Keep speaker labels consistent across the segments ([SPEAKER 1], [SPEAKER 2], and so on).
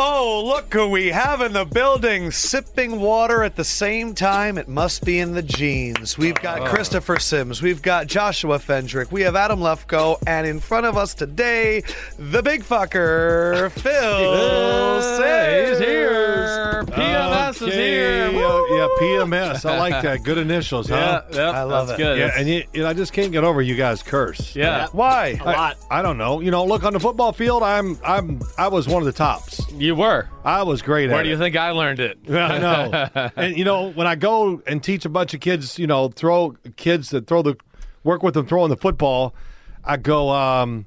[SPEAKER 1] Oh, look who we have in the building sipping water at the same time. It must be in the genes. We've
[SPEAKER 2] Oh.
[SPEAKER 1] got Christopher Sims. We've got Joshua Fendrick. We have Adam Lefko. And in front of us today, the big fucker, Phil Sims.
[SPEAKER 3] He's here. PMS is here.
[SPEAKER 2] Uh, Okay.
[SPEAKER 3] Woo.
[SPEAKER 2] Yeah, PMS. I like that. Good initials, huh?
[SPEAKER 3] Yeah, yep,
[SPEAKER 1] I love
[SPEAKER 3] that's
[SPEAKER 1] it.
[SPEAKER 3] Good.
[SPEAKER 2] Yeah, and you, and I just can't get over you guys curse.
[SPEAKER 3] yeah.
[SPEAKER 1] Why?
[SPEAKER 2] I- I, don't know. You know, look on the football field. I'm, I'm, I was one of the tops.
[SPEAKER 3] you were.
[SPEAKER 2] I was great
[SPEAKER 3] Where
[SPEAKER 2] at
[SPEAKER 3] do
[SPEAKER 2] it.
[SPEAKER 3] you think I learned it?
[SPEAKER 2] I know. and you know, when I go and teach a bunch of kids, you know, throw kids that throw the work with them throwing the football, I go, um,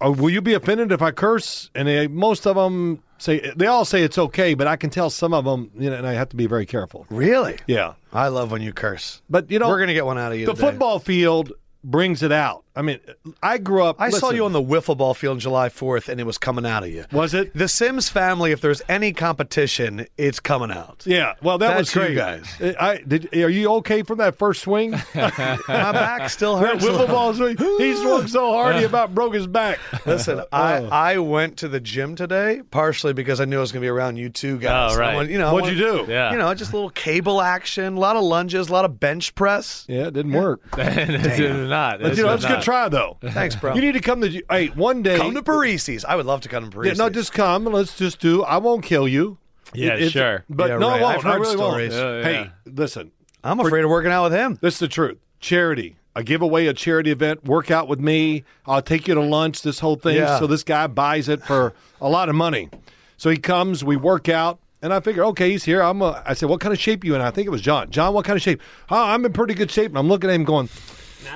[SPEAKER 2] oh, will you be offended if I curse? And they, most of them say they all say it's okay, but I can tell some of them, you know, and I have to be very careful.
[SPEAKER 1] Really?
[SPEAKER 2] Yeah,
[SPEAKER 1] I love when you curse.
[SPEAKER 2] but you know,
[SPEAKER 1] We're going to get one out of you
[SPEAKER 2] the
[SPEAKER 1] today.
[SPEAKER 2] football field brings it out. I mean, I grew up.
[SPEAKER 1] I saw
[SPEAKER 2] listen,
[SPEAKER 1] you on the wiffle ball field on July 4th, and it was coming out of you.
[SPEAKER 2] Was it?
[SPEAKER 1] The Sims family, if there's any competition, it's coming out.
[SPEAKER 2] Yeah, well, that
[SPEAKER 1] That's
[SPEAKER 2] was
[SPEAKER 1] you
[SPEAKER 2] great,
[SPEAKER 1] guys.
[SPEAKER 2] I I- did. Are you okay from that first swing?
[SPEAKER 1] My back still hurts. a
[SPEAKER 2] Wiffle
[SPEAKER 1] little.
[SPEAKER 2] ball swing. He swung so hard he about broke his back.
[SPEAKER 1] Listen, I, I went to the gym today partially because I knew I was going to be around you two guys.
[SPEAKER 3] Oh,
[SPEAKER 1] I
[SPEAKER 3] right.
[SPEAKER 1] want- you know, I
[SPEAKER 2] What'd you
[SPEAKER 1] want-
[SPEAKER 2] do?
[SPEAKER 3] Yeah.
[SPEAKER 1] You know, just a little cable action, a lot of lunges, a lot of bench press.
[SPEAKER 2] Yeah, it didn't work.
[SPEAKER 3] it did not.
[SPEAKER 2] But
[SPEAKER 3] It
[SPEAKER 2] you know,
[SPEAKER 3] did
[SPEAKER 2] it's a good
[SPEAKER 3] not.
[SPEAKER 2] try though.
[SPEAKER 1] Thanks, bro.
[SPEAKER 2] You need to come to. Hey, one day.
[SPEAKER 1] come to Parisi's. I would love to come to
[SPEAKER 2] Yeah,
[SPEAKER 1] Parisi's.
[SPEAKER 2] no, just come and let's just do. I won't kill you.
[SPEAKER 3] Yeah,
[SPEAKER 2] If- if-
[SPEAKER 3] sure.
[SPEAKER 2] But
[SPEAKER 1] Yeah,
[SPEAKER 2] no,
[SPEAKER 1] right.
[SPEAKER 2] I won't.
[SPEAKER 1] I've
[SPEAKER 2] I
[SPEAKER 1] heard
[SPEAKER 2] really won't.
[SPEAKER 1] stories.
[SPEAKER 3] Yeah, yeah.
[SPEAKER 2] Hey, listen.
[SPEAKER 1] I'm afraid of working out with him.
[SPEAKER 2] This is the truth. Charity. I give away a charity event. Work out with me. I'll take you to lunch. This whole thing.
[SPEAKER 1] Yeah.
[SPEAKER 2] So this guy buys it for a lot of money. So he comes. We work out. And I figure, okay, he's here. I'm. A, I said, what kind of shape you in? I think it was John. John, what kind of shape? Oh, I'm in pretty good shape. And I'm looking at him, going,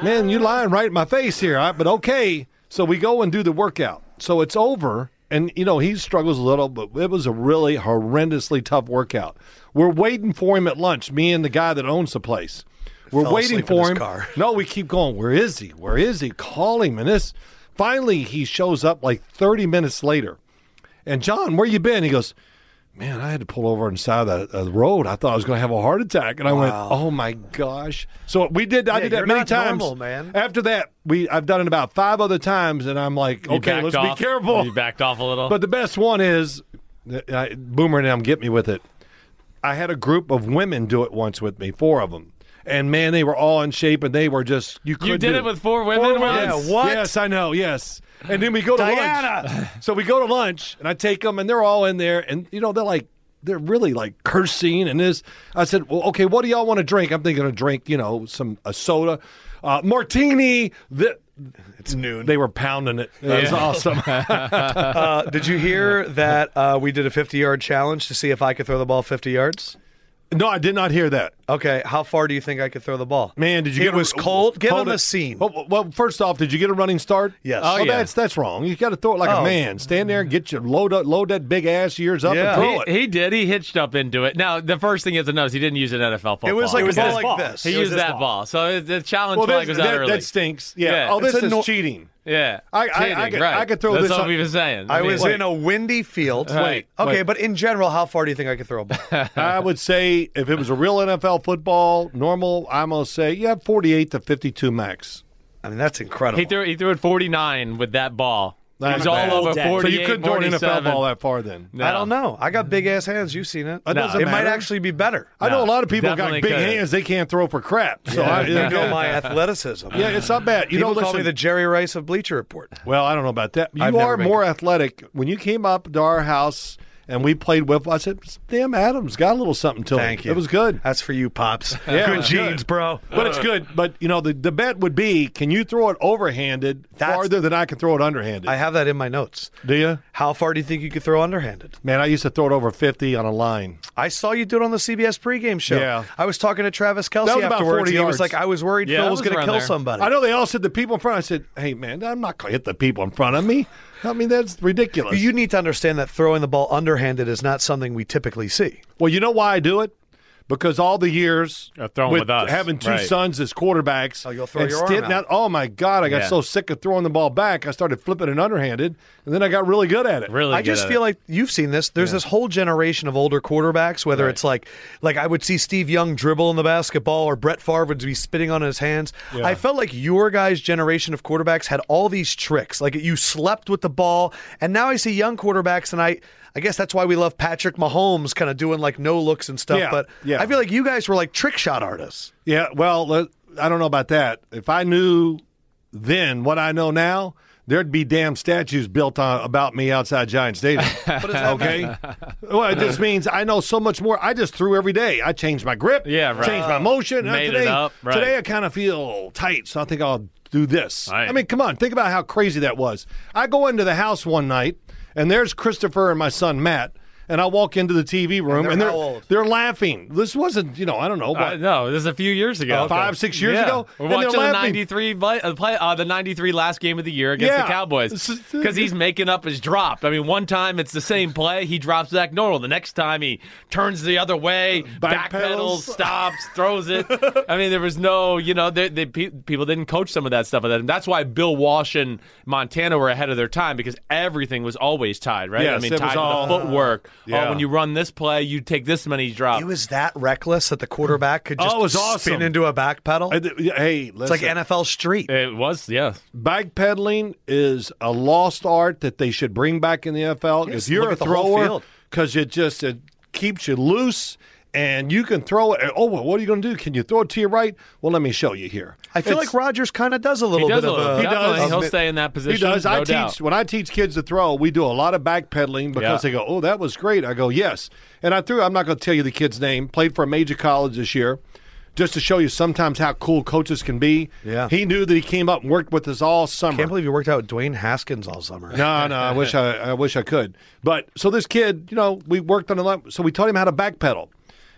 [SPEAKER 2] man, you lying right in my face here. I, but okay. So we go and do the workout. So it's over. And, you know, he struggles a little, but it was a really horrendously tough workout. We're waiting for him at lunch, me and the guy that owns the place. We're
[SPEAKER 1] Fell
[SPEAKER 2] waiting
[SPEAKER 1] asleep in his
[SPEAKER 2] for him.
[SPEAKER 1] car.
[SPEAKER 2] No, we keep going. Where is he? Where is he? Call him. And this finally he shows up like 30 minutes later. And John, where you been? He goes, Man, I had to pull over on the side of the, of the road. I thought I was going to have a heart attack, and I went, "Oh my gosh!" So we did. I
[SPEAKER 1] Yeah,
[SPEAKER 2] did that
[SPEAKER 1] you're
[SPEAKER 2] many
[SPEAKER 1] not
[SPEAKER 2] times.
[SPEAKER 1] normal, man.
[SPEAKER 2] After that, we I've done it about five other times, and I'm like,
[SPEAKER 3] You
[SPEAKER 2] "Okay,
[SPEAKER 3] backed
[SPEAKER 2] let's
[SPEAKER 3] off.
[SPEAKER 2] be careful."
[SPEAKER 3] You backed off a little.
[SPEAKER 2] But the best one is I, Boomer and them get me with it. I had a group of women do it once with me, four of them, and man, they were all in shape, and they were just you.
[SPEAKER 3] you
[SPEAKER 2] couldn't
[SPEAKER 3] did
[SPEAKER 2] do
[SPEAKER 3] it with four women.
[SPEAKER 1] women.
[SPEAKER 3] once?
[SPEAKER 1] Yeah, what?
[SPEAKER 2] Yes, I know. Yes, and then we go to
[SPEAKER 1] Diana!
[SPEAKER 2] lunch. So we go to lunch, and I take them, and they're all in there, and you know they're like they're really like cursing and this. I said, well, okay, what do y'all want to drink? I'm thinking of drink, you know, some a soda, uh, martini. Th-
[SPEAKER 1] It's noon.
[SPEAKER 2] they were pounding it. It was
[SPEAKER 3] Yeah.
[SPEAKER 2] awesome.
[SPEAKER 1] Uh, did you hear that uh, we did a 50 yard challenge to see if I could throw the ball 50 yards?
[SPEAKER 2] no, I did not hear that.
[SPEAKER 1] Okay, how far do you think I could throw the ball?
[SPEAKER 2] Man, did you
[SPEAKER 1] It
[SPEAKER 2] get a-
[SPEAKER 1] was cold. Give
[SPEAKER 2] Hold
[SPEAKER 1] him a
[SPEAKER 2] it. Oh,
[SPEAKER 1] scene.
[SPEAKER 2] Well, well, first off, did you get a running start?
[SPEAKER 1] Yes. Oh,
[SPEAKER 2] Oh,
[SPEAKER 3] yeah.
[SPEAKER 2] that's that's wrong. You got to throw it like
[SPEAKER 1] Oh.
[SPEAKER 2] a man. Stand there, and get your load up, load that big ass years up,
[SPEAKER 1] Yeah.
[SPEAKER 2] and throw it.
[SPEAKER 3] He, he did. He hitched up into it. Now, the first thing is to notice he didn't use an NFL football.
[SPEAKER 1] It was like a ball
[SPEAKER 3] this
[SPEAKER 1] like
[SPEAKER 3] ball.
[SPEAKER 1] this.
[SPEAKER 3] He
[SPEAKER 1] It was
[SPEAKER 3] used
[SPEAKER 1] this
[SPEAKER 3] that ball. So it- the challenge
[SPEAKER 2] Well,
[SPEAKER 3] flag
[SPEAKER 2] this-
[SPEAKER 3] was out
[SPEAKER 2] that,
[SPEAKER 3] early.
[SPEAKER 2] that stinks. Yeah.
[SPEAKER 3] Yeah.
[SPEAKER 2] Oh, this
[SPEAKER 1] It's a
[SPEAKER 2] is
[SPEAKER 1] nor-
[SPEAKER 2] cheating.
[SPEAKER 3] yeah.
[SPEAKER 2] I- I- I
[SPEAKER 3] Cheating,
[SPEAKER 2] could-
[SPEAKER 3] right.
[SPEAKER 2] I could throw
[SPEAKER 3] That's
[SPEAKER 2] this
[SPEAKER 3] what
[SPEAKER 2] on-
[SPEAKER 3] we were saying.
[SPEAKER 1] I was
[SPEAKER 3] mean,
[SPEAKER 1] in a windy field.
[SPEAKER 3] Wait,
[SPEAKER 1] Okay,
[SPEAKER 2] wait.
[SPEAKER 1] but in general, how far do you think I could throw a ball?
[SPEAKER 2] I would say if it was a real NFL football, normal, I'm gonna say yeah, 48 to 52 max.
[SPEAKER 1] I mean, that's incredible.
[SPEAKER 3] He threw. He threw it 49 with that ball. He
[SPEAKER 2] That's
[SPEAKER 3] was all
[SPEAKER 2] bad.
[SPEAKER 3] over
[SPEAKER 4] So you
[SPEAKER 3] 48.
[SPEAKER 2] So you couldn't throw an NFL
[SPEAKER 3] 47.
[SPEAKER 2] ball that far then.
[SPEAKER 3] No.
[SPEAKER 1] I don't know. I got big ass hands. You've seen it.
[SPEAKER 2] That doesn't
[SPEAKER 1] it might
[SPEAKER 2] matter.
[SPEAKER 1] actually be better.
[SPEAKER 2] I know a lot of people got
[SPEAKER 3] definitely
[SPEAKER 2] big
[SPEAKER 3] could've.
[SPEAKER 2] hands; they can't throw for crap. So I,
[SPEAKER 1] You know my athleticism.
[SPEAKER 2] yeah, it's not bad. You
[SPEAKER 1] People
[SPEAKER 2] know,
[SPEAKER 1] call
[SPEAKER 2] listen-
[SPEAKER 1] me the Jerry Rice of Bleacher Report.
[SPEAKER 2] Well, I don't know about that. You
[SPEAKER 1] I've never
[SPEAKER 2] are
[SPEAKER 1] been-
[SPEAKER 2] more athletic. When you came up to our house and we played with, I said, "Damn, Adams got a little something to him.
[SPEAKER 1] Thank you.
[SPEAKER 2] It was good."
[SPEAKER 1] That's for you, pops.
[SPEAKER 2] Yeah, it
[SPEAKER 1] good
[SPEAKER 2] was
[SPEAKER 1] genes,
[SPEAKER 2] good.
[SPEAKER 1] bro.
[SPEAKER 2] But
[SPEAKER 3] Uh.
[SPEAKER 2] it's good. But you know, the, the bet would be: can you throw it overhanded
[SPEAKER 1] That's-
[SPEAKER 2] farther than I can throw it underhanded?
[SPEAKER 1] I have that in my notes.
[SPEAKER 2] Do you?
[SPEAKER 1] How far do you think you could throw underhanded?
[SPEAKER 2] Man, I used to throw it over fifty on a line.
[SPEAKER 1] I saw you do it on the CBS pregame show.
[SPEAKER 2] Yeah.
[SPEAKER 1] I was talking to Travis Kelsey
[SPEAKER 2] That was about
[SPEAKER 1] afterwards.
[SPEAKER 2] 40
[SPEAKER 1] and he was
[SPEAKER 2] yards.
[SPEAKER 1] like, I was worried
[SPEAKER 3] Yeah,
[SPEAKER 1] Phil
[SPEAKER 3] that
[SPEAKER 1] was
[SPEAKER 3] was
[SPEAKER 1] going to
[SPEAKER 3] around
[SPEAKER 1] kill
[SPEAKER 3] there.
[SPEAKER 1] somebody.
[SPEAKER 2] I know they all said the people in front. I said, "Hey, man, I'm not going to hit the people in front of me. I mean, that's ridiculous."
[SPEAKER 1] You need to understand that throwing the ball underhanded is not something we typically see.
[SPEAKER 2] Well, you know why I do it? Because all the years
[SPEAKER 3] Of throwing with us,
[SPEAKER 2] having two
[SPEAKER 3] right.
[SPEAKER 2] sons as quarterbacks,
[SPEAKER 1] Oh, you'll throw
[SPEAKER 2] and
[SPEAKER 1] your arm
[SPEAKER 2] sitting
[SPEAKER 1] out.
[SPEAKER 2] Oh my God, I got
[SPEAKER 3] Yeah.
[SPEAKER 2] so sick of throwing the ball back, I started flipping it underhanded, and then I got really good at it.
[SPEAKER 3] Really.
[SPEAKER 1] I
[SPEAKER 3] good
[SPEAKER 1] just
[SPEAKER 3] at
[SPEAKER 1] feel
[SPEAKER 3] it.
[SPEAKER 1] like you've seen this. There's this whole generation of older quarterbacks, whether it's like like I would see Steve Young dribble in the basketball or Brett Favre would be spitting on his hands. I felt like your guys' generation of quarterbacks had all these tricks. Like you slept with the ball, and now I see young quarterbacks and I I guess that's why we love Patrick Mahomes kind of doing like no looks and stuff.
[SPEAKER 2] Yeah,
[SPEAKER 1] but
[SPEAKER 2] yeah.
[SPEAKER 1] I feel like you guys were like trick shot artists.
[SPEAKER 2] Yeah, well, let- I don't know about that. If I knew then what I know now, there'd be damn statues built on about me outside Giant Stadium. okay? well, it just means I know so much more. I just threw every day. I changed my grip.
[SPEAKER 3] Yeah, right.
[SPEAKER 2] Changed my motion. Uh,
[SPEAKER 3] Made it
[SPEAKER 2] today,
[SPEAKER 3] up, right.
[SPEAKER 2] today I kind of feel tight, so I think I'll do this.
[SPEAKER 3] Right.
[SPEAKER 2] I mean, come on, think about how crazy that was. I go into the house one night, and there's Christopher and my son Matt. And I walk into the TV room,
[SPEAKER 1] they're
[SPEAKER 2] and they're,
[SPEAKER 1] how old?
[SPEAKER 2] they're laughing. This wasn't, you know, I don't know,
[SPEAKER 3] Uh,
[SPEAKER 2] what,
[SPEAKER 3] no, this is a few years ago.
[SPEAKER 2] Oh, five, six years
[SPEAKER 3] Yeah.
[SPEAKER 2] ago?
[SPEAKER 3] We're
[SPEAKER 2] And they're
[SPEAKER 3] watching the
[SPEAKER 2] laughing.
[SPEAKER 3] '93 play, uh, play uh, the '93 last game of the year against
[SPEAKER 2] Yeah. uh,
[SPEAKER 3] the Cowboys
[SPEAKER 2] This is-
[SPEAKER 3] because he's making up his drop. I mean, one time it's the same play, he drops Zach Norrell. The next time he turns the other way,
[SPEAKER 2] Uh, Back pedals.
[SPEAKER 3] backpedals, stops, throws it. I mean, there was no, you know, they, they, pe- people didn't coach some of that stuff. And that's why Bill Walsh and Montana were ahead of their time because everything was always tied, right? I
[SPEAKER 2] Yes,
[SPEAKER 3] mean,
[SPEAKER 2] it was
[SPEAKER 3] tied to
[SPEAKER 2] all-
[SPEAKER 3] the footwork.
[SPEAKER 2] Yeah.
[SPEAKER 3] Oh, when you run this play, you take this many drops.
[SPEAKER 1] It was that reckless that the quarterback could
[SPEAKER 2] Oh, it
[SPEAKER 1] just
[SPEAKER 2] was
[SPEAKER 1] spin
[SPEAKER 2] awesome.
[SPEAKER 1] into a back pedal.
[SPEAKER 2] I th- yeah, Hey,
[SPEAKER 1] it's like
[SPEAKER 2] listen,
[SPEAKER 1] NFL Street.
[SPEAKER 3] it was, yeah.
[SPEAKER 2] backpedaling is a lost art that they should bring back in the NFL.
[SPEAKER 1] Yes,
[SPEAKER 2] if you're
[SPEAKER 1] look
[SPEAKER 2] a
[SPEAKER 1] at the whole
[SPEAKER 2] thrower,
[SPEAKER 1] field.
[SPEAKER 2] because it just it keeps you loose and you can throw it. Oh, well, what are you going to do? Can you throw it to your right? Well, let me show you here.
[SPEAKER 1] I feel
[SPEAKER 2] It's-
[SPEAKER 1] like Rogers kind of does a little
[SPEAKER 3] He does
[SPEAKER 1] bit
[SPEAKER 3] a
[SPEAKER 1] of
[SPEAKER 3] little.
[SPEAKER 1] a.
[SPEAKER 3] He does.
[SPEAKER 1] of
[SPEAKER 3] He'll
[SPEAKER 1] mi-
[SPEAKER 3] stay in that
[SPEAKER 2] He
[SPEAKER 3] position.
[SPEAKER 2] does.
[SPEAKER 3] No
[SPEAKER 2] I
[SPEAKER 3] doubt.
[SPEAKER 2] teach when I teach kids to throw. We do a lot of backpedaling because
[SPEAKER 3] Yeah.
[SPEAKER 2] they go, "Oh, that was great." I go, "Yes," and I threw. I'm not going to tell you the kid's name. Played for a major college this year, just to show you sometimes how cool coaches can be.
[SPEAKER 1] Yeah.
[SPEAKER 2] he knew that he came up and worked with us all summer.
[SPEAKER 1] Can't believe you worked out with Dwayne Haskins all summer.
[SPEAKER 2] No, no, I wish I, I wish I could. But so this kid, you know, we worked on a lot. So we taught him how to backpedal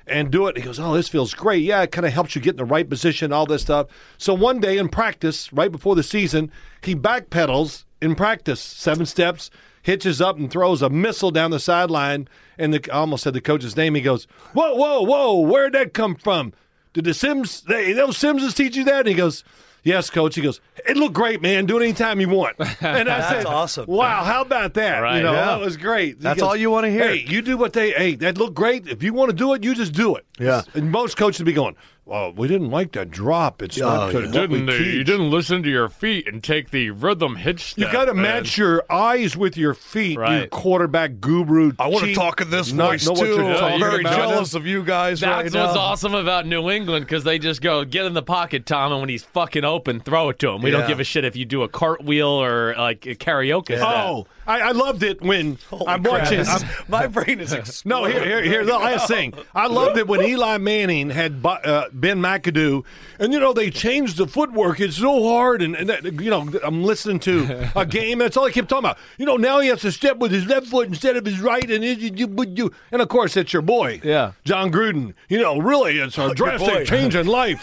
[SPEAKER 2] and do it. He goes, "Oh, this feels great. Yeah, it kind of helps you get in the right position, all this stuff." So one day in practice, right before the season, he backpedals in practice, seven steps, hitches up, and throws a missile down the sideline. And the, I almost said the coach's name. He goes, "Whoa, whoa, whoa! Where'd that come from?" Did the Sims, they, those Simses teach you that? And he goes, Yes, coach. He goes, It looked great, man. Do it anytime you want. And I
[SPEAKER 1] That's
[SPEAKER 2] said,
[SPEAKER 1] awesome.
[SPEAKER 2] Wow, how about that?
[SPEAKER 3] Right.
[SPEAKER 2] You know,
[SPEAKER 1] Yeah.
[SPEAKER 2] that was great. He
[SPEAKER 1] That's
[SPEAKER 2] goes,
[SPEAKER 1] all you wanna hear.
[SPEAKER 2] Hey, you do what they. Hey, that looked great. If you want to do it, you just do it.
[SPEAKER 1] Yeah.
[SPEAKER 2] And most coaches would be going, "Well, we didn't like that drop. It's not
[SPEAKER 1] Oh, yeah.
[SPEAKER 2] good. what we teach."
[SPEAKER 3] didn't listen to your feet and take the rhythm hitch step.
[SPEAKER 2] You got to match your eyes with your feet, you
[SPEAKER 3] Right.
[SPEAKER 2] quarterback guru.
[SPEAKER 1] I want to
[SPEAKER 2] cheat.
[SPEAKER 1] talk in this
[SPEAKER 2] Not
[SPEAKER 1] voice
[SPEAKER 2] know what
[SPEAKER 1] too.
[SPEAKER 2] you're
[SPEAKER 3] Yeah,
[SPEAKER 1] I'm
[SPEAKER 2] talking
[SPEAKER 1] very
[SPEAKER 2] about.
[SPEAKER 1] jealous of you guys right
[SPEAKER 3] That's
[SPEAKER 1] now.
[SPEAKER 3] what's awesome about New England because they just go get in the pocket, Tom, and when he's fucking open, throw it to him. We
[SPEAKER 1] Yeah.
[SPEAKER 3] don't give a shit if you do a cartwheel or like a karaoke. step.
[SPEAKER 2] Oh, I, I loved it when I'm watching.
[SPEAKER 1] This is-
[SPEAKER 2] I'm-
[SPEAKER 1] my brain is exploding.
[SPEAKER 2] No, here, here, here's the last thing. I loved it when Eli Manning had Bu- uh, Ben McAdoo, and you know they changed the footwork. It's so hard, and, and that, you know I'm listening to a game. That's all I kept talking about. You know now he has to step with his left foot instead of his right, and it, you, you, you, and of course it's your boy,
[SPEAKER 3] Yeah.
[SPEAKER 2] John Gruden. You know, really, it's a
[SPEAKER 1] boy.
[SPEAKER 2] drastic change in life.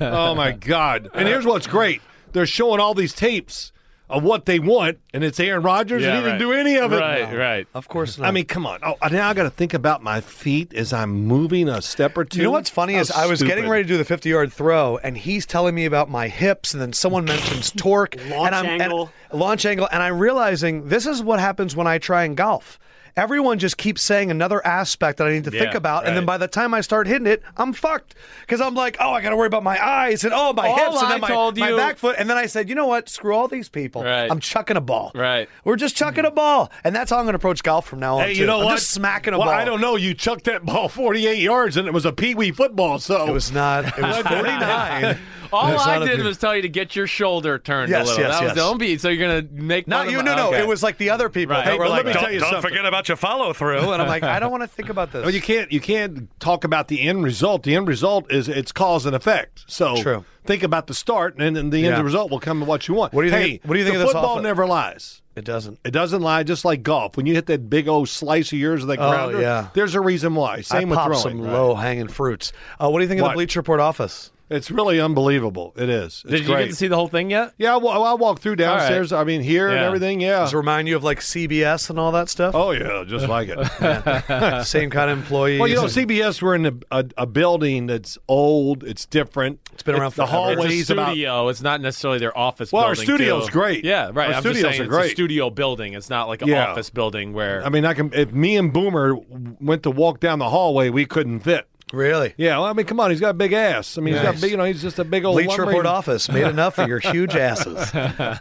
[SPEAKER 2] oh my God! And here's what's great: they're showing all these tapes of what they want, and it's Aaron Rodgers,
[SPEAKER 3] Yeah,
[SPEAKER 2] and he
[SPEAKER 3] right.
[SPEAKER 2] didn't do any of it.
[SPEAKER 3] Right, right.
[SPEAKER 1] Of course not.
[SPEAKER 2] I mean, come on. Oh, now I got to think about my feet as I'm moving a step or two.
[SPEAKER 1] You know what's funny
[SPEAKER 2] How
[SPEAKER 1] is I was getting
[SPEAKER 2] stupid.
[SPEAKER 1] ready to do the 50 yard throw, and he's telling me about my hips, and then someone mentions torque,
[SPEAKER 4] Launch
[SPEAKER 1] and I'm, and-
[SPEAKER 4] angle.
[SPEAKER 1] launch angle, and I'm realizing this is what happens when I try and golf. Everyone just keeps saying another aspect that I need to think
[SPEAKER 3] Yeah,
[SPEAKER 1] about, and then
[SPEAKER 3] right.
[SPEAKER 1] by the time I start hitting it, I'm fucked because I'm like, oh, I got to worry about my eyes and oh, my
[SPEAKER 3] All
[SPEAKER 1] hips, and
[SPEAKER 3] I
[SPEAKER 1] then my,
[SPEAKER 3] told
[SPEAKER 1] my
[SPEAKER 3] you-
[SPEAKER 1] back foot, and then I said, you know what? Screw all these people.
[SPEAKER 3] Right.
[SPEAKER 1] I'm chucking a ball.
[SPEAKER 3] Right.
[SPEAKER 1] We're just chucking a ball, and that's how I'm going to approach golf from now on.
[SPEAKER 2] Hey,
[SPEAKER 1] too.
[SPEAKER 2] you know
[SPEAKER 1] I'm
[SPEAKER 2] what?
[SPEAKER 1] Just smacking a
[SPEAKER 2] well,
[SPEAKER 1] ball.
[SPEAKER 2] I don't know. You chucked that ball 48 yards, and it was a pee wee football. So
[SPEAKER 1] It was not. It was 49.
[SPEAKER 3] All
[SPEAKER 1] It's not
[SPEAKER 3] I
[SPEAKER 1] a
[SPEAKER 3] did
[SPEAKER 1] big-
[SPEAKER 3] was tell you to get your shoulder turned
[SPEAKER 1] Yes,
[SPEAKER 3] a little.
[SPEAKER 1] yes,
[SPEAKER 3] that
[SPEAKER 1] yes.
[SPEAKER 3] was the only beat. So you're gonna make
[SPEAKER 1] Not
[SPEAKER 3] fun of
[SPEAKER 1] you,
[SPEAKER 3] my-
[SPEAKER 1] no, no.
[SPEAKER 3] okay.
[SPEAKER 1] It was like the other people
[SPEAKER 3] Right.
[SPEAKER 1] that
[SPEAKER 3] Hey,
[SPEAKER 1] were
[SPEAKER 3] but
[SPEAKER 1] like,
[SPEAKER 2] let me
[SPEAKER 1] "Don't-
[SPEAKER 2] tell you
[SPEAKER 1] don't
[SPEAKER 2] something."
[SPEAKER 1] forget about your follow through. And I'm like, I don't want to think about this.
[SPEAKER 2] Well, you can't you can't talk about the end result. The end result is it's cause and effect. So
[SPEAKER 1] True.
[SPEAKER 2] think about the start, and then the
[SPEAKER 1] Yeah.
[SPEAKER 2] end result will come to what you want.
[SPEAKER 1] What do you
[SPEAKER 2] hey,
[SPEAKER 1] think- what do you think
[SPEAKER 2] the
[SPEAKER 1] of this
[SPEAKER 2] football
[SPEAKER 1] offer?
[SPEAKER 2] never lies.
[SPEAKER 1] it doesn't.
[SPEAKER 2] It doesn't lie, just like golf. When you hit that big old slice of yours of that
[SPEAKER 1] Oh,
[SPEAKER 2] grounder,
[SPEAKER 1] yeah.
[SPEAKER 2] there's a reason why.
[SPEAKER 1] I
[SPEAKER 2] Same with
[SPEAKER 1] pop
[SPEAKER 2] throwing.
[SPEAKER 1] some low hanging fruits. Uh, what do you think of the
[SPEAKER 2] What?
[SPEAKER 1] Bleach Report office?
[SPEAKER 2] It's really unbelievable. It is. It's
[SPEAKER 3] Did you
[SPEAKER 2] great.
[SPEAKER 3] get to see the whole thing yet?
[SPEAKER 2] Yeah, well, I walk through
[SPEAKER 3] right.
[SPEAKER 2] downstairs. I mean, here and
[SPEAKER 3] Yeah.
[SPEAKER 2] everything. Yeah.
[SPEAKER 1] Does it remind you of like CBS and all that stuff?
[SPEAKER 2] Oh yeah, just like it.
[SPEAKER 1] Same kind of employees.
[SPEAKER 2] Well, you know,
[SPEAKER 1] and-
[SPEAKER 2] CBS. We're in a, a, a building that's old. It's different. It's
[SPEAKER 1] been around
[SPEAKER 2] The
[SPEAKER 1] forever. It's a
[SPEAKER 2] hallways
[SPEAKER 3] it's a
[SPEAKER 2] about
[SPEAKER 3] studio. It's not necessarily their office.
[SPEAKER 2] Well, our
[SPEAKER 3] building,
[SPEAKER 2] studio's
[SPEAKER 3] too.
[SPEAKER 2] great.
[SPEAKER 3] Yeah, right.
[SPEAKER 2] Our
[SPEAKER 3] I'm
[SPEAKER 2] studios
[SPEAKER 3] just saying
[SPEAKER 2] are
[SPEAKER 3] it's
[SPEAKER 2] great.
[SPEAKER 3] a studio building. It's not like an
[SPEAKER 2] Yeah.
[SPEAKER 3] office building where
[SPEAKER 2] I mean, I can. If me and Boomer went to walk down the hallway, we couldn't fit.
[SPEAKER 1] Really?
[SPEAKER 2] Yeah, well, I mean, come on, he's got a big ass. I mean, he's got,
[SPEAKER 1] Nice.
[SPEAKER 2] big, you know, he's just a big old.
[SPEAKER 1] Bleach
[SPEAKER 2] lumbering-
[SPEAKER 1] Report office made enough for your huge asses.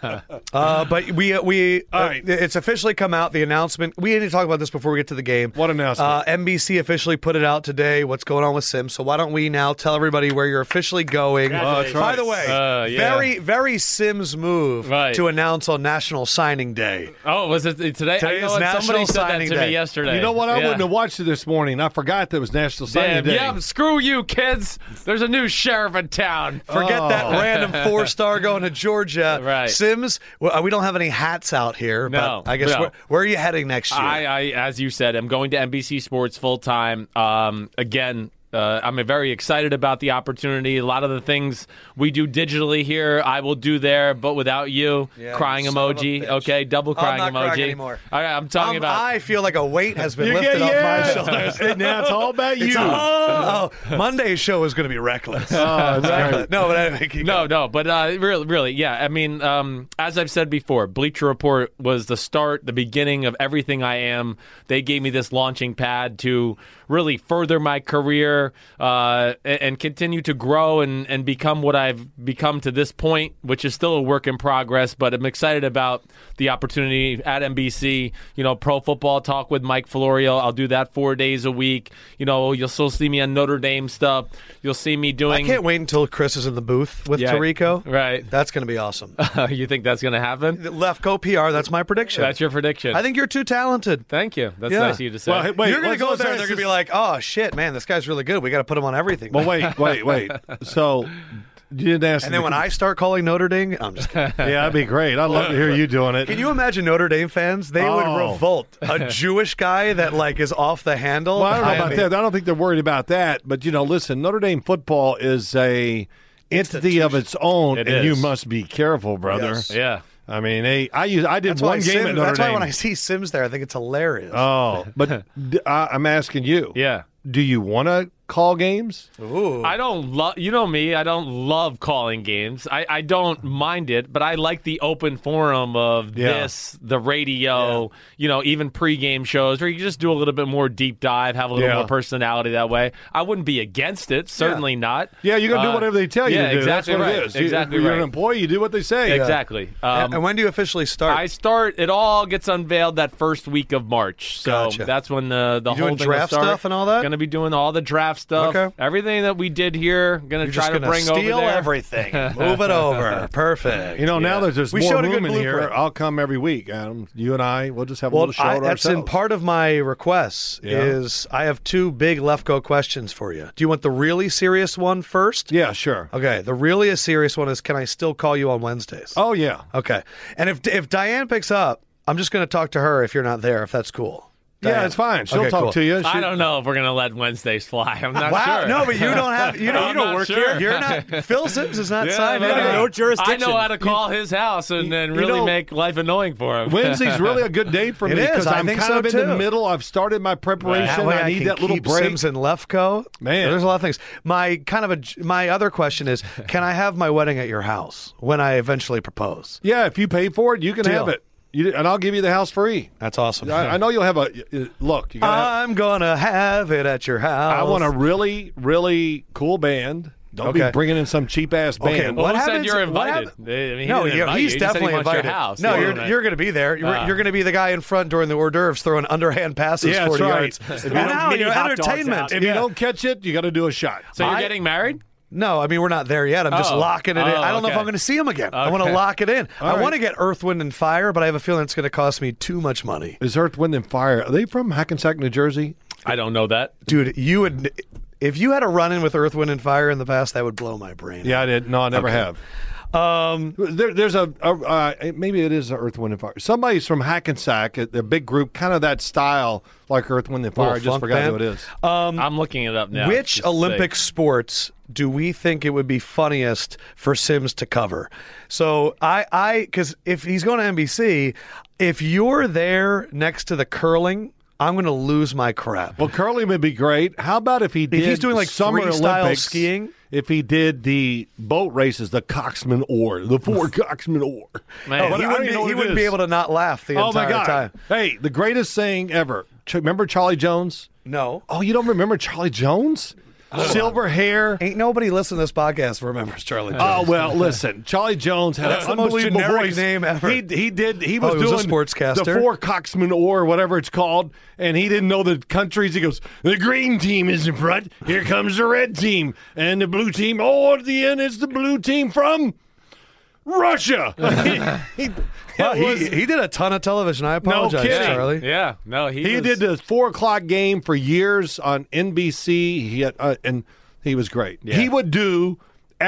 [SPEAKER 1] uh, but we uh, we uh,
[SPEAKER 2] right.
[SPEAKER 1] it's officially come out the announcement. We need to talk about this before we get to the game.
[SPEAKER 2] What announcement?
[SPEAKER 1] Uh, NBC officially put it out today. What's going on with Sims? So why don't we now tell everybody where you're officially going?
[SPEAKER 3] Congratulations.
[SPEAKER 2] Oh,
[SPEAKER 1] By
[SPEAKER 2] that's
[SPEAKER 1] the way,
[SPEAKER 3] Uh, yeah.
[SPEAKER 1] very very Sims move
[SPEAKER 3] Right.
[SPEAKER 1] to announce on National Signing Day.
[SPEAKER 3] Oh, was it today?
[SPEAKER 1] Today
[SPEAKER 3] I know
[SPEAKER 1] is
[SPEAKER 3] it-
[SPEAKER 1] National
[SPEAKER 3] Somebody said that
[SPEAKER 1] Signing
[SPEAKER 3] to
[SPEAKER 1] Day.
[SPEAKER 3] me yesterday.
[SPEAKER 2] You know what? I
[SPEAKER 3] Yeah.
[SPEAKER 2] wouldn't have watched it this morning. I forgot that it was National Signing
[SPEAKER 3] Damn,
[SPEAKER 2] Day.
[SPEAKER 3] yeah, screw you, kids. There's a new sheriff in town.
[SPEAKER 1] Forget
[SPEAKER 2] Oh.
[SPEAKER 1] that random four star going to Georgia.
[SPEAKER 3] Right.
[SPEAKER 1] Sims, well, uh, we don't have any hats out here.
[SPEAKER 3] No,
[SPEAKER 1] but I guess
[SPEAKER 3] no.
[SPEAKER 1] where, where are you heading next year?
[SPEAKER 3] I, I, as you said, I'm going to NBC Sports full time. Um, again, uh, I'm very excited about the opportunity. A lot of the things we do digitally here, I will do there, but without you.
[SPEAKER 1] Yeah,
[SPEAKER 3] crying
[SPEAKER 1] you son of a
[SPEAKER 3] emoji,
[SPEAKER 1] bitch. Oh,
[SPEAKER 3] okay, double
[SPEAKER 1] I'm
[SPEAKER 3] crying
[SPEAKER 1] not
[SPEAKER 3] emoji.
[SPEAKER 1] crying anymore.
[SPEAKER 3] All right, I'm
[SPEAKER 1] Um,
[SPEAKER 3] talking about.
[SPEAKER 1] I feel like a weight has been
[SPEAKER 2] You
[SPEAKER 1] lifted
[SPEAKER 2] get-
[SPEAKER 1] off my
[SPEAKER 2] yeah.
[SPEAKER 1] shoulders.
[SPEAKER 2] And now it's all about you.
[SPEAKER 1] It's all- oh, Monday's show is going to be reckless.
[SPEAKER 2] Oh, that's
[SPEAKER 1] no,
[SPEAKER 2] great.
[SPEAKER 1] but anyway, keep
[SPEAKER 3] no, no, but uh, really, really, yeah. I mean, um, as I've said before, Bleacher Report was the start, the beginning of everything I am. They gave me this launching pad to really further my career uh, and, and continue to grow and, and become what I've become to this point, which is still a work in progress. But I'm excited about the opportunity at NBC. You know, pro football talk with Mike Florio. I'll do that four days a week. You know, you'll still see me on Notre Dame stuff. You'll see me
[SPEAKER 1] I
[SPEAKER 3] doing.
[SPEAKER 1] can't wait until Chris is in the booth with
[SPEAKER 3] Yeah,
[SPEAKER 1] Tarico.
[SPEAKER 3] right.
[SPEAKER 1] That's going to be awesome.
[SPEAKER 3] Oh, you think that's going to happen?
[SPEAKER 1] Left go PR. That's my prediction.
[SPEAKER 3] That's your prediction.
[SPEAKER 1] I think you're too talented.
[SPEAKER 3] Thank you. That's
[SPEAKER 1] Yeah.
[SPEAKER 3] nice of you to say.
[SPEAKER 2] Well, hey, wait,
[SPEAKER 1] you're going to
[SPEAKER 2] let's-
[SPEAKER 1] go
[SPEAKER 2] let's
[SPEAKER 1] there.
[SPEAKER 2] ask
[SPEAKER 1] They're going to
[SPEAKER 2] this-
[SPEAKER 1] be like, oh shit, man, this guy's really good. We got to put him on everything.
[SPEAKER 2] Well, wait, wait, wait. So you didn't ask.
[SPEAKER 1] and then when I start calling Notre Dame, I'm just. Kidding.
[SPEAKER 2] yeah, that'd be great. I'd love to hear you doing it.
[SPEAKER 1] Can you imagine Notre Dame fans? They would
[SPEAKER 2] Oh.
[SPEAKER 1] revolt. A Jewish guy that like is off the handle.
[SPEAKER 2] Well, I don't know
[SPEAKER 1] behind
[SPEAKER 2] about
[SPEAKER 1] me.
[SPEAKER 2] that. I don't think they're worried about that. But you know, listen, Notre Dame football is a entity of its own,
[SPEAKER 3] It
[SPEAKER 2] and
[SPEAKER 3] is.
[SPEAKER 2] you must be careful, brother.
[SPEAKER 1] Yes.
[SPEAKER 3] yeah.
[SPEAKER 2] I mean, they, I use I did
[SPEAKER 1] That's why
[SPEAKER 2] one game
[SPEAKER 1] Sims-
[SPEAKER 2] at Notre
[SPEAKER 1] that's
[SPEAKER 2] Dame.
[SPEAKER 1] why when I see Sims there, I think it's hilarious.
[SPEAKER 2] oh, but d- I, am asking you.
[SPEAKER 3] Yeah.
[SPEAKER 2] Do you want to call games?
[SPEAKER 1] Ooh.
[SPEAKER 3] I don't love, you know me, I don't love calling games. I, I don't mind it, but I like the open forum of
[SPEAKER 2] Yeah.
[SPEAKER 3] this, the radio, you know, even pregame shows where you just do a little bit more deep dive, have a little
[SPEAKER 2] Yeah.
[SPEAKER 3] more personality that way. I wouldn't be against it, certainly not.
[SPEAKER 2] Yeah, you're gonna
[SPEAKER 3] Uh,
[SPEAKER 2] do whatever they tell you
[SPEAKER 3] yeah,
[SPEAKER 2] to do.
[SPEAKER 3] Exactly
[SPEAKER 2] That's what
[SPEAKER 3] right.
[SPEAKER 2] it is. You-
[SPEAKER 3] Exactly
[SPEAKER 2] You're uh,
[SPEAKER 3] right.
[SPEAKER 2] an employee. You do what they say.
[SPEAKER 3] Exactly. Um,
[SPEAKER 1] and, and when do you officially start?
[SPEAKER 3] I start. It all gets unveiled that first week of March. So
[SPEAKER 1] Gotcha.
[SPEAKER 3] that's when the the
[SPEAKER 1] You
[SPEAKER 3] whole
[SPEAKER 1] doing
[SPEAKER 3] thing will
[SPEAKER 1] draft
[SPEAKER 3] start.
[SPEAKER 1] stuff and all that?
[SPEAKER 3] Going to be doing all the draft stuff.
[SPEAKER 1] Okay.
[SPEAKER 3] Everything that we did here, going to
[SPEAKER 1] You're
[SPEAKER 3] try
[SPEAKER 1] just
[SPEAKER 3] to
[SPEAKER 1] gonna
[SPEAKER 3] bring over
[SPEAKER 1] steal
[SPEAKER 3] there.
[SPEAKER 1] everything. Move it over. Perfect.
[SPEAKER 2] You know, now there's there's
[SPEAKER 1] We
[SPEAKER 2] more
[SPEAKER 1] showed a
[SPEAKER 2] room
[SPEAKER 1] good
[SPEAKER 2] in here.
[SPEAKER 1] blueprint.
[SPEAKER 2] I'll come every week, Adam. You and I, we'll just have a
[SPEAKER 1] well,
[SPEAKER 2] little show
[SPEAKER 1] I,
[SPEAKER 2] to
[SPEAKER 1] that's in
[SPEAKER 2] ourselves.
[SPEAKER 1] part of my requests.
[SPEAKER 2] Yeah.
[SPEAKER 1] Is I have two big Lefko questions for you. Do you want the really serious one first?
[SPEAKER 2] Yeah, sure.
[SPEAKER 1] Okay. The really serious one is, can I still call you on Wednesdays?
[SPEAKER 2] Oh yeah.
[SPEAKER 1] Okay. And if if Diane picks up, I'm just going to talk to her if you're not there. If that's cool.
[SPEAKER 2] Yeah,
[SPEAKER 1] Diane.
[SPEAKER 2] it's fine. She'll
[SPEAKER 1] Okay,
[SPEAKER 2] talk
[SPEAKER 1] cool.
[SPEAKER 2] to you.
[SPEAKER 3] I
[SPEAKER 2] She-
[SPEAKER 3] don't know if we're going to let Wednesdays fly. I'm not
[SPEAKER 1] Wow,
[SPEAKER 3] sure.
[SPEAKER 1] no, but you don't have you don't
[SPEAKER 3] I'm
[SPEAKER 1] you don't
[SPEAKER 3] not
[SPEAKER 1] work
[SPEAKER 3] sure.
[SPEAKER 1] here. You're not Phil Sims is not
[SPEAKER 3] Yeah,
[SPEAKER 1] signed.
[SPEAKER 3] no,
[SPEAKER 1] anyway.
[SPEAKER 3] no.
[SPEAKER 4] no jurisdiction.
[SPEAKER 3] I know how to call his house and then really
[SPEAKER 2] know-
[SPEAKER 3] make life annoying for him.
[SPEAKER 2] Wednesday's really a good day for
[SPEAKER 1] It
[SPEAKER 2] me
[SPEAKER 1] is.
[SPEAKER 2] because
[SPEAKER 1] I
[SPEAKER 2] I'm
[SPEAKER 1] think
[SPEAKER 2] kind
[SPEAKER 1] so,
[SPEAKER 2] of in
[SPEAKER 1] too.
[SPEAKER 2] the middle. I've started my
[SPEAKER 1] That
[SPEAKER 2] preparation.
[SPEAKER 1] way
[SPEAKER 2] I need
[SPEAKER 1] can
[SPEAKER 2] that little
[SPEAKER 1] keep
[SPEAKER 2] break.
[SPEAKER 1] Sims and Lefko.
[SPEAKER 2] Man.
[SPEAKER 1] there's a lot of things. My kind of a my other question is, can I have my wedding at your house when I eventually propose?
[SPEAKER 2] yeah, if you pay for it, you can have it, you, and I'll give you the house free.
[SPEAKER 1] That's awesome.
[SPEAKER 2] I, I know you'll have a uh, look. You gotta have,
[SPEAKER 1] I'm gonna have it at your house.
[SPEAKER 2] I want a really, really cool band. Don't
[SPEAKER 1] Okay.
[SPEAKER 2] be bringing in some cheap ass
[SPEAKER 1] Okay,
[SPEAKER 2] band.
[SPEAKER 1] well-
[SPEAKER 3] Well,
[SPEAKER 1] What
[SPEAKER 3] who said
[SPEAKER 1] happens-
[SPEAKER 3] you're
[SPEAKER 1] what
[SPEAKER 3] invited?
[SPEAKER 1] hap-
[SPEAKER 3] I mean, he
[SPEAKER 1] No,
[SPEAKER 3] didn't
[SPEAKER 1] yeah, he's
[SPEAKER 3] invite you. He just said he
[SPEAKER 1] definitely
[SPEAKER 3] wants your
[SPEAKER 1] invited.
[SPEAKER 3] house.
[SPEAKER 1] No,
[SPEAKER 3] Yeah.
[SPEAKER 1] you're you're going to be there. You're, you're going to be the guy in front during the hors d'oeuvres throwing underhand passes
[SPEAKER 2] Yeah, that's
[SPEAKER 1] 40
[SPEAKER 2] right.
[SPEAKER 1] yards.
[SPEAKER 2] If
[SPEAKER 1] And
[SPEAKER 2] you
[SPEAKER 1] now
[SPEAKER 4] mini
[SPEAKER 1] you're
[SPEAKER 4] hot dogs
[SPEAKER 1] entertainment.
[SPEAKER 4] out.
[SPEAKER 2] if you don't catch it, you got to do a shot.
[SPEAKER 3] So you're
[SPEAKER 1] I-
[SPEAKER 3] getting married?
[SPEAKER 1] No, I mean we're not there yet. I'm just
[SPEAKER 3] Oh.
[SPEAKER 1] locking it in.
[SPEAKER 3] Oh,
[SPEAKER 1] I don't know if
[SPEAKER 3] okay.
[SPEAKER 1] I'm going to see him again. I want to
[SPEAKER 3] Okay.
[SPEAKER 1] lock it in. I
[SPEAKER 2] right.
[SPEAKER 1] want to get Earth, Wind, and Fire, but I have a feeling it's going to cost me too much money,
[SPEAKER 2] Is Earth, Wind, and Fire? Are they from Hackensack, New Jersey?
[SPEAKER 3] I don't know that.
[SPEAKER 1] dude. You would, if you had a run in with Earth, Wind, and Fire in the past, that would blow my brain.
[SPEAKER 2] Yeah, I did. No, I never have.
[SPEAKER 1] Um,
[SPEAKER 2] There, there's a, a uh, maybe it is Earth, Wind, and Fire. Somebody's from Hackensack. uh, They're a big group, kind of that style, like Earth, Wind, and Fire. I
[SPEAKER 1] Little
[SPEAKER 2] just
[SPEAKER 1] funk
[SPEAKER 2] forgot
[SPEAKER 1] band.
[SPEAKER 2] who it is.
[SPEAKER 3] I'm looking it up now.
[SPEAKER 1] Um, which
[SPEAKER 3] just to see.
[SPEAKER 1] Olympic sports do we think it would be funniest for Sims to cover? So I, I, because if he's going to NBC, if you're there next to the curling, I'm going to lose my crap.
[SPEAKER 2] well, curling would be great. How about if he did?
[SPEAKER 1] he's doing, like,
[SPEAKER 2] summer
[SPEAKER 1] freestyle
[SPEAKER 2] Olympics,
[SPEAKER 1] skiing?
[SPEAKER 2] If he did the boat races, the Coxman oar, the four Coxman oar.
[SPEAKER 3] Man.
[SPEAKER 2] Oh, but
[SPEAKER 1] he
[SPEAKER 2] I don't
[SPEAKER 1] wouldn't,
[SPEAKER 2] even
[SPEAKER 1] be,
[SPEAKER 2] know what
[SPEAKER 1] he
[SPEAKER 2] it
[SPEAKER 1] wouldn't be
[SPEAKER 2] is.
[SPEAKER 1] able to not laugh the
[SPEAKER 2] Oh
[SPEAKER 1] entire
[SPEAKER 2] my god!
[SPEAKER 1] time.
[SPEAKER 2] Hey, the greatest thing ever. Ch- Remember Charlie Jones?
[SPEAKER 1] No.
[SPEAKER 2] Oh, you don't remember Charlie Jones? silver hair.
[SPEAKER 1] Ain't nobody listening to this podcast remembers Charlie. Jones.
[SPEAKER 2] Oh well, listen. Charlie Jones had
[SPEAKER 1] That's
[SPEAKER 2] an
[SPEAKER 1] the most
[SPEAKER 2] unbelievable
[SPEAKER 1] generic
[SPEAKER 2] voice.
[SPEAKER 1] name ever. Oh,
[SPEAKER 2] He he did. He was
[SPEAKER 1] he was a
[SPEAKER 2] doing
[SPEAKER 1] sportscaster.
[SPEAKER 2] the four coxman or whatever it's called, and he didn't know the countries. He goes, the green team is in front. Here comes the red team and the blue team. Oh, at the end, it's the blue team from Russia. he, he-
[SPEAKER 1] Wow,
[SPEAKER 2] it was-
[SPEAKER 1] he, he did a ton of television. I apologize,
[SPEAKER 2] kidding.
[SPEAKER 1] Charlie.
[SPEAKER 3] Yeah, no, he
[SPEAKER 2] He
[SPEAKER 3] was-
[SPEAKER 2] did the four o'clock game for years on NBC. He had, uh, and he was great. He would do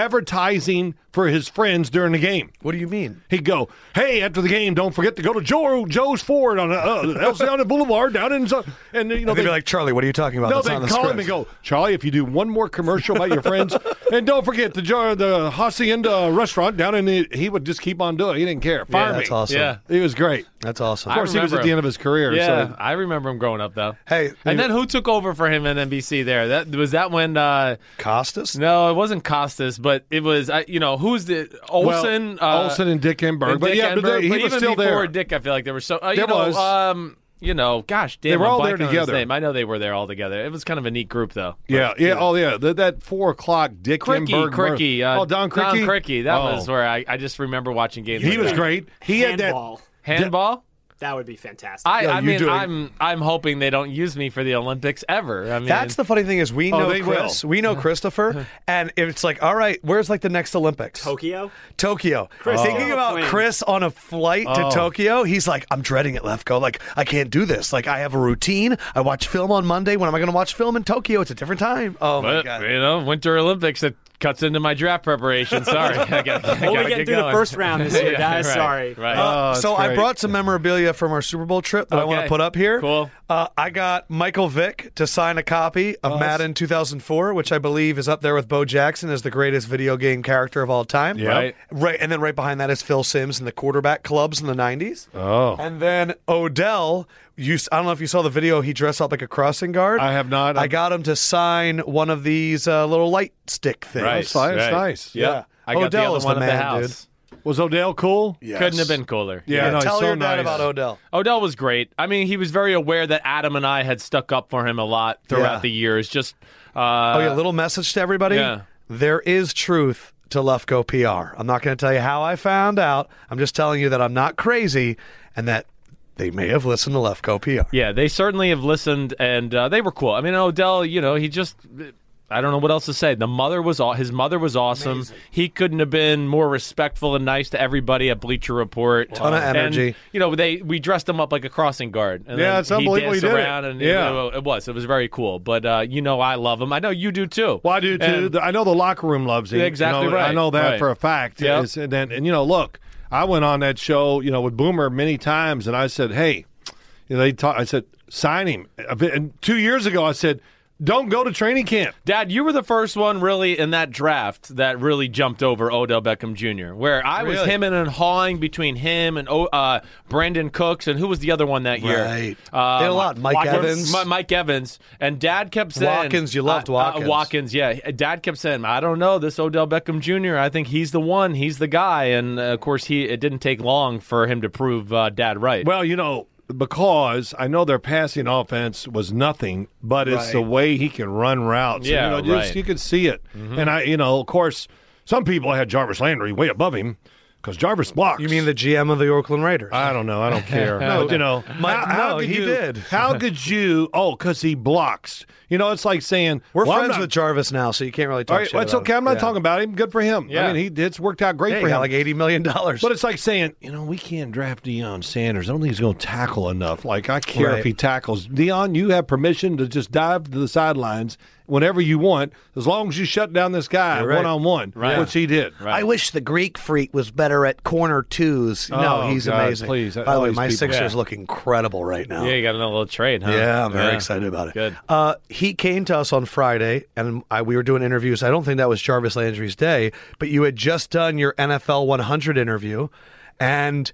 [SPEAKER 2] advertising for his friends during the game.
[SPEAKER 1] What do you mean?
[SPEAKER 2] He'd go, "Hey, after the game, don't forget to go to Joe Joe's Ford on uh, Elsiana Boulevard down in." so-" And you know
[SPEAKER 1] They'd be like, Charlie, what are you talking about?
[SPEAKER 2] no,
[SPEAKER 1] That's
[SPEAKER 2] they
[SPEAKER 1] on the
[SPEAKER 2] call him
[SPEAKER 1] script."
[SPEAKER 2] and go, Charlie, if you do one more commercial about your friends, and don't forget the jar, the hacienda restaurant down in the. He would just keep on doing. it. He didn't care. Fire me.
[SPEAKER 1] That's awesome.
[SPEAKER 3] Yeah.
[SPEAKER 2] He was great. Of
[SPEAKER 1] That's awesome.
[SPEAKER 3] I
[SPEAKER 2] course, he was
[SPEAKER 3] remember
[SPEAKER 2] at the
[SPEAKER 3] him.
[SPEAKER 2] end of his career.
[SPEAKER 3] Yeah,
[SPEAKER 2] so
[SPEAKER 3] I remember him growing up though.
[SPEAKER 1] Hey,
[SPEAKER 3] and then who took over for him at NBC? There, that was that when. Uh,
[SPEAKER 1] Costas?
[SPEAKER 3] no, it wasn't Costas, but it was. I, you know, who's the Olson?
[SPEAKER 2] well,
[SPEAKER 3] uh,
[SPEAKER 2] Olson and Dick Enberg.
[SPEAKER 3] and
[SPEAKER 2] but
[SPEAKER 3] Dick
[SPEAKER 2] yeah, but
[SPEAKER 3] Enberg,
[SPEAKER 2] they- he
[SPEAKER 3] but
[SPEAKER 2] was
[SPEAKER 3] even
[SPEAKER 2] still
[SPEAKER 3] before
[SPEAKER 2] there.
[SPEAKER 3] Dick, I feel like there were so. Uh,
[SPEAKER 2] There
[SPEAKER 3] you know,
[SPEAKER 2] was.
[SPEAKER 3] Um, you know, gosh, damn,
[SPEAKER 2] were
[SPEAKER 3] I'm
[SPEAKER 2] all there
[SPEAKER 3] blanking on his
[SPEAKER 2] together.
[SPEAKER 3] name. I know they were there all together. It was kind of a neat group, though.
[SPEAKER 2] yeah, yeah, oh yeah, that, that four o'clock Dick
[SPEAKER 3] Cricky,
[SPEAKER 2] Enberg.
[SPEAKER 3] Cricky, uh,
[SPEAKER 2] oh
[SPEAKER 3] Don
[SPEAKER 2] Don Cricky,
[SPEAKER 3] Cricky. That
[SPEAKER 2] Oh.
[SPEAKER 3] was where I, I just remember watching games.
[SPEAKER 2] He
[SPEAKER 3] like
[SPEAKER 2] was
[SPEAKER 3] that.
[SPEAKER 2] great. He had that.
[SPEAKER 4] handball.
[SPEAKER 3] Handball.
[SPEAKER 4] That would be fantastic.
[SPEAKER 3] I,
[SPEAKER 2] Yeah,
[SPEAKER 3] I
[SPEAKER 2] you
[SPEAKER 3] mean,
[SPEAKER 2] do it.
[SPEAKER 3] I'm I'm hoping they don't use me for the Olympics ever. I mean,
[SPEAKER 1] That's the funny thing is we
[SPEAKER 2] Oh,
[SPEAKER 1] know
[SPEAKER 2] they
[SPEAKER 1] Chris, we know Christopher, and it's like, all right, where's like the next Olympics?
[SPEAKER 4] Tokyo.
[SPEAKER 1] Tokyo.
[SPEAKER 4] Chris,
[SPEAKER 1] Thinking
[SPEAKER 4] you're
[SPEAKER 1] about
[SPEAKER 4] playing.
[SPEAKER 1] Chris on a flight to
[SPEAKER 2] Oh.
[SPEAKER 1] Tokyo, he's like, I'm dreading it, Lefko. Like, I can't do this. Like, I have a routine. I watch film on Monday. When am I going to watch film in Tokyo? It's a different time. Oh my
[SPEAKER 3] But,
[SPEAKER 1] god.
[SPEAKER 3] you know, Winter Olympics it cuts into my draft preparation. Sorry, I got
[SPEAKER 4] We'll be getting through the first round this year, guys. Sorry. Oh,
[SPEAKER 3] Right.
[SPEAKER 1] Uh,
[SPEAKER 2] Oh, that's
[SPEAKER 1] so I
[SPEAKER 2] great.
[SPEAKER 1] brought some memorabilia from our Super Bowl trip that I want to
[SPEAKER 3] Okay.
[SPEAKER 1] put up here.
[SPEAKER 3] Cool.
[SPEAKER 1] Uh, I got Michael Vick to sign a copy
[SPEAKER 2] Oh,
[SPEAKER 1] of Madden 2004, which I believe is up there with Bo Jackson as the greatest video game character of all time.
[SPEAKER 2] Yeah. Right.
[SPEAKER 1] Right, and then right behind that is Phil Sims and the quarterback clubs in the 90s.
[SPEAKER 2] Oh.
[SPEAKER 1] And then Odell, you s- I don't know if you saw the video. He dressed up like a crossing guard.
[SPEAKER 2] I have not.
[SPEAKER 1] I got him to sign one of these uh, little light stick things.
[SPEAKER 2] That's nice. That's nice.
[SPEAKER 1] Yeah.
[SPEAKER 3] I got
[SPEAKER 1] Odell
[SPEAKER 3] the other
[SPEAKER 1] is the
[SPEAKER 3] one at
[SPEAKER 1] man,
[SPEAKER 3] the house.
[SPEAKER 2] Was Odell cool?
[SPEAKER 1] Yes.
[SPEAKER 3] Couldn't have been cooler.
[SPEAKER 2] Yeah, no, he's
[SPEAKER 1] tell
[SPEAKER 2] so
[SPEAKER 1] your dad
[SPEAKER 2] nice.
[SPEAKER 1] about Odell.
[SPEAKER 3] Odell was great. I mean, he was very aware that Adam and I had stuck up for him a lot throughout
[SPEAKER 1] Yeah.
[SPEAKER 3] the years. Just uh,
[SPEAKER 1] Oh, yeah. Little message to everybody.
[SPEAKER 3] yeah.
[SPEAKER 1] There is truth to Lefko PR. I'm not going to tell you how I found out. I'm just telling you that I'm not crazy and that they may have listened to Lefko PR.
[SPEAKER 3] Yeah, they certainly have listened, and uh, they were cool. I mean, Odell, you know, he just. I don't know what else to say. The mother was all his mother was awesome. He couldn't have been more respectful and nice to everybody at Bleacher Report.
[SPEAKER 1] Ton of
[SPEAKER 3] And,
[SPEAKER 1] energy.
[SPEAKER 3] you know, they we dressed him up like a crossing guard. And
[SPEAKER 2] Yeah,
[SPEAKER 3] then
[SPEAKER 2] it's unbelievable
[SPEAKER 3] He danced
[SPEAKER 2] he did it.
[SPEAKER 3] around, and
[SPEAKER 2] Yeah.
[SPEAKER 3] it, it was it was very cool. But uh, you know, I love him. I know you do too.
[SPEAKER 2] Well, I do too.
[SPEAKER 3] And-
[SPEAKER 2] The- I know the locker room loves him.
[SPEAKER 3] Yeah, exactly
[SPEAKER 2] You know, I
[SPEAKER 3] right.
[SPEAKER 2] know that
[SPEAKER 3] Right.
[SPEAKER 2] for a fact.
[SPEAKER 3] Yep.
[SPEAKER 2] Is- And, then- and you know, look, I went on that show, you know, with Boomer many times, and I said, "Hey," you know, they talk, I said, "Sign him." And two years ago, I said, "Don't go to training camp."
[SPEAKER 3] Dad, you were the first one really in that draft that really jumped over Odell Beckham Jr. Where I was
[SPEAKER 1] Really?
[SPEAKER 3] him and and hawing between him and oh, uh, Brandon Cooks and who was the other one that year?
[SPEAKER 1] Right.
[SPEAKER 3] Um,
[SPEAKER 1] They had a lot. Mike
[SPEAKER 3] Watkins-
[SPEAKER 1] Evans.
[SPEAKER 3] Mi- Mike Evans. And Dad kept saying
[SPEAKER 1] Watkins, you loved
[SPEAKER 3] Uh, uh,
[SPEAKER 1] Watkins.
[SPEAKER 3] Watkins, yeah. Dad kept saying, "I don't know this Odell Beckham Jr. I think he's the one. He's the guy." And uh, of course, he it didn't take long for him to prove uh, Dad right.
[SPEAKER 2] Well, you know, because I know their passing offense was nothing, but it's the
[SPEAKER 1] Right.
[SPEAKER 2] way he can run routes.
[SPEAKER 3] Yeah,
[SPEAKER 2] you know, just-
[SPEAKER 3] right. Mm-hmm.
[SPEAKER 2] you could see it. And I, you know, of course, some people had Jarvis Landry way above him because Jarvis blocks.
[SPEAKER 1] You mean the GM of the Oakland Raiders?
[SPEAKER 2] I don't know. I don't care. no, you know,
[SPEAKER 1] My- no, he
[SPEAKER 2] you,
[SPEAKER 1] did.
[SPEAKER 2] How could you? Oh, because he blocks. You know, it's like saying
[SPEAKER 1] We're
[SPEAKER 2] well, I'm
[SPEAKER 1] friends
[SPEAKER 2] not-
[SPEAKER 1] with Jarvis now, so you can't really talk
[SPEAKER 2] All right,
[SPEAKER 1] shit
[SPEAKER 2] well, it's
[SPEAKER 1] about
[SPEAKER 2] okay.
[SPEAKER 1] him.
[SPEAKER 2] I'm not
[SPEAKER 1] Yeah.
[SPEAKER 2] talking about him. Good for him.
[SPEAKER 3] Yeah.
[SPEAKER 2] I mean, he it's worked out great
[SPEAKER 1] Hey,
[SPEAKER 2] for
[SPEAKER 1] he
[SPEAKER 2] him.
[SPEAKER 1] got like $80 million.
[SPEAKER 2] But it's like saying, you know, we can't draft Deion Sanders. I don't think he's going to tackle enough. Like, I care
[SPEAKER 1] Right.
[SPEAKER 2] if he tackles. Deion, you have permission to just dive to the sidelines whenever you want, as long as you shut down this guy
[SPEAKER 1] You're right.
[SPEAKER 2] one on one,
[SPEAKER 3] Right.
[SPEAKER 2] which he did.
[SPEAKER 3] Right. I
[SPEAKER 1] wish the Greek freak was better at corner twos.
[SPEAKER 2] Oh, God, please.
[SPEAKER 1] By the
[SPEAKER 2] All
[SPEAKER 1] way,
[SPEAKER 2] these
[SPEAKER 1] my
[SPEAKER 2] people.
[SPEAKER 1] Sixers look incredible right now.
[SPEAKER 3] yeah, you got another little trade, huh?
[SPEAKER 1] Yeah, I'm very excited about it.
[SPEAKER 3] Good.
[SPEAKER 1] Uh, he came to us on Friday, and I, we were doing interviews. I don't think that was Jarvis Landry's day, but you had just done your NFL 100 interview, and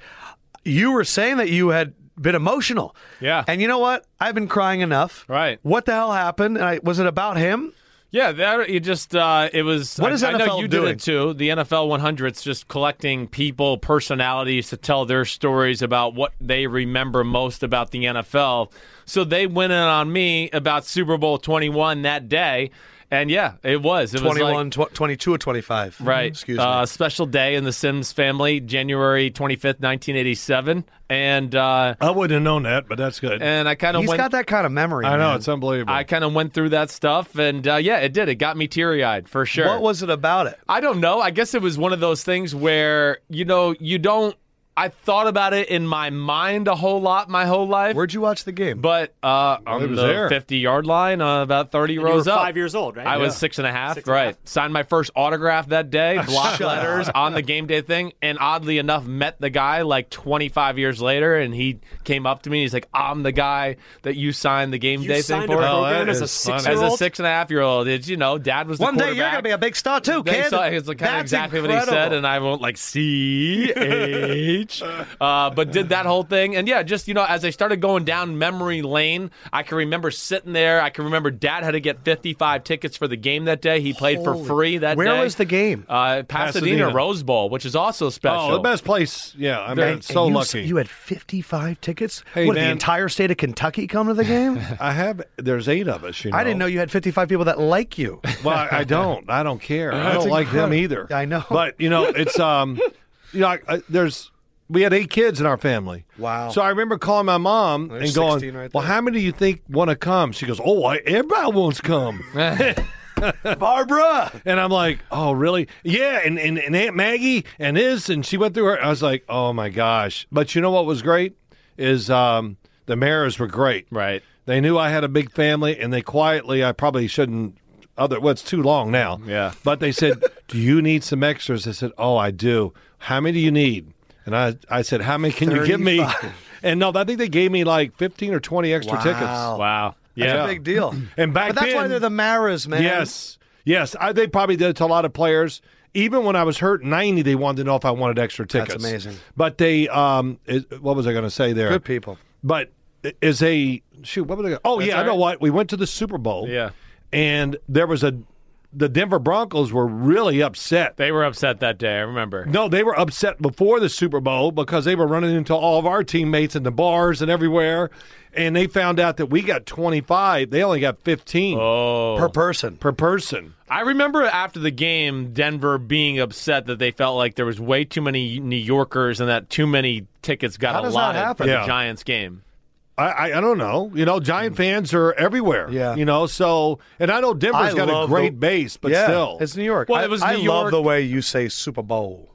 [SPEAKER 1] you were saying that you had been emotional.
[SPEAKER 3] Yeah.
[SPEAKER 1] And you know what? I've been crying enough.
[SPEAKER 3] Right.
[SPEAKER 1] What the hell happened? And I, was it about him?
[SPEAKER 3] Yeah, that you just uh, it was.
[SPEAKER 1] What
[SPEAKER 3] I,
[SPEAKER 1] is
[SPEAKER 3] I know
[SPEAKER 1] NFL
[SPEAKER 3] you
[SPEAKER 1] doing?
[SPEAKER 3] did it too. The NFL 100's just collecting people, personalities to tell their stories about what they remember most about the NFL. So they went in on me about Super Bowl 21 that day. And yeah, it was. It was
[SPEAKER 1] 21,
[SPEAKER 3] like-
[SPEAKER 1] tw- 22 or 25.
[SPEAKER 3] Right.
[SPEAKER 1] Excuse me.
[SPEAKER 3] Uh, special day in the Sims family, January 25th, 1987. And uh,
[SPEAKER 2] I wouldn't have known that, but that's good.
[SPEAKER 3] and I kind of
[SPEAKER 1] He's
[SPEAKER 3] went
[SPEAKER 1] got that kind of memory.
[SPEAKER 2] I know
[SPEAKER 1] man.
[SPEAKER 2] it's unbelievable.
[SPEAKER 3] I kind of went through that stuff and uh, yeah, it did. It got me teary-eyed for sure.
[SPEAKER 1] What was it about it?
[SPEAKER 3] I don't know. I guess it was one of those things where, you know, you don't I thought about it in my mind a whole lot my whole life.
[SPEAKER 1] Where'd you watch the game?
[SPEAKER 3] but uh, on
[SPEAKER 2] was
[SPEAKER 3] the
[SPEAKER 2] there.
[SPEAKER 3] 50 yard line, uh, about 30
[SPEAKER 4] You were
[SPEAKER 3] rows up.
[SPEAKER 4] five years old, right?
[SPEAKER 3] I was six and a half.
[SPEAKER 4] Six and a
[SPEAKER 3] right.
[SPEAKER 4] half.
[SPEAKER 3] Signed my first autograph that day, block letters on the game day thing, and oddly enough, met the guy like 25 years later, and he came up to me. and He's like, "I'm the guy that you signed the game
[SPEAKER 4] You
[SPEAKER 3] day
[SPEAKER 4] signed
[SPEAKER 3] thing
[SPEAKER 4] a
[SPEAKER 3] for."
[SPEAKER 2] Oh,
[SPEAKER 4] program
[SPEAKER 2] that
[SPEAKER 4] as a
[SPEAKER 2] is funny.
[SPEAKER 4] six
[SPEAKER 3] As
[SPEAKER 4] year
[SPEAKER 3] a
[SPEAKER 4] old.
[SPEAKER 3] six and a half year old, it's you know, dad was the
[SPEAKER 1] One day you're
[SPEAKER 3] quarterback.
[SPEAKER 1] going to be a big star too,
[SPEAKER 3] They
[SPEAKER 1] kid.
[SPEAKER 3] saw it's like kind of
[SPEAKER 1] That's
[SPEAKER 3] exactly what he
[SPEAKER 1] incredible.
[SPEAKER 3] said, and I won't like C H, uh, but did that whole thing, and yeah, just you know, as I started going down memory lane, I can remember sitting there. I can remember Dad had to get fifty-five tickets for the game that day. He played for free that
[SPEAKER 1] Where
[SPEAKER 3] day.
[SPEAKER 1] was the game?
[SPEAKER 3] Uh, Pasadena,
[SPEAKER 2] Pasadena.
[SPEAKER 3] Rose Bowl, which is also special.
[SPEAKER 2] oh, the best place. Yeah, I mean,
[SPEAKER 1] And-
[SPEAKER 2] so
[SPEAKER 1] and you,
[SPEAKER 2] lucky.
[SPEAKER 1] You had 55 tickets?
[SPEAKER 2] Hey,
[SPEAKER 1] what,
[SPEAKER 2] man.
[SPEAKER 1] the entire state of Kentucky come to the game?
[SPEAKER 2] I have. There's eight of us. You know.
[SPEAKER 1] I didn't know you had 55 people that like you.
[SPEAKER 2] Well, I, I don't. I don't care. I don't like them either.
[SPEAKER 1] I know.
[SPEAKER 2] But you know, it's um, you know, I, I, there's we had eight kids in our family.
[SPEAKER 1] Wow.
[SPEAKER 2] So I remember calling my mom and
[SPEAKER 1] There's
[SPEAKER 2] going,
[SPEAKER 1] 16 right
[SPEAKER 2] "Well,
[SPEAKER 1] there.
[SPEAKER 2] how many do you think want to come?" She goes, "Oh, I, everybody wants to come."
[SPEAKER 1] Barbara!
[SPEAKER 2] And I'm like, oh, really? Yeah. And, and, and Aunt Maggie and this. And she went through her. I was like, oh my gosh. But you know what was great? Is um, the mayors were great.
[SPEAKER 3] Right.
[SPEAKER 2] They knew I had a big family and they quietly, I probably shouldn't. Other, well, it's too long now.
[SPEAKER 3] Yeah.
[SPEAKER 2] But they said, do you need some extras? I said, oh, I do. How many do you need? And I, I said, how many can you give me? And no, I think they gave me like 15 or 20 extra tickets.
[SPEAKER 1] Wow.
[SPEAKER 3] Wow.
[SPEAKER 1] That's
[SPEAKER 3] Yeah.
[SPEAKER 1] a big deal.
[SPEAKER 2] And back
[SPEAKER 1] but that's why
[SPEAKER 2] then-
[SPEAKER 1] they're the Maras, man.
[SPEAKER 2] Yes, yes. I, they probably did it to a lot of players. Even when I was hurt, ninety, they wanted to know if I wanted extra tickets.
[SPEAKER 1] amazing.
[SPEAKER 2] But they, um, it, what was I going to say there?
[SPEAKER 1] Good people.
[SPEAKER 2] But i- is a shoot. What was I? Gonna, oh yeah,
[SPEAKER 3] all
[SPEAKER 2] I know
[SPEAKER 3] right.
[SPEAKER 2] what. We went to the Super Bowl.
[SPEAKER 3] Yeah.
[SPEAKER 2] and there was a. The Denver Broncos were really upset.
[SPEAKER 3] They were upset that day. I remember.
[SPEAKER 2] No, they were upset before the Super Bowl because they were running into all of our teammates in the bars and everywhere, and they found out that we got twenty five. They only got fifteen
[SPEAKER 1] Per person.
[SPEAKER 2] Oh. per person.
[SPEAKER 3] I remember after the game, Denver being upset that they felt like there was way too many New Yorkers and that too many tickets got
[SPEAKER 1] How does that
[SPEAKER 3] allotted for
[SPEAKER 1] happen?
[SPEAKER 3] the
[SPEAKER 2] Yeah.
[SPEAKER 3] Giants game.
[SPEAKER 2] I, I, I don't know. You know, Giant fans are everywhere.
[SPEAKER 1] Yeah.
[SPEAKER 2] You know, so and I know Denver's
[SPEAKER 1] I
[SPEAKER 2] got a
[SPEAKER 1] love
[SPEAKER 2] great
[SPEAKER 1] the-
[SPEAKER 2] base, but
[SPEAKER 1] yeah,
[SPEAKER 2] still,
[SPEAKER 1] It's New York.
[SPEAKER 3] Well,
[SPEAKER 1] I,
[SPEAKER 3] it was
[SPEAKER 1] I
[SPEAKER 3] New
[SPEAKER 1] love
[SPEAKER 3] York.
[SPEAKER 1] the way you say Super Bowl.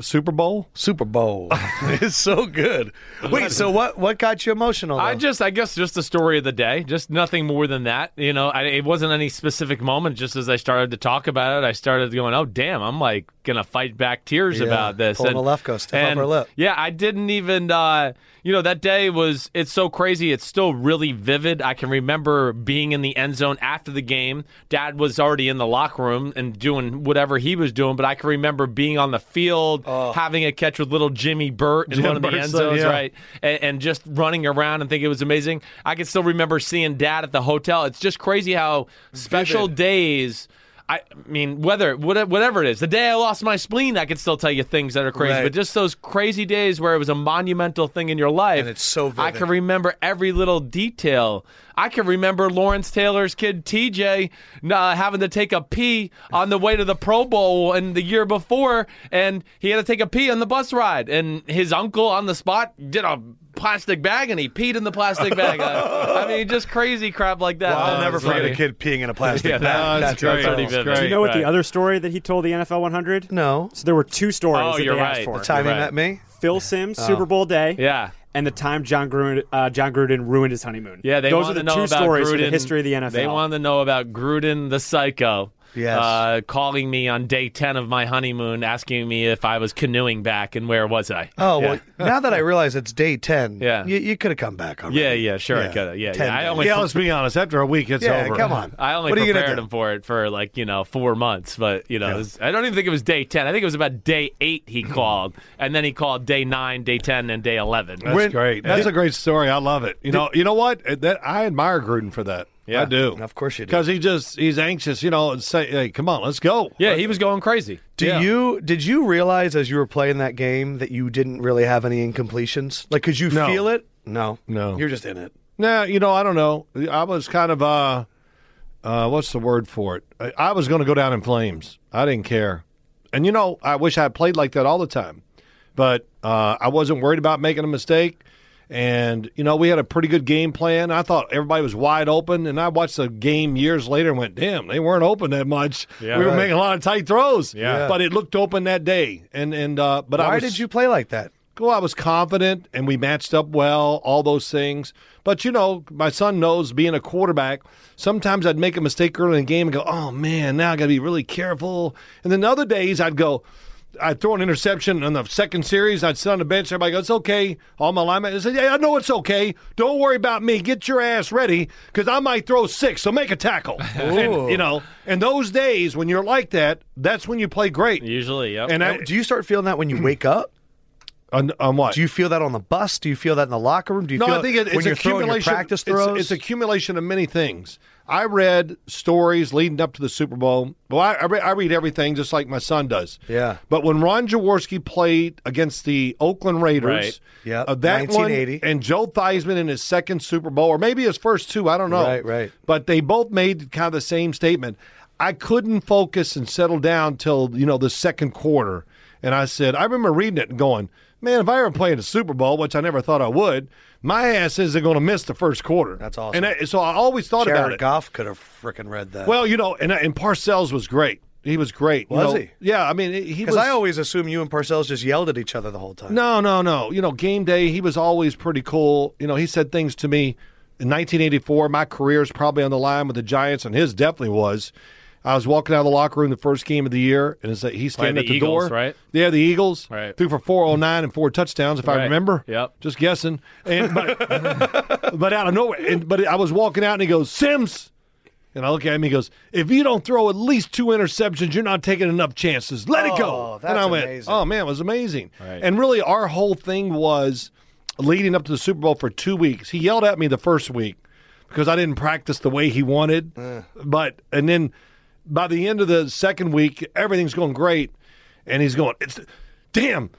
[SPEAKER 2] Super Bowl.
[SPEAKER 1] Super Bowl. it's so good. Wait, so what, what got you emotional?
[SPEAKER 3] I
[SPEAKER 1] though?
[SPEAKER 3] just, I guess, just the story of the day, just nothing more than that. You know, I, it wasn't any specific moment. Just as I started to talk about it, I started going, "Oh, damn, I'm like gonna fight back tears
[SPEAKER 1] Yeah,
[SPEAKER 3] about this."
[SPEAKER 1] pulling a left go, stiff
[SPEAKER 3] and-
[SPEAKER 1] upper lip.
[SPEAKER 3] Yeah, I didn't even, uh, you know, that day was, it's so crazy. It's still really vivid. I can remember being in the end zone after the game. Dad was already in the locker room and doing whatever he was doing, but I can remember being on the field, having a catch with little Jimmy Burt in
[SPEAKER 2] Jim
[SPEAKER 3] one of the
[SPEAKER 2] Burt's
[SPEAKER 3] end
[SPEAKER 2] son,
[SPEAKER 3] zones,
[SPEAKER 2] yeah.
[SPEAKER 3] right? And, and just running around and think it was amazing. I can still remember seeing dad at the hotel. It's just crazy how special days. I mean, whether what- whatever it is, the day I lost my spleen, I can still tell you things that are crazy.
[SPEAKER 1] Right.
[SPEAKER 3] But just those crazy days where it was a monumental thing in your life,
[SPEAKER 1] And it's so
[SPEAKER 3] I
[SPEAKER 1] vivid.
[SPEAKER 3] can remember every little detail. I can remember Lawrence Taylor's kid TJ uh, having to take a pee on the way to the Pro Bowl and the year before, and he had to take a pee on the bus ride, and his uncle on the spot did a plastic bag and he peed in the plastic bag. Uh, I, I mean, just crazy crap like that.
[SPEAKER 1] I'll
[SPEAKER 3] Uh,
[SPEAKER 1] never
[SPEAKER 3] it's
[SPEAKER 1] forget
[SPEAKER 3] funny.
[SPEAKER 1] a kid peeing in a plastic
[SPEAKER 3] Yeah,
[SPEAKER 1] bag.
[SPEAKER 3] that-
[SPEAKER 2] that's great.
[SPEAKER 3] pretty
[SPEAKER 2] That's
[SPEAKER 3] vivid.
[SPEAKER 2] great.
[SPEAKER 3] Do
[SPEAKER 4] You know what
[SPEAKER 3] right.
[SPEAKER 4] the other story that he told the NFL 100?
[SPEAKER 1] No.
[SPEAKER 4] So there were two stories
[SPEAKER 3] Oh,
[SPEAKER 4] that
[SPEAKER 3] you're
[SPEAKER 4] they asked
[SPEAKER 3] right.
[SPEAKER 4] for.
[SPEAKER 3] The
[SPEAKER 1] Time
[SPEAKER 3] Right.
[SPEAKER 1] he met me?
[SPEAKER 4] Phil Simms, Super Bowl day.
[SPEAKER 3] Yeah.
[SPEAKER 4] And the time John Gruden, uh, John Gruden ruined his honeymoon.
[SPEAKER 3] Yeah, they
[SPEAKER 4] Those
[SPEAKER 3] wanted
[SPEAKER 4] are the
[SPEAKER 3] to know
[SPEAKER 4] two
[SPEAKER 3] about
[SPEAKER 4] stories
[SPEAKER 3] Gruden.
[SPEAKER 4] in the history of the NFL.
[SPEAKER 3] They wanted to know about Gruden the psycho.
[SPEAKER 1] Yes.
[SPEAKER 3] Uh, calling me on day 10 of my honeymoon, asking me if I was canoeing back and where was I.
[SPEAKER 1] Oh, well, now that I realize it's day 10,
[SPEAKER 3] Yeah.
[SPEAKER 1] you, you could have come back already.
[SPEAKER 3] Yeah, yeah, sure. I
[SPEAKER 1] Yeah.
[SPEAKER 3] could have. Yeah,
[SPEAKER 1] Ten
[SPEAKER 3] yeah. I
[SPEAKER 1] days.
[SPEAKER 3] only,
[SPEAKER 2] Yeah, let's be honest. After a week, it's
[SPEAKER 1] Yeah,
[SPEAKER 2] over.
[SPEAKER 1] come on.
[SPEAKER 3] I only
[SPEAKER 1] What are you gonna
[SPEAKER 3] prepared
[SPEAKER 1] do?
[SPEAKER 3] him for it for like, you know, four months. But, you know, it was- I don't even think it was day 10. I think it was about day eight he called. and then he called day nine, day 10, and day 11.
[SPEAKER 2] That's
[SPEAKER 1] When-
[SPEAKER 2] great. That's a great story. I love it. You know. You know what? Uh, That I admire Gruden for that.
[SPEAKER 3] Yeah.
[SPEAKER 2] I do.
[SPEAKER 1] Of course you do.
[SPEAKER 2] Because he just he's anxious. You know, and say, hey, come on, let's go.
[SPEAKER 3] Yeah, he was going crazy.
[SPEAKER 1] Do
[SPEAKER 2] Yeah.
[SPEAKER 1] you did you realize as you were playing that game that you didn't really have any incompletions? Like, could you
[SPEAKER 2] No.
[SPEAKER 1] feel it? No,
[SPEAKER 2] No.
[SPEAKER 1] You're just in it.
[SPEAKER 2] Nah, you know, I don't know. I was kind of uh uh, what's the word for it? I, I was going to go down in flames. I didn't care. And you know, I wish I had played like that all the time, but uh, I wasn't worried about making a mistake. And you know, we had a pretty good game plan. I thought everybody was wide open, and I watched the game years later and went, "Damn, they weren't open that much.
[SPEAKER 3] Yeah.
[SPEAKER 2] we were
[SPEAKER 3] Right.
[SPEAKER 2] making a lot of tight throws.
[SPEAKER 3] Yeah.
[SPEAKER 2] but it looked open that day. And and uh, but I
[SPEAKER 1] Why
[SPEAKER 2] was,
[SPEAKER 1] did you play like that?
[SPEAKER 2] well, I was confident and we matched up well, all those things. But, you know, my son knows being a quarterback, sometimes I'd make a mistake early in the game and go, oh, man, now I got to be really careful. And then other days I'd go, I'd throw an interception in the second series. I'd sit on the bench. Everybody goes, it's okay. All my linemen I said, yeah, I know it's okay. Don't worry about me. Get your ass ready because I might throw six, so make a tackle. And, you know, and those days when you're like that, that's when you play great.
[SPEAKER 3] Usually, yep.
[SPEAKER 2] And I,
[SPEAKER 1] Do you start feeling that when you wake up?
[SPEAKER 2] on, on what?
[SPEAKER 1] Do you feel that on the bus? Do you feel that in the locker room? Do you
[SPEAKER 2] No,
[SPEAKER 1] feel
[SPEAKER 2] I think it, it's
[SPEAKER 1] when you're throwing your
[SPEAKER 2] accumulation.
[SPEAKER 1] practice
[SPEAKER 2] it's-
[SPEAKER 1] throws?
[SPEAKER 2] It's, accumulation of many things. I read stories leading up to the Super Bowl. Well, I, I, re- I read everything just like my son does.
[SPEAKER 1] Yeah.
[SPEAKER 2] But when Ron Jaworski played against the Oakland Raiders,
[SPEAKER 3] Right.
[SPEAKER 1] Yep,
[SPEAKER 2] uh, that one
[SPEAKER 1] 1980.
[SPEAKER 2] and Joe Theismann in his second Super Bowl, or maybe his first two, I don't know.
[SPEAKER 1] Right, right.
[SPEAKER 2] But they both made kind of the same statement. I couldn't focus and settle down till you know the second quarter, and I said I remember reading it and going, "Man, if I ever play in the Super Bowl, which I never thought I would, my ass isn't going to miss the first quarter."
[SPEAKER 1] That's awesome.
[SPEAKER 2] And I, so I always thought about
[SPEAKER 1] Jared
[SPEAKER 2] it.
[SPEAKER 1] Goff could have freaking read that.
[SPEAKER 2] Well, you know, and and Parcells was great. He was great. you
[SPEAKER 1] Was
[SPEAKER 2] know.
[SPEAKER 1] he?
[SPEAKER 2] Yeah, I mean, he was.
[SPEAKER 1] because I always assume you and Parcells just yelled at each other the whole time.
[SPEAKER 2] No, no, no. You know, game day, he was always pretty cool. You know, he said things to me in 1984. My career is probably on the line with the Giants, and his definitely was. I was walking out of the locker room the first game of the year, and it's like he's standing
[SPEAKER 3] the
[SPEAKER 2] at the
[SPEAKER 3] Eagles,
[SPEAKER 2] door.
[SPEAKER 3] right?
[SPEAKER 2] Yeah, the Eagles.
[SPEAKER 3] Right.
[SPEAKER 2] Threw for 409 and four touchdowns, if I
[SPEAKER 3] Right.
[SPEAKER 2] remember.
[SPEAKER 3] Yep.
[SPEAKER 2] Just guessing. And but, but out of nowhere, and, but I was walking out, and he goes, Sims. And I look at him, he goes, If you don't throw at least two interceptions, you're not taking enough chances. Let it
[SPEAKER 1] Oh,
[SPEAKER 2] go.
[SPEAKER 1] that's
[SPEAKER 2] and I went,
[SPEAKER 1] amazing.
[SPEAKER 2] Oh, man, it was amazing.
[SPEAKER 3] Right.
[SPEAKER 2] And really, our whole thing was leading up to the Super Bowl for two weeks. He yelled at me the first week because I didn't practice the way he wanted. But, and then by the end of the second week, everything's going great. And he's going, It's damn.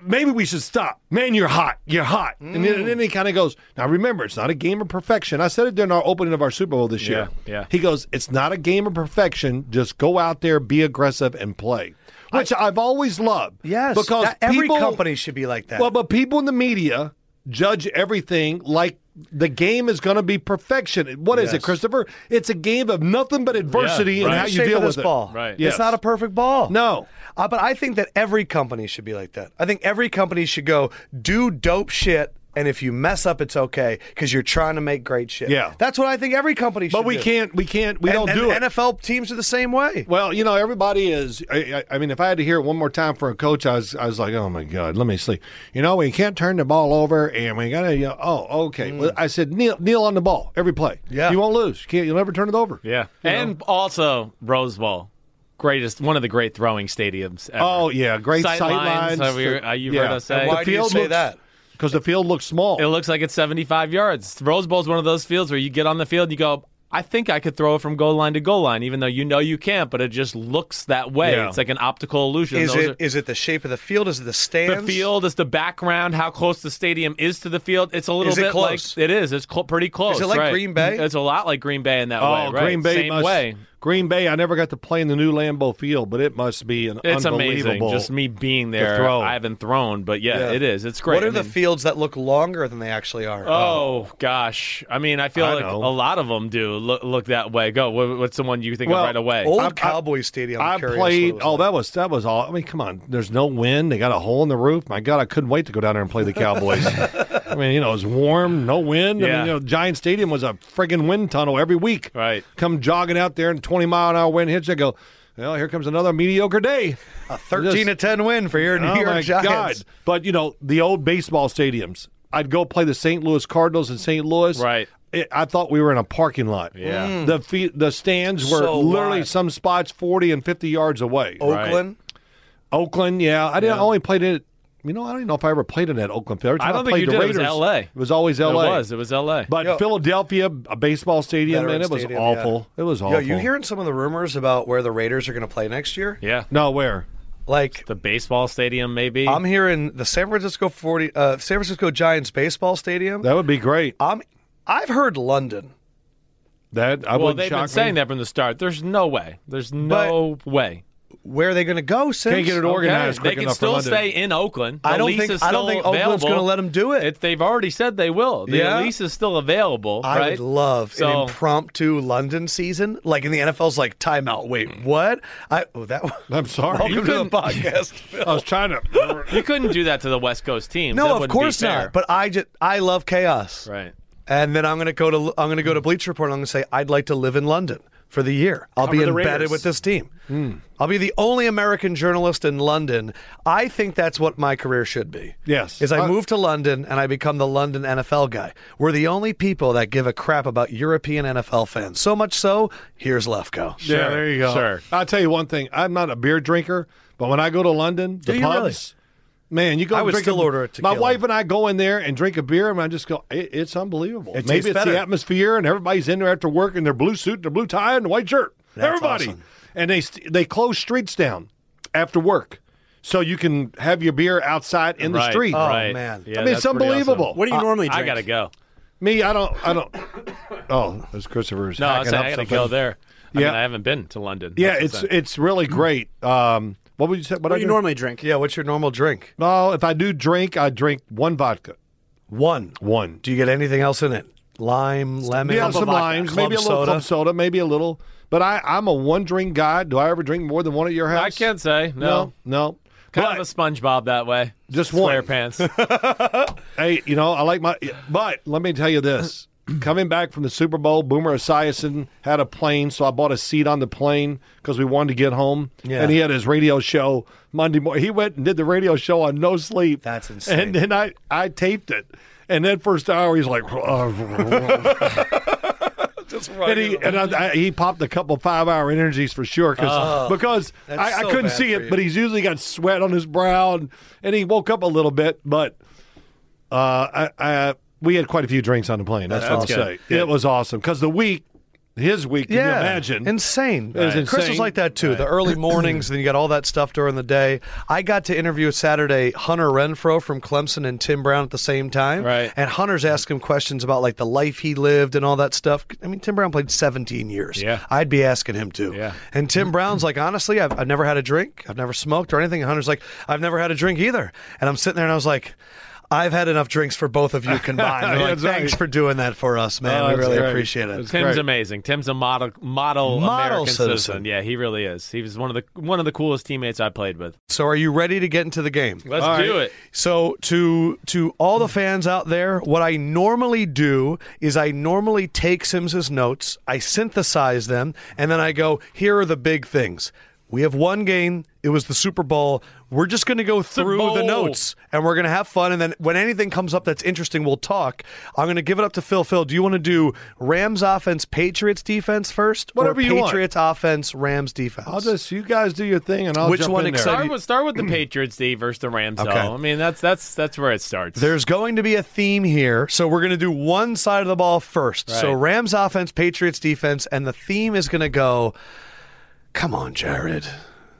[SPEAKER 2] Maybe we should stop. Man, you're hot. You're hot. And, then, and then he kind of goes, Now remember, it's not a game of perfection. I said it during our opening of our Super Bowl this year.
[SPEAKER 3] yeah.
[SPEAKER 2] He goes, It's not a game of perfection. Just go out there, be aggressive, and play. Which I, have always loved.
[SPEAKER 1] Yes,
[SPEAKER 2] Because
[SPEAKER 1] that- every
[SPEAKER 2] people,
[SPEAKER 1] company should be like that.
[SPEAKER 2] Well, but people in the media judge everything like the game is going to be perfection. What is
[SPEAKER 1] Yes.
[SPEAKER 2] it, Christopher? It's a game of nothing but adversity and
[SPEAKER 3] right.
[SPEAKER 2] how
[SPEAKER 1] The
[SPEAKER 2] you
[SPEAKER 1] shape
[SPEAKER 2] deal
[SPEAKER 1] of this
[SPEAKER 2] with
[SPEAKER 1] ball.
[SPEAKER 2] it.
[SPEAKER 3] Right.
[SPEAKER 2] Yes.
[SPEAKER 1] It's not a perfect ball.
[SPEAKER 2] No.
[SPEAKER 1] Uh, but I think that every company should be like that. I think every company should go do dope shit, and if you mess up, it's okay because you're trying to make great shit.
[SPEAKER 2] Yeah.
[SPEAKER 1] that's what I think every company. should
[SPEAKER 2] But we
[SPEAKER 1] do.
[SPEAKER 2] can't. We can't. We
[SPEAKER 1] And-
[SPEAKER 2] don't
[SPEAKER 1] and
[SPEAKER 2] do it.
[SPEAKER 1] NFL teams are the same way.
[SPEAKER 2] Well, you know, everybody is. I, I I mean, if I had to hear it one more time for a coach, I was, I was like, oh my god, let me sleep. You know, we can't turn the ball over, and we gotta. You know, oh, okay. Well, I said kneel, kneel on the ball every play.
[SPEAKER 1] Mm. Yeah.
[SPEAKER 2] you won't lose. You can't. You'll never turn it over.
[SPEAKER 3] yeah. And also Rose Bowl, greatest one of the great throwing stadiums. Ever.
[SPEAKER 2] Oh yeah, great
[SPEAKER 3] Sight
[SPEAKER 2] sight,
[SPEAKER 3] lines,
[SPEAKER 2] lines.
[SPEAKER 3] uh, we- uh, you've heard us say.
[SPEAKER 1] Why do you say that?
[SPEAKER 2] Because the field looks small.
[SPEAKER 3] It looks like it's 75 yards. Rose Bowl is one of those fields where you get on the field, you go, I think I could throw it from goal line to goal line, even though you know you can't, but it just looks that way.
[SPEAKER 2] Yeah.
[SPEAKER 3] It's like an optical illusion.
[SPEAKER 1] Is
[SPEAKER 3] Those
[SPEAKER 1] it is
[SPEAKER 3] are-
[SPEAKER 1] it the shape of the field? Is it the
[SPEAKER 3] the
[SPEAKER 1] stands?
[SPEAKER 3] field is the background, how close the stadium is to the field. It's a little
[SPEAKER 1] Is it
[SPEAKER 3] bit
[SPEAKER 1] close?
[SPEAKER 3] like it is. It's clo- pretty close.
[SPEAKER 1] like
[SPEAKER 3] right.
[SPEAKER 1] Green Bay?
[SPEAKER 3] It's a lot like Green Bay in that
[SPEAKER 2] oh,
[SPEAKER 3] way. Right?
[SPEAKER 2] Green Bay
[SPEAKER 3] Same
[SPEAKER 2] must.
[SPEAKER 3] way.
[SPEAKER 2] Green Bay. I never got to play in the new Lambeau Field, but it must be an
[SPEAKER 3] It's amazing.
[SPEAKER 2] unbelievable.
[SPEAKER 3] Just me being there.
[SPEAKER 2] throw.
[SPEAKER 3] I haven't thrown, but yeah,
[SPEAKER 1] Yeah.
[SPEAKER 3] it is. It's great.
[SPEAKER 1] What are
[SPEAKER 3] I
[SPEAKER 1] the
[SPEAKER 3] mean-
[SPEAKER 1] fields that look longer than they actually are?
[SPEAKER 3] Oh gosh! I mean, I feel
[SPEAKER 2] I
[SPEAKER 3] like
[SPEAKER 2] know.
[SPEAKER 3] a lot of them do look, look that way. Go. What, what's the one you think
[SPEAKER 2] Well,
[SPEAKER 3] of right away?
[SPEAKER 1] old
[SPEAKER 2] I've- I've-
[SPEAKER 1] Cowboy Stadium. I'm
[SPEAKER 2] I
[SPEAKER 1] curious
[SPEAKER 2] played.
[SPEAKER 1] what it was
[SPEAKER 2] Oh,
[SPEAKER 1] like.
[SPEAKER 2] that was that was all. I mean, come on. There's no wind. They got a hole in the roof. My God, I couldn't wait to go down there and play the Cowboys. I mean, you know, it was warm, no wind. I
[SPEAKER 3] Yeah.
[SPEAKER 2] mean, you know, Giant Stadium was a friggin' wind tunnel every week.
[SPEAKER 3] Right.
[SPEAKER 2] Come jogging out there and 20 mile an hour wind hits. I go, well, here comes another mediocre day.
[SPEAKER 1] a 13 to 10 win for your New
[SPEAKER 2] Oh
[SPEAKER 1] York
[SPEAKER 2] my
[SPEAKER 1] Giants.
[SPEAKER 2] God! But you know the old baseball stadiums. I'd go play the St. Louis Cardinals in St. Louis.
[SPEAKER 3] Right.
[SPEAKER 2] It, I thought we were in a parking lot.
[SPEAKER 3] Yeah.
[SPEAKER 2] The fe- the stands were
[SPEAKER 1] So
[SPEAKER 2] literally
[SPEAKER 1] wide.
[SPEAKER 2] some spots forty and fifty yards away.
[SPEAKER 3] Oh.
[SPEAKER 1] Oakland.
[SPEAKER 2] Oakland, yeah. I didn't I only played it. You know, I don't even know if I ever played in that Oakland field. Every
[SPEAKER 3] I
[SPEAKER 2] time
[SPEAKER 3] don't think
[SPEAKER 2] played
[SPEAKER 3] you
[SPEAKER 2] the
[SPEAKER 3] did. It was
[SPEAKER 2] Raiders,
[SPEAKER 3] LA.
[SPEAKER 2] It was always L.A.
[SPEAKER 3] It was. It was L.A.
[SPEAKER 2] But
[SPEAKER 1] Yo.
[SPEAKER 2] Philadelphia, a baseball stadium, and
[SPEAKER 1] Veterans
[SPEAKER 2] it was
[SPEAKER 1] Stadium,
[SPEAKER 2] awful.
[SPEAKER 1] yeah.
[SPEAKER 2] It was
[SPEAKER 1] Yo,
[SPEAKER 2] awful.
[SPEAKER 1] you hearing some of the rumors about where the Raiders are going to play next year?
[SPEAKER 3] yeah,
[SPEAKER 2] No, where?
[SPEAKER 1] Like
[SPEAKER 3] the baseball stadium maybe.
[SPEAKER 1] I'm hearing the San Francisco 40 uh, San Francisco Giants baseball stadium.
[SPEAKER 2] That would be great.
[SPEAKER 1] I'm I've heard London.
[SPEAKER 2] That I
[SPEAKER 3] Well,
[SPEAKER 2] wouldn't
[SPEAKER 3] they've
[SPEAKER 2] shock
[SPEAKER 3] been
[SPEAKER 2] me.
[SPEAKER 3] saying that from the start. There's no way. There's no way.
[SPEAKER 1] Where are they going to go? Since
[SPEAKER 2] Can't get it organized
[SPEAKER 3] They
[SPEAKER 2] quick
[SPEAKER 3] can
[SPEAKER 2] enough for
[SPEAKER 3] still
[SPEAKER 2] London.
[SPEAKER 3] stay in Oakland. The
[SPEAKER 1] I don't
[SPEAKER 3] lease
[SPEAKER 1] think-
[SPEAKER 3] is
[SPEAKER 1] I don't
[SPEAKER 3] still
[SPEAKER 1] think Oakland's
[SPEAKER 3] available.
[SPEAKER 1] gonna let 'em do it.
[SPEAKER 3] They've already said they will. The
[SPEAKER 1] Yeah.
[SPEAKER 3] lease is still available.
[SPEAKER 1] I
[SPEAKER 3] right?
[SPEAKER 1] would love
[SPEAKER 3] So-
[SPEAKER 1] an impromptu London season, like in the NFL's like timeout. Wait, what? I oh that.
[SPEAKER 2] I'm sorry.
[SPEAKER 1] Welcome to the
[SPEAKER 3] Mm. Oh, couldn't- Oh.
[SPEAKER 1] podcast. Phil.
[SPEAKER 2] I was trying to.
[SPEAKER 3] You couldn't do that to the West Coast teams. That
[SPEAKER 1] No, of
[SPEAKER 3] wouldn't be
[SPEAKER 1] course
[SPEAKER 3] fair.
[SPEAKER 1] not. But I just I love chaos.
[SPEAKER 3] right.
[SPEAKER 1] And then I'm gonna go to I'm gonna go to Bleach Report. and I'm gonna say I'd like to live in London for the year. I'll be
[SPEAKER 4] Cover the
[SPEAKER 1] embedded
[SPEAKER 4] Raiders.
[SPEAKER 1] with this team.
[SPEAKER 2] Hmm.
[SPEAKER 1] I'll be the only American journalist in London. I think that's what my career should be.
[SPEAKER 2] Yes.
[SPEAKER 1] is I
[SPEAKER 2] Uh,
[SPEAKER 1] move to London and I become the London NFL guy. We're the only people that give a crap about European NFL fans. So much so, here's Lefko.
[SPEAKER 2] yeah, there you go.
[SPEAKER 3] sure.
[SPEAKER 2] I'll tell you one thing. I'm not a beer drinker, but when I go to London, the
[SPEAKER 1] you
[SPEAKER 2] pubs, man, you go.
[SPEAKER 1] I
[SPEAKER 2] and
[SPEAKER 1] would
[SPEAKER 2] drink
[SPEAKER 1] still
[SPEAKER 2] a,
[SPEAKER 1] order a tequila.
[SPEAKER 2] My wife and I go in there and drink a beer, and I just go. It, it's unbelievable.
[SPEAKER 1] It tastes
[SPEAKER 2] Maybe it's
[SPEAKER 1] better.
[SPEAKER 2] the atmosphere, and everybody's in there after work in their blue suit, and their blue tie, and white shirt.
[SPEAKER 1] That's
[SPEAKER 2] Everybody,
[SPEAKER 1] awesome.
[SPEAKER 2] and they st- they close streets down after work, so you can have your beer outside in the
[SPEAKER 3] Right.
[SPEAKER 2] street.
[SPEAKER 1] Oh,
[SPEAKER 3] right.
[SPEAKER 1] man.
[SPEAKER 3] Yeah,
[SPEAKER 2] I mean, it's
[SPEAKER 3] that's pretty awesome.
[SPEAKER 2] unbelievable.
[SPEAKER 4] What do you normally drink?
[SPEAKER 3] I gotta go.
[SPEAKER 2] Me, I don't, I don't. Oh, there's Christopher's.
[SPEAKER 3] No, I,
[SPEAKER 2] hacking
[SPEAKER 3] was saying,
[SPEAKER 2] up
[SPEAKER 3] I gotta
[SPEAKER 2] something.
[SPEAKER 3] go there. I
[SPEAKER 2] Yeah.
[SPEAKER 3] mean, I haven't been to London.
[SPEAKER 2] Yeah,
[SPEAKER 3] That's
[SPEAKER 2] it's
[SPEAKER 3] the thing. Mm-hmm.
[SPEAKER 2] it's really great. Um, what would you say?
[SPEAKER 4] What
[SPEAKER 2] I
[SPEAKER 4] do you
[SPEAKER 2] do?
[SPEAKER 4] normally drink?
[SPEAKER 1] Yeah, what's your normal drink?
[SPEAKER 2] No, if I do drink, I drink one vodka.
[SPEAKER 1] One.
[SPEAKER 2] One.
[SPEAKER 1] Do you get anything else in it? Lime, lemon,
[SPEAKER 2] Yeah, some
[SPEAKER 1] vodka,
[SPEAKER 2] limes,
[SPEAKER 1] club
[SPEAKER 2] maybe a little club soda, maybe a little. But I, I'm a one drink guy. Do I ever drink more than one at your house?
[SPEAKER 3] I can't say no.
[SPEAKER 2] No, no.
[SPEAKER 3] Kind
[SPEAKER 2] But,
[SPEAKER 3] of a SpongeBob that way.
[SPEAKER 2] Just one.
[SPEAKER 3] SquarePants.
[SPEAKER 2] hey, you know, I like my. But let me tell you this: coming back from the Super Bowl, Boomer Esiason had a plane, so I bought a seat on the plane because we wanted to get home.
[SPEAKER 1] Yeah.
[SPEAKER 2] And he had his radio show Monday morning. He went and did the radio show on no sleep.
[SPEAKER 1] That's insane.
[SPEAKER 2] And then I, I taped it. And then first hour, he's like, and he and I, I, he popped a couple five hour energies for sure cause, because
[SPEAKER 1] Oh, that's
[SPEAKER 2] I, I
[SPEAKER 1] so
[SPEAKER 2] couldn't
[SPEAKER 1] bad
[SPEAKER 2] see
[SPEAKER 1] for you.
[SPEAKER 2] it, but he's usually got sweat on his brow, and, and he woke up a little bit. But uh, I, I, we had quite a few drinks on the plane. That's,
[SPEAKER 1] That's
[SPEAKER 2] what I'll
[SPEAKER 3] good.
[SPEAKER 2] say. It was awesome because the week, his week, can you imagine?
[SPEAKER 1] Insane.
[SPEAKER 2] was Right.
[SPEAKER 1] Chris was
[SPEAKER 2] insane.
[SPEAKER 1] like that too. The early mornings, then you got all that stuff during the day. I got to interview Saturday Hunter Renfro from Clemson and Tim Brown at the same time.
[SPEAKER 3] Right.
[SPEAKER 1] And Hunter's asking questions about like the life he lived and all that stuff. I mean, Tim Brown played 17 years.
[SPEAKER 3] Yeah.
[SPEAKER 1] I'd be asking him to.
[SPEAKER 3] Yeah.
[SPEAKER 1] And Tim Brown's like, honestly, I've, I've never had a drink. I've never smoked or anything. And Hunter's like, I've never had a drink either. And I'm sitting there and I was like, I've had enough drinks for both of you combined. They're like,
[SPEAKER 2] That's right.
[SPEAKER 1] Thanks for doing that for us, man.
[SPEAKER 2] Oh,
[SPEAKER 1] we
[SPEAKER 2] that's
[SPEAKER 1] really
[SPEAKER 2] great.
[SPEAKER 1] appreciate it.
[SPEAKER 2] That's
[SPEAKER 3] Tim's
[SPEAKER 2] Great.
[SPEAKER 3] amazing. Tim's a model model,
[SPEAKER 1] Model
[SPEAKER 3] American
[SPEAKER 1] citizen.
[SPEAKER 3] citizen. Yeah, he really is. He was one of the one of the coolest teammates I played with.
[SPEAKER 1] So are you ready to get into the game?
[SPEAKER 3] Let's
[SPEAKER 2] All
[SPEAKER 3] do
[SPEAKER 2] right.
[SPEAKER 3] it.
[SPEAKER 1] So to to all the fans out there, what I normally do is I normally take Sims's notes, I synthesize them, and then I go, here are the big things. We have one game. It was the Super Bowl. We're just going to go through the
[SPEAKER 3] Bowl.
[SPEAKER 1] notes and we're going to have fun. And then when anything comes up that's interesting, we'll talk. I'm going to give it up to Phil. Phil, do you want to do Rams offense, Patriots defense first?
[SPEAKER 2] Whatever
[SPEAKER 1] or
[SPEAKER 2] you want.
[SPEAKER 1] Patriots offense, Rams defense.
[SPEAKER 2] I'll just you guys do your thing, and I'll
[SPEAKER 1] Which
[SPEAKER 2] jump
[SPEAKER 1] one
[SPEAKER 2] in there.
[SPEAKER 1] excites-
[SPEAKER 3] Start with start with the Patriots D versus the Rams.
[SPEAKER 1] Okay.
[SPEAKER 3] Though. I mean, that's that's that's where it starts.
[SPEAKER 1] There's going to be a theme here, so we're going to do one side of the ball first. So
[SPEAKER 3] Right.
[SPEAKER 1] Rams offense, Patriots defense, and the theme is going to go. Come on, Jared.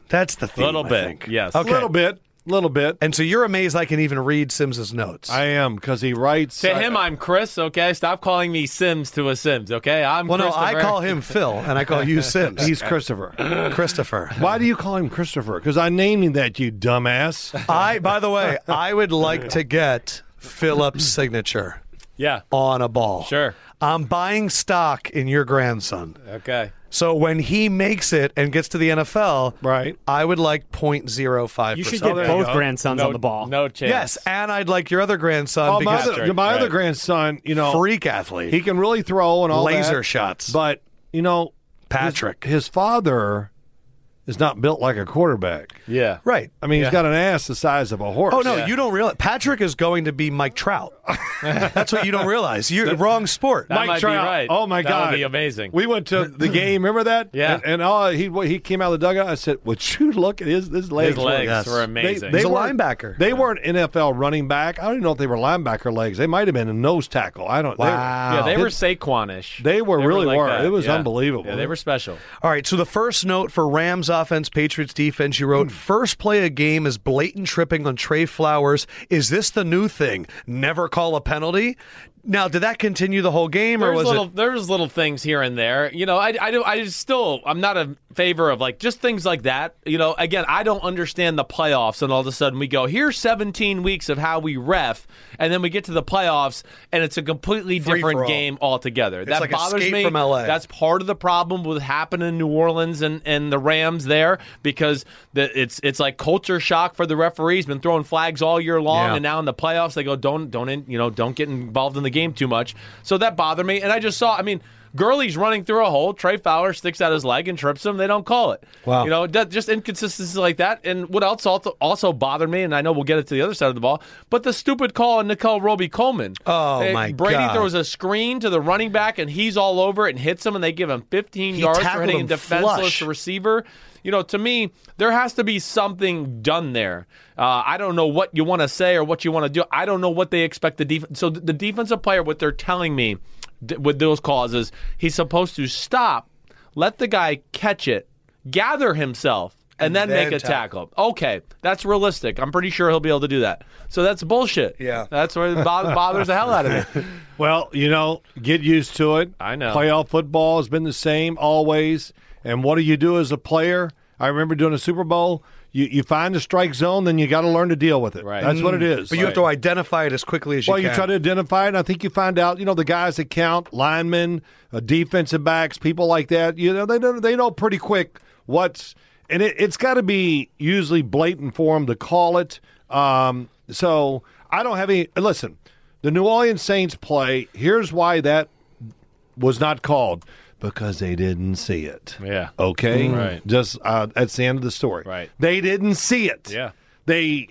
[SPEAKER 1] That's the theme.
[SPEAKER 3] Little
[SPEAKER 1] I
[SPEAKER 3] bit,
[SPEAKER 1] think.
[SPEAKER 3] yes.
[SPEAKER 1] Okay.
[SPEAKER 2] A little bit, little bit.
[SPEAKER 1] And so you're amazed I can even read Sims's notes.
[SPEAKER 2] I am because he writes uh,
[SPEAKER 3] to him, I'm Chris. Okay, stop calling me Sims to a Sims. Okay, I'm.
[SPEAKER 1] well, no, I
[SPEAKER 3] Christopher.
[SPEAKER 1] call him Phil, and I call you Sims.
[SPEAKER 2] He's Christopher.
[SPEAKER 1] Christopher.
[SPEAKER 2] Why do you call him Christopher? Because I named him that, you dumbass.
[SPEAKER 1] I, by the way, I would like to get Philip's signature
[SPEAKER 3] Yeah.
[SPEAKER 1] on a ball.
[SPEAKER 3] Sure.
[SPEAKER 1] I'm buying stock in your grandson.
[SPEAKER 3] Okay.
[SPEAKER 1] So when he makes it and gets to the NFL,
[SPEAKER 2] Right.
[SPEAKER 1] I would like 0.05%.
[SPEAKER 4] You should get
[SPEAKER 2] there you
[SPEAKER 4] both
[SPEAKER 2] go.
[SPEAKER 4] grandsons
[SPEAKER 3] No,
[SPEAKER 4] on the ball.
[SPEAKER 3] No chance.
[SPEAKER 1] Yes, and I'd like your other grandson
[SPEAKER 2] Oh, my
[SPEAKER 1] because
[SPEAKER 2] other, my
[SPEAKER 3] Right.
[SPEAKER 2] other grandson, you know,
[SPEAKER 1] freak athlete.
[SPEAKER 2] he can really throw and all
[SPEAKER 1] Laser
[SPEAKER 2] that,
[SPEAKER 1] shots.
[SPEAKER 2] But you know, his-
[SPEAKER 1] Patrick.
[SPEAKER 2] his, father, is not built like a quarterback.
[SPEAKER 3] Yeah.
[SPEAKER 1] right.
[SPEAKER 2] I mean, he's got an ass the size of a horse.
[SPEAKER 1] Oh no, you don't realize Patrick is going to be Mike Trout. That's what you don't realize. You're wrong sport.
[SPEAKER 3] That
[SPEAKER 2] Mike
[SPEAKER 3] might be
[SPEAKER 2] Trout.
[SPEAKER 3] right.
[SPEAKER 2] Oh my
[SPEAKER 3] That would
[SPEAKER 2] God,
[SPEAKER 3] be amazing.
[SPEAKER 2] We went to the game. Remember that?
[SPEAKER 3] Yeah.
[SPEAKER 2] And, and all, he he came out of the dugout. I said, "Would you look at his his legs?
[SPEAKER 3] His legs
[SPEAKER 1] yes.
[SPEAKER 3] were
[SPEAKER 1] They-
[SPEAKER 3] amazing.
[SPEAKER 1] He's a
[SPEAKER 2] weren't-
[SPEAKER 1] linebacker.
[SPEAKER 2] They weren't NFL running back. I don't even know if they were linebacker legs. They might have been a nose tackle. I don't. they-
[SPEAKER 1] Wow.
[SPEAKER 3] yeah, they were Saquonish.
[SPEAKER 2] They were really
[SPEAKER 3] like
[SPEAKER 2] were.
[SPEAKER 3] that.
[SPEAKER 2] It was
[SPEAKER 3] Yeah.
[SPEAKER 2] unbelievable.
[SPEAKER 3] Yeah, they were special.
[SPEAKER 1] All right, so the first note for Rams offense, Patriots defense, you
[SPEAKER 2] Hmm.
[SPEAKER 1] wrote first play a game is blatant tripping on Trey Flowers. Is this the new thing? Never call a penalty? Now, did that continue the whole game, or
[SPEAKER 3] There's
[SPEAKER 1] was
[SPEAKER 3] little,
[SPEAKER 1] it?
[SPEAKER 3] there's little things here and there. You know, I, I, do, I still, I'm not a favor of like just things like that. You know, again, I don't understand the playoffs, and all of a sudden we go here's 17 weeks of how we ref, and then we get to the playoffs, and it's a completely different
[SPEAKER 1] all.
[SPEAKER 3] game altogether. that
[SPEAKER 1] like
[SPEAKER 3] bothers
[SPEAKER 1] Escape
[SPEAKER 3] me.
[SPEAKER 1] from LA.
[SPEAKER 3] That's part of the problem with happening in New Orleans and, and the Rams there because the, it's it's like culture shock for the referees. Been throwing flags all year long,
[SPEAKER 2] Yeah.
[SPEAKER 3] and now now in the playoffs they go don't don't in, you know don't get involved in the game too much. So that bothered me, and I just saw. I mean, Gurley's running through a hole. Trey Fowler sticks out his leg and trips him. They don't call it.
[SPEAKER 2] Wow.
[SPEAKER 3] You know, that, just inconsistencies like that. And what else also, also bothered me, and I know we'll get it to the other side of the ball, but the stupid call on Nicole Roby Coleman.
[SPEAKER 1] Oh,
[SPEAKER 3] They-
[SPEAKER 1] my
[SPEAKER 3] Brady
[SPEAKER 1] God.
[SPEAKER 3] throws a screen to the running back, and he's all over it and hits him, and they give him 15 yards for
[SPEAKER 1] tackled
[SPEAKER 3] hitting a
[SPEAKER 1] him
[SPEAKER 3] defenseless
[SPEAKER 1] flush.
[SPEAKER 3] receiver. You know, to me, there has to be something done there. Uh, I don't know what you want to say or what you want to do. I don't know what they expect the defense. So th- the defensive player, what they're telling me d- with those calls is he's supposed to stop, let the guy catch it, gather himself, and, then,
[SPEAKER 1] then
[SPEAKER 3] make a
[SPEAKER 1] tackle.
[SPEAKER 3] tackle. Okay, that's realistic. I'm pretty sure he'll be able to do that. So that's bullshit.
[SPEAKER 1] Yeah.
[SPEAKER 3] that's where it bo- bothers the hell out of me.
[SPEAKER 2] Well, you know, get used to it.
[SPEAKER 3] I know.
[SPEAKER 2] Playoff football has been the same always. And what do you do as a player? I remember doing a Super Bowl. You, you find the strike zone, then you got to learn to deal with it.
[SPEAKER 3] Right.
[SPEAKER 2] That's what it is.
[SPEAKER 1] But you have to identify it as quickly as you
[SPEAKER 2] well,
[SPEAKER 1] can.
[SPEAKER 2] you try to identify it, and I think you find out, you know, the guys that count, linemen, uh, defensive backs, people like that, you know, they know, they know pretty quick what's, and it, it's got to be usually blatant for them to call it. Um, so I don't have any, listen, the New Orleans Saints play, here's why that was not called because they didn't see it.
[SPEAKER 3] Yeah.
[SPEAKER 2] Okay.
[SPEAKER 3] Right.
[SPEAKER 2] Just uh, that's the end of the story.
[SPEAKER 3] Right.
[SPEAKER 2] They didn't see it.
[SPEAKER 3] Yeah.
[SPEAKER 2] They,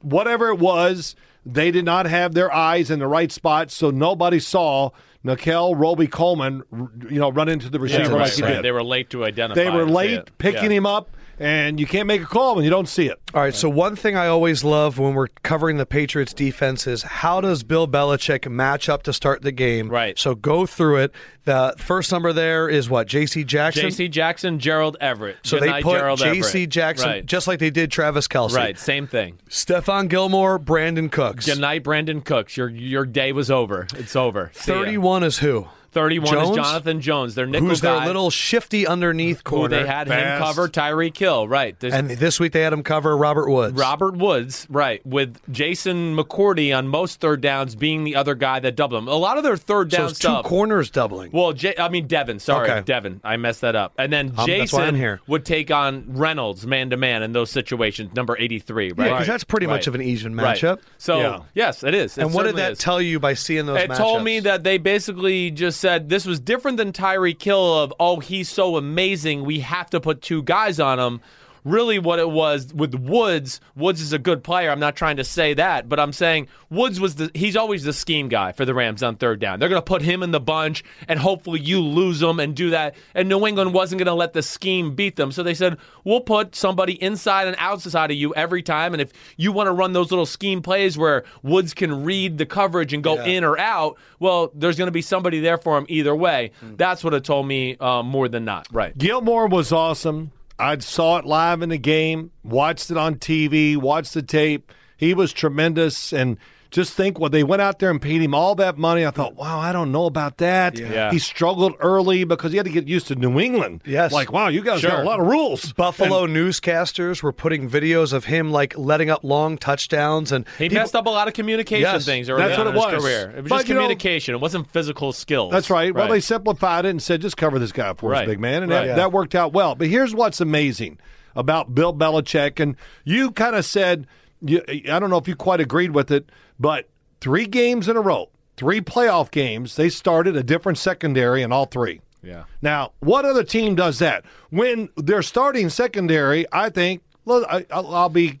[SPEAKER 2] whatever it was, they did not have their eyes in the right spot, so nobody saw Nikel Roby Coleman, r- you know, run into the receiver
[SPEAKER 3] Right,
[SPEAKER 2] like he
[SPEAKER 3] right.
[SPEAKER 2] did.
[SPEAKER 3] They were late to identify.
[SPEAKER 2] They were
[SPEAKER 3] and see
[SPEAKER 2] late
[SPEAKER 3] it.
[SPEAKER 2] picking
[SPEAKER 3] Yeah.
[SPEAKER 2] him up, and you can't make a call when you don't see it.
[SPEAKER 1] All right, so one thing I always love when we're covering the Patriots defense is how does Bill Belichick match up to start the game?
[SPEAKER 3] Right.
[SPEAKER 1] So go through it. The first number there is what? JC Jackson.
[SPEAKER 3] J.C. Jackson, Gerald Everett.
[SPEAKER 1] so
[SPEAKER 3] Good
[SPEAKER 1] they
[SPEAKER 3] night,
[SPEAKER 1] put
[SPEAKER 3] Gerald
[SPEAKER 1] JC
[SPEAKER 3] Everett.
[SPEAKER 1] Jackson
[SPEAKER 3] Right.
[SPEAKER 1] just like they did Travis Kelsey.
[SPEAKER 3] right. Same thing.
[SPEAKER 1] Stefan Gilmore, Brandon Cooks.
[SPEAKER 3] Good night, Brandon Cooks. Your your day was over. It's over. See ya.
[SPEAKER 1] 31 is who?
[SPEAKER 3] 31
[SPEAKER 1] Jones?
[SPEAKER 3] is Jonathan Jones. Their nickel
[SPEAKER 1] Who's
[SPEAKER 3] guy.
[SPEAKER 1] their little shifty underneath
[SPEAKER 3] who
[SPEAKER 1] corner.
[SPEAKER 3] they had him
[SPEAKER 2] fast.
[SPEAKER 3] cover Tyree Kill. Right. This-
[SPEAKER 1] and this week they had him cover Robert Woods.
[SPEAKER 3] Robert Woods, right, with Jason McCourty on most third downs being the other guy that doubled him. A lot of their third
[SPEAKER 1] so
[SPEAKER 3] down
[SPEAKER 1] it's two
[SPEAKER 3] stuff.
[SPEAKER 1] corners doubling.
[SPEAKER 3] Well, J- I mean Devin. Sorry,
[SPEAKER 1] Okay. Um,
[SPEAKER 3] Devin. I messed that up. And then
[SPEAKER 1] why I'm
[SPEAKER 3] Jason
[SPEAKER 1] here.
[SPEAKER 3] would take on Reynolds man to man in those situations. Number eighty three. Right.
[SPEAKER 1] Yeah, 'cause that's pretty much
[SPEAKER 3] Right.
[SPEAKER 1] of an even
[SPEAKER 3] Right.
[SPEAKER 1] matchup.
[SPEAKER 3] So
[SPEAKER 2] Yeah.
[SPEAKER 3] yes, it is. It
[SPEAKER 1] And what did
[SPEAKER 3] certainly
[SPEAKER 1] that
[SPEAKER 3] is.
[SPEAKER 1] tell you by seeing those
[SPEAKER 3] It told
[SPEAKER 1] matchups?
[SPEAKER 3] me that they basically just said this was different than Tyree Kill of oh he's so amazing we have to put two guys on him. Really, what it was with Woods. Woods is a good player. I'm not trying to say that, but I'm saying Woods was the he's always the scheme guy for the Rams on third down. They're going to put him in the bunch and hopefully you lose him and do that. And New England wasn't going to let the scheme beat them, so they said we'll put somebody inside and outside of you every time. And if you want to run those little scheme plays where Woods can read the coverage and go in in or out, well, there's going to be somebody there for him either way.
[SPEAKER 2] Hmm.
[SPEAKER 3] That's what it told me uh, more than not. Right.
[SPEAKER 2] Gilmore was awesome. I saw it live in the game, watched it on TV, watched the tape. He was tremendous. And just think when they went out there and paid him all that money, I thought, wow, I don't know about that.
[SPEAKER 3] Yeah.
[SPEAKER 2] He struggled early because he had to get used to New England.
[SPEAKER 1] Yes.
[SPEAKER 2] Like, wow, you guys got
[SPEAKER 3] Sure.
[SPEAKER 2] a lot of rules.
[SPEAKER 1] Buffalo newscasters were putting videos of him like letting up long touchdowns, and
[SPEAKER 3] He
[SPEAKER 1] people-
[SPEAKER 3] messed up a lot of communication
[SPEAKER 1] Yes,
[SPEAKER 3] things early
[SPEAKER 2] that's
[SPEAKER 3] on
[SPEAKER 2] what
[SPEAKER 3] in
[SPEAKER 2] it
[SPEAKER 3] his
[SPEAKER 2] was.
[SPEAKER 3] career. It was
[SPEAKER 2] But,
[SPEAKER 3] just
[SPEAKER 2] you know-
[SPEAKER 3] communication. it wasn't physical skills.
[SPEAKER 2] That's right. Well, they simplified it and said, just cover this guy for us,
[SPEAKER 3] Right.
[SPEAKER 2] big man. And
[SPEAKER 3] Right.
[SPEAKER 2] that,
[SPEAKER 3] Yeah.
[SPEAKER 2] that worked out well. But here's what's amazing about Bill Belichick. And you kind of said, you, I don't know if you quite agreed with it, but three games in a row, three playoff games, they started a different secondary in all three.
[SPEAKER 3] Yeah.
[SPEAKER 2] Now, what other team does that? When they're starting secondary, I think, well, I, I'll, I'll be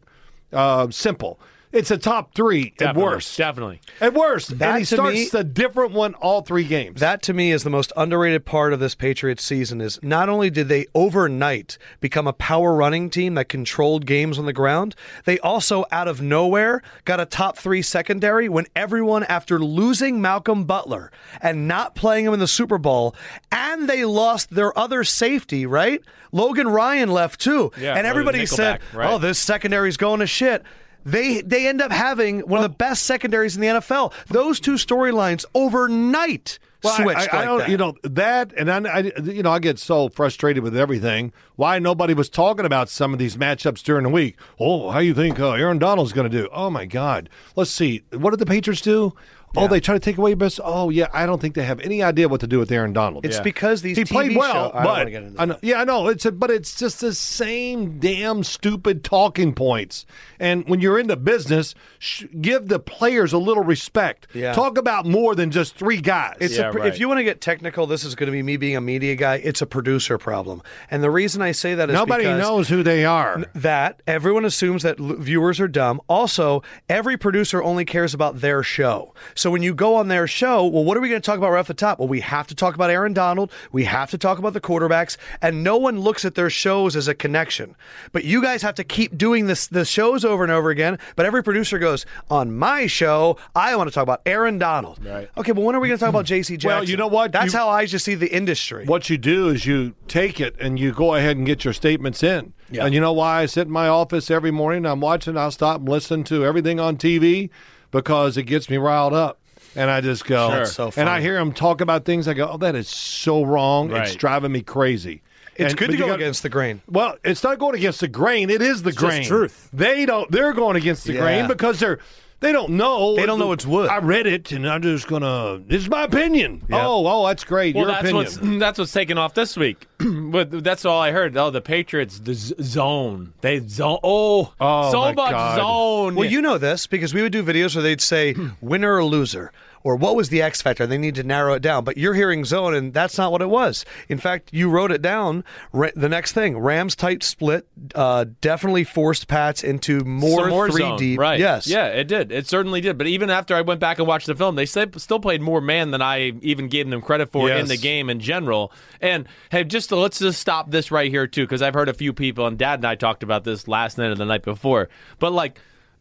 [SPEAKER 2] uh, simple. It's a top three
[SPEAKER 3] Definitely.
[SPEAKER 2] at worst.
[SPEAKER 3] Definitely.
[SPEAKER 2] At worst.
[SPEAKER 1] That
[SPEAKER 2] and he
[SPEAKER 1] to
[SPEAKER 2] starts
[SPEAKER 1] me-
[SPEAKER 2] the different one all three games.
[SPEAKER 1] That to me is the most underrated part of this Patriots season is not only did they overnight become a power running team that controlled games on the ground, they also out of nowhere got a top 3 secondary when everyone after losing Malcolm Butler and not playing him in the Super Bowl and they lost their other safety, right? Logan Ryan left too.
[SPEAKER 3] Yeah,
[SPEAKER 1] and
[SPEAKER 3] or the
[SPEAKER 1] everybody said,
[SPEAKER 3] nickelback, right.
[SPEAKER 1] "Oh, this secondary's going to shit." They they end up having one of the best secondaries in the NFL. Those two storylines overnight
[SPEAKER 2] Well, I-
[SPEAKER 1] switched.
[SPEAKER 2] I, I
[SPEAKER 1] like
[SPEAKER 2] don't,
[SPEAKER 1] that.
[SPEAKER 2] you know that, and I, I- you know, I get so frustrated with everything. Why nobody was talking about some of these matchups during the week? Oh, how you think uh, Aaron Donald's going to do? Oh my God, let's see. What did the Patriots do? Oh, they try to take away your best. Oh yeah, I don't think they have any idea what to do with Aaron Donald.
[SPEAKER 1] It's because these
[SPEAKER 2] he
[SPEAKER 1] TV
[SPEAKER 2] played
[SPEAKER 1] show-
[SPEAKER 2] well,
[SPEAKER 1] I don't wanna
[SPEAKER 2] but
[SPEAKER 1] get into
[SPEAKER 2] I know, yeah, I know. It's a, but it's just the same damn stupid talking points. And when you're in the business, sh- give the players a little respect.
[SPEAKER 1] Yeah.
[SPEAKER 2] Talk about more than just three guys.
[SPEAKER 1] It's
[SPEAKER 3] Yeah,
[SPEAKER 1] a, pr-
[SPEAKER 3] right.
[SPEAKER 1] If you want to get technical, this is going to be me being a media guy. It's a producer problem, and the reason I say that is
[SPEAKER 2] Nobody
[SPEAKER 1] because
[SPEAKER 2] knows who they are.
[SPEAKER 1] that everyone assumes that l- viewers are dumb. Also, every producer only cares about their show. So when you go on their show, well, what are we going to talk about right off the top? Well, we have to talk about Aaron Donald. We have to talk about the quarterbacks, and no one looks at their shows as a connection. But you guys have to keep doing this the shows over and over again. But every producer goes on my show. I want to talk about Aaron Donald. Right. Okay, but when are we going to talk about J.C. Jackson?
[SPEAKER 2] Well, you know what?
[SPEAKER 1] That's
[SPEAKER 2] You-
[SPEAKER 1] how I just see the industry.
[SPEAKER 2] What you do is you take it and you go ahead and get your statements in.
[SPEAKER 1] Yeah.
[SPEAKER 2] And you know why I sit in my office every morning, I'm watching, I'll stop and listen to everything on TV because it gets me riled up. And I just go,
[SPEAKER 1] That's so
[SPEAKER 2] and
[SPEAKER 1] funny.
[SPEAKER 2] I hear them talk about things. I go, oh, that is so wrong. It's
[SPEAKER 3] Right.
[SPEAKER 2] driving me crazy.
[SPEAKER 1] It's
[SPEAKER 2] And-
[SPEAKER 1] good
[SPEAKER 2] but
[SPEAKER 1] to
[SPEAKER 2] you
[SPEAKER 1] go
[SPEAKER 2] got-
[SPEAKER 1] against the grain.
[SPEAKER 2] Well, it's not going against the grain. It is the
[SPEAKER 4] just
[SPEAKER 2] grain.
[SPEAKER 4] truth.
[SPEAKER 2] They don't. They're going against the
[SPEAKER 1] Yeah.
[SPEAKER 2] grain because they're. They don't know.
[SPEAKER 1] They don't know it's wood.
[SPEAKER 2] I read it, and I'm just gonna. This is my opinion. Oh, oh, that's great.
[SPEAKER 3] Well,
[SPEAKER 2] Your
[SPEAKER 3] that's
[SPEAKER 2] opinion.
[SPEAKER 3] what's that's what's taken off this week. but that's all I heard. Oh, the Patriots, the z- zone, they zone. Oh,
[SPEAKER 2] Oh,
[SPEAKER 3] so
[SPEAKER 2] my
[SPEAKER 3] much
[SPEAKER 2] God.
[SPEAKER 3] zone.
[SPEAKER 1] Well, you know this because we would do videos where they'd say winner or loser or what was the X factor. They need to narrow it down, but you're hearing zone, and that's not what it was. In fact, you wrote it down. Ra- the next thing, Rams tight split, uh, definitely forced Pats into
[SPEAKER 3] Some
[SPEAKER 1] more, three
[SPEAKER 3] zone,
[SPEAKER 1] deep.
[SPEAKER 3] right?
[SPEAKER 1] Yes.
[SPEAKER 3] yeah, it did. It certainly did. But even after I went back and watched the film, they said, still played more man than I even gave them credit for
[SPEAKER 2] Yes.
[SPEAKER 3] in the game in general. And hey, just to, let's just stop this right here too, because I've heard a few people, and Dad and I talked about this last night or the night before. But like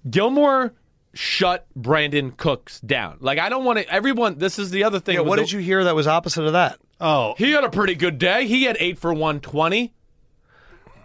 [SPEAKER 3] Gilmore. Shut Brandon Cooks down. Like I don't want to. Everyone, this is the other thing.
[SPEAKER 1] Yeah,
[SPEAKER 3] with
[SPEAKER 1] what
[SPEAKER 3] the-
[SPEAKER 1] did you hear that was opposite of that?
[SPEAKER 2] oh,
[SPEAKER 3] He had a pretty good day. He had eight for 120.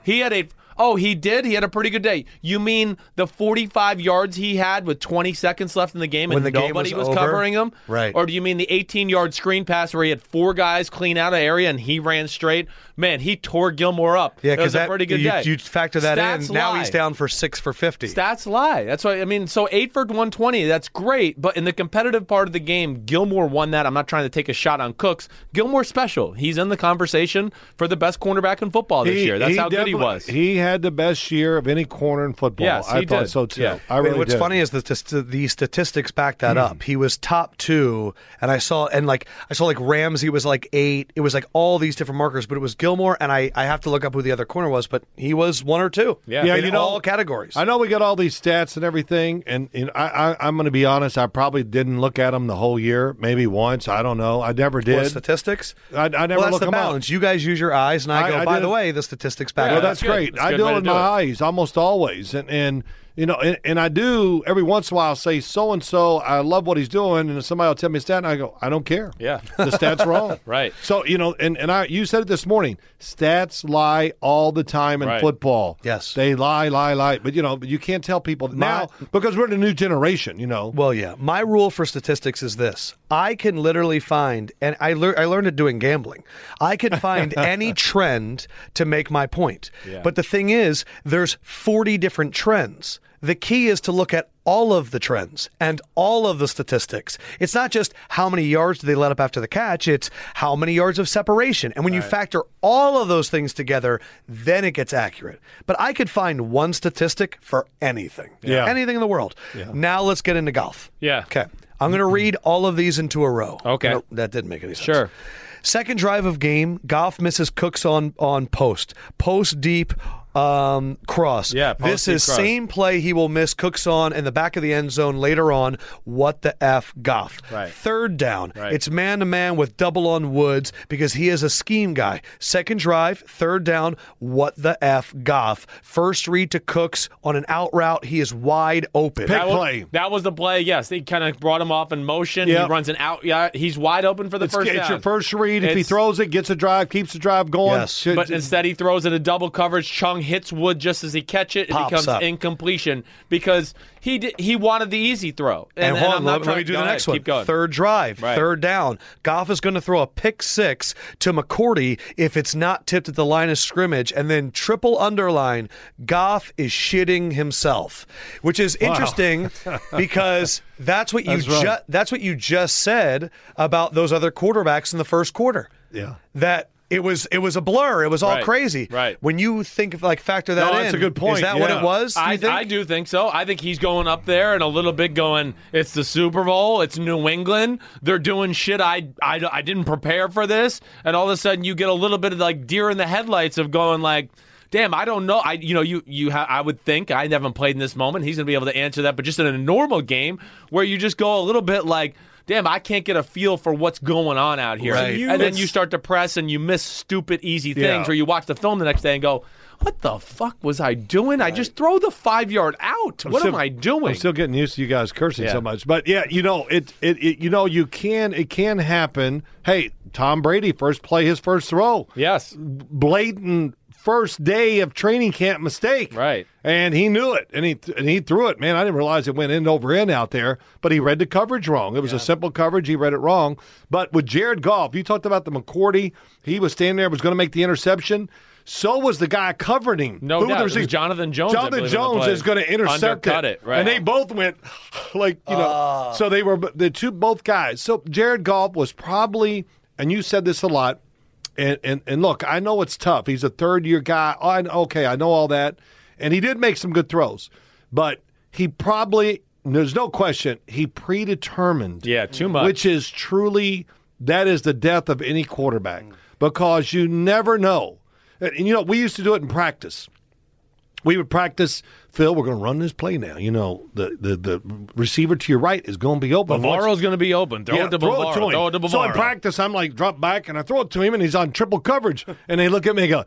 [SPEAKER 3] He had eight. Oh, he did? He had a pretty good day. You mean the 45 yards he had with 20 seconds left in the game and
[SPEAKER 1] When the game
[SPEAKER 3] nobody
[SPEAKER 1] was
[SPEAKER 3] was,
[SPEAKER 1] over?
[SPEAKER 3] covering him?
[SPEAKER 1] Right.
[SPEAKER 3] Or do you mean the 18 yard screen pass where he had four guys clean out of area and he ran straight? Man, he tore Gilmore up.
[SPEAKER 1] Yeah,
[SPEAKER 3] It was
[SPEAKER 1] because
[SPEAKER 3] a
[SPEAKER 1] that
[SPEAKER 3] pretty good
[SPEAKER 1] you,
[SPEAKER 3] day.
[SPEAKER 1] you factor that
[SPEAKER 3] Stats
[SPEAKER 1] in. Now
[SPEAKER 3] lie.
[SPEAKER 1] he's down for six for fifty.
[SPEAKER 3] Stats lie. That's why I mean. So eight for one twenty. That's great. But in the competitive part of the game, Gilmore won that. I'm not trying to take a shot on Cooks. Gilmore special. He's in the conversation for the best cornerback in football this year. That's how good he
[SPEAKER 2] definitely-
[SPEAKER 3] was.
[SPEAKER 2] He had the best year of any corner in football.
[SPEAKER 3] Yes,
[SPEAKER 2] I
[SPEAKER 3] he
[SPEAKER 2] thought
[SPEAKER 3] did.
[SPEAKER 2] so too.
[SPEAKER 3] Yeah.
[SPEAKER 2] I really Hmm.
[SPEAKER 1] And what's
[SPEAKER 2] did.
[SPEAKER 1] funny is that the, the statistics back that up. He was top two, and I saw and like I saw like Ramsey was like eight. It was like all these different markers, but it was Gilmore, and I I have to look up who the other corner was, but he was one or two.
[SPEAKER 3] Yeah. Yeah,
[SPEAKER 1] in
[SPEAKER 2] you know-
[SPEAKER 1] all categories.
[SPEAKER 2] I know we got all these stats and everything, and, and I, I, I'm going to be honest. I probably didn't look at them the whole year. Maybe once. I don't know. I never did.
[SPEAKER 1] What, statistics.
[SPEAKER 2] I- I never
[SPEAKER 1] well, that's
[SPEAKER 2] look
[SPEAKER 1] the
[SPEAKER 2] 'em up.
[SPEAKER 1] balance. You guys use your eyes, and I
[SPEAKER 2] I-
[SPEAKER 1] go.
[SPEAKER 2] I
[SPEAKER 1] By
[SPEAKER 2] did-
[SPEAKER 1] the way, the statistics back.
[SPEAKER 3] Yeah,
[SPEAKER 1] up.
[SPEAKER 2] Well, that's
[SPEAKER 3] that's good.
[SPEAKER 2] great.
[SPEAKER 3] That's a
[SPEAKER 2] I
[SPEAKER 3] good
[SPEAKER 2] do
[SPEAKER 3] way
[SPEAKER 2] it
[SPEAKER 3] to
[SPEAKER 2] with
[SPEAKER 3] do
[SPEAKER 2] my
[SPEAKER 3] it.
[SPEAKER 2] eyes almost always, and and you know, and, and I do every once in a while say so and so. I love what he's doing, and somebody will tell me a stat, and I go, I don't care.
[SPEAKER 3] Yeah.
[SPEAKER 2] the stats wrong.
[SPEAKER 3] Right.
[SPEAKER 2] So you know, and and I you said it this morning. Stats lie all the time in
[SPEAKER 3] Right.
[SPEAKER 2] football.
[SPEAKER 1] Yes.
[SPEAKER 2] they lie, lie, lie. But you know, but you can't tell people now because we're in a new generation. You know.
[SPEAKER 1] Well, yeah. My rule for statistics is this: I can literally find, and I lear- I learned it doing gambling. I can find any trend to make my point. But the thing is, there's 40 different trends. The key is to look at all of the trends and all of the statistics. It's not just how many yards do they let up after the catch, it's how many yards of separation. And when you factor all of those things together, then it gets accurate. But I could find one statistic for anything.
[SPEAKER 2] Yeah.
[SPEAKER 1] Anything in the world. Now let's get into golf.
[SPEAKER 3] Yeah.
[SPEAKER 1] Okay. I'm going to read all of these into a row.
[SPEAKER 3] Okay.
[SPEAKER 1] No, that didn't make any sense.
[SPEAKER 3] Sure.
[SPEAKER 1] Second drive of game, golf misses Cooks on on post. Post deep um, cross.
[SPEAKER 3] Yeah, post
[SPEAKER 1] This
[SPEAKER 3] deep
[SPEAKER 1] is
[SPEAKER 3] cross.
[SPEAKER 1] same play he will miss Cooks on in the back of the end zone later on. What the F Goff.
[SPEAKER 3] Right.
[SPEAKER 1] Third down.
[SPEAKER 3] Right.
[SPEAKER 1] It's man to man with double on Woods because he is a scheme guy. Second drive, third down. What the F Goff. First read to Cooks on an out route. He is wide open.
[SPEAKER 2] Pick-
[SPEAKER 3] that was,
[SPEAKER 2] play.
[SPEAKER 3] that was the play. Yes, they kind of brought him off in motion.
[SPEAKER 2] Yep.
[SPEAKER 3] He runs an out. Yeah, he's wide open for the
[SPEAKER 2] It's,
[SPEAKER 3] first.
[SPEAKER 2] it's
[SPEAKER 3] down.
[SPEAKER 2] your first read. If he
[SPEAKER 3] It's-
[SPEAKER 2] throws it, gets a drive, keeps the drive going.
[SPEAKER 1] Yes.
[SPEAKER 2] Should-
[SPEAKER 3] But instead, he throws in a double coverage. Chung hits Wood just as he catch it. It
[SPEAKER 1] Pops
[SPEAKER 3] becomes
[SPEAKER 1] up.
[SPEAKER 3] incompletion because he did, he wanted the easy throw.
[SPEAKER 1] And, hold
[SPEAKER 3] I'm
[SPEAKER 1] on,
[SPEAKER 3] not
[SPEAKER 1] let, let
[SPEAKER 3] trying-
[SPEAKER 1] me do
[SPEAKER 3] go
[SPEAKER 1] the
[SPEAKER 3] ahead,
[SPEAKER 1] next one.
[SPEAKER 3] Keep going.
[SPEAKER 1] Third drive,
[SPEAKER 3] Right.
[SPEAKER 1] third down. Goff is going to throw a pick six to McCourty if it's not tipped at the line of scrimmage, and then triple underline. Goff is shitting himself, which is interesting because that's what you
[SPEAKER 2] That's right.
[SPEAKER 1] ju- that's what you just said about those other quarterbacks in the first quarter.
[SPEAKER 2] Yeah.
[SPEAKER 1] that. It was it was a blur. It was all
[SPEAKER 3] Right.
[SPEAKER 1] crazy.
[SPEAKER 3] Right.
[SPEAKER 1] When you think of like factor that
[SPEAKER 2] No,
[SPEAKER 1] in,
[SPEAKER 2] that's a good point.
[SPEAKER 1] Is that what
[SPEAKER 2] Yeah.
[SPEAKER 1] it was? do you
[SPEAKER 3] I,
[SPEAKER 1] think?
[SPEAKER 3] I do think so. I think he's going up there and a little bit going, it's the Super Bowl, it's New England. They're doing shit I, I, I didn't prepare for this. And all of a sudden you get a little bit of like deer in the headlights of going like, damn, I don't know. I you know, you you ha- I would think I haven't played in this moment. He's going to be able to answer that, but just in a normal game where you just go a little bit like Damn, I can't get a feel for what's going on out here.
[SPEAKER 1] Right.
[SPEAKER 3] And then you start to press and you miss stupid, easy things,
[SPEAKER 2] Yeah.
[SPEAKER 3] or you watch the film the next day and go, "What the fuck was I doing? I just throw the five yard out. what
[SPEAKER 2] still-
[SPEAKER 3] am I doing?"
[SPEAKER 2] I'm still getting used to you guys cursing
[SPEAKER 3] Yeah.
[SPEAKER 2] so much, but yeah, you know it, it. It you know you can it can happen. Hey, Tom Brady first play his first throw.
[SPEAKER 3] yes,
[SPEAKER 2] blatant first day of training camp mistake.
[SPEAKER 3] Right.
[SPEAKER 2] And he knew it, and he and he threw it. Man, I didn't realize it went end over end out there, but he read the coverage wrong. It was a simple coverage. He read it wrong. But with Jared Goff, you talked about the McCourty. He was standing there, was going to make the interception. So was the guy covering him.
[SPEAKER 3] No doubt. It was
[SPEAKER 2] received-
[SPEAKER 3] Jonathan Jones, I believe, on
[SPEAKER 2] Jonathan
[SPEAKER 3] the
[SPEAKER 2] Jones
[SPEAKER 3] play.
[SPEAKER 2] is going to intercept
[SPEAKER 3] Undercut it, right.
[SPEAKER 2] And they both went like you know. So they were the two both guys. So Jared Goff was probably, and you said this a lot. And and, and look, I know it's tough. He's a third year guy. Oh, I, okay, I know all that, and he did make some good throws, but he probably there's no question he predetermined.
[SPEAKER 3] Yeah, too much.
[SPEAKER 2] Which is truly that is the death of any quarterback because you never know. And, and you know we used to do it in practice we would practice. Phil, we're going to run this play now. You know, the the, the receiver to your right is going to be open.
[SPEAKER 3] Bavaro's going to be open. Throw
[SPEAKER 2] Yeah,
[SPEAKER 3] it to
[SPEAKER 2] throw
[SPEAKER 3] Bavaro.
[SPEAKER 2] it to him.
[SPEAKER 3] Throw it to
[SPEAKER 2] So in
[SPEAKER 3] Bavaro.
[SPEAKER 2] practice, I'm like drop back and I throw it to him, and he's on triple coverage. And they look at me and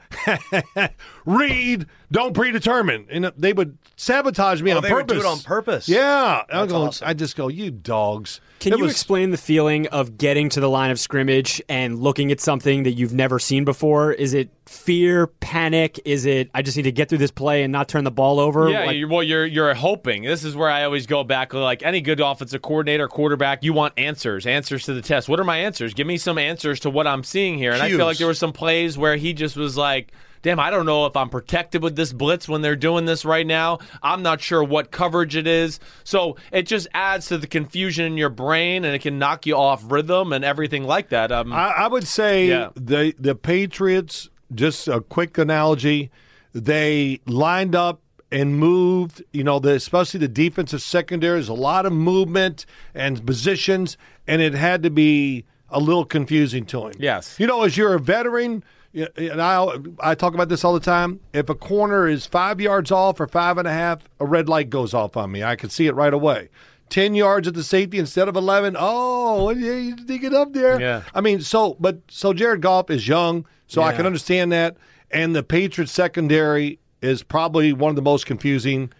[SPEAKER 2] go, "Read, don't predetermine." And they would sabotage me
[SPEAKER 1] Oh,
[SPEAKER 2] on
[SPEAKER 1] they would
[SPEAKER 2] purpose.
[SPEAKER 1] do it on purpose?
[SPEAKER 2] Yeah, I
[SPEAKER 1] That's
[SPEAKER 2] go.
[SPEAKER 1] awesome.
[SPEAKER 2] I just go, "You dogs."
[SPEAKER 4] Can
[SPEAKER 2] It
[SPEAKER 4] you
[SPEAKER 2] was-
[SPEAKER 4] explain the feeling of getting to the line of scrimmage and looking at something that you've never seen before? Is it fear, panic? Is it I just need to get through this play and not turn the ball over?
[SPEAKER 3] Yeah,
[SPEAKER 4] Like,
[SPEAKER 3] you well, you're you're hoping. This is where I always go back. Like any good offensive coordinator, quarterback, you want answers, answers to the test. What are my answers? Give me some answers to what I'm seeing here. And I
[SPEAKER 1] Cues.
[SPEAKER 3] feel like there were some plays where he just was like. Damn, I don't know if I'm protected with this blitz when they're doing this right now. I'm not sure what coverage it is. So it just adds to the confusion in your brain and it can knock you off rhythm and everything like that. Um,
[SPEAKER 2] I, I would say
[SPEAKER 3] Yeah.
[SPEAKER 2] the the Patriots. Just a quick analogy: they lined up and moved. You know, the, especially the defensive secondary is a lot of movement and positions, and it had to be a little confusing to him.
[SPEAKER 3] Yes.
[SPEAKER 2] you know, as you're a veteran. y- And I, I talk about this all the time. If a corner is five yards off or five and a half, a red light goes off on me. I can see it right away. Ten yards at the safety instead of eleven. Oh, yeah, you dig it up there.
[SPEAKER 3] Yeah.
[SPEAKER 2] I mean, so but so Jared Goff is young, so I can understand that. And the Patriots secondary is probably one of the most confusing.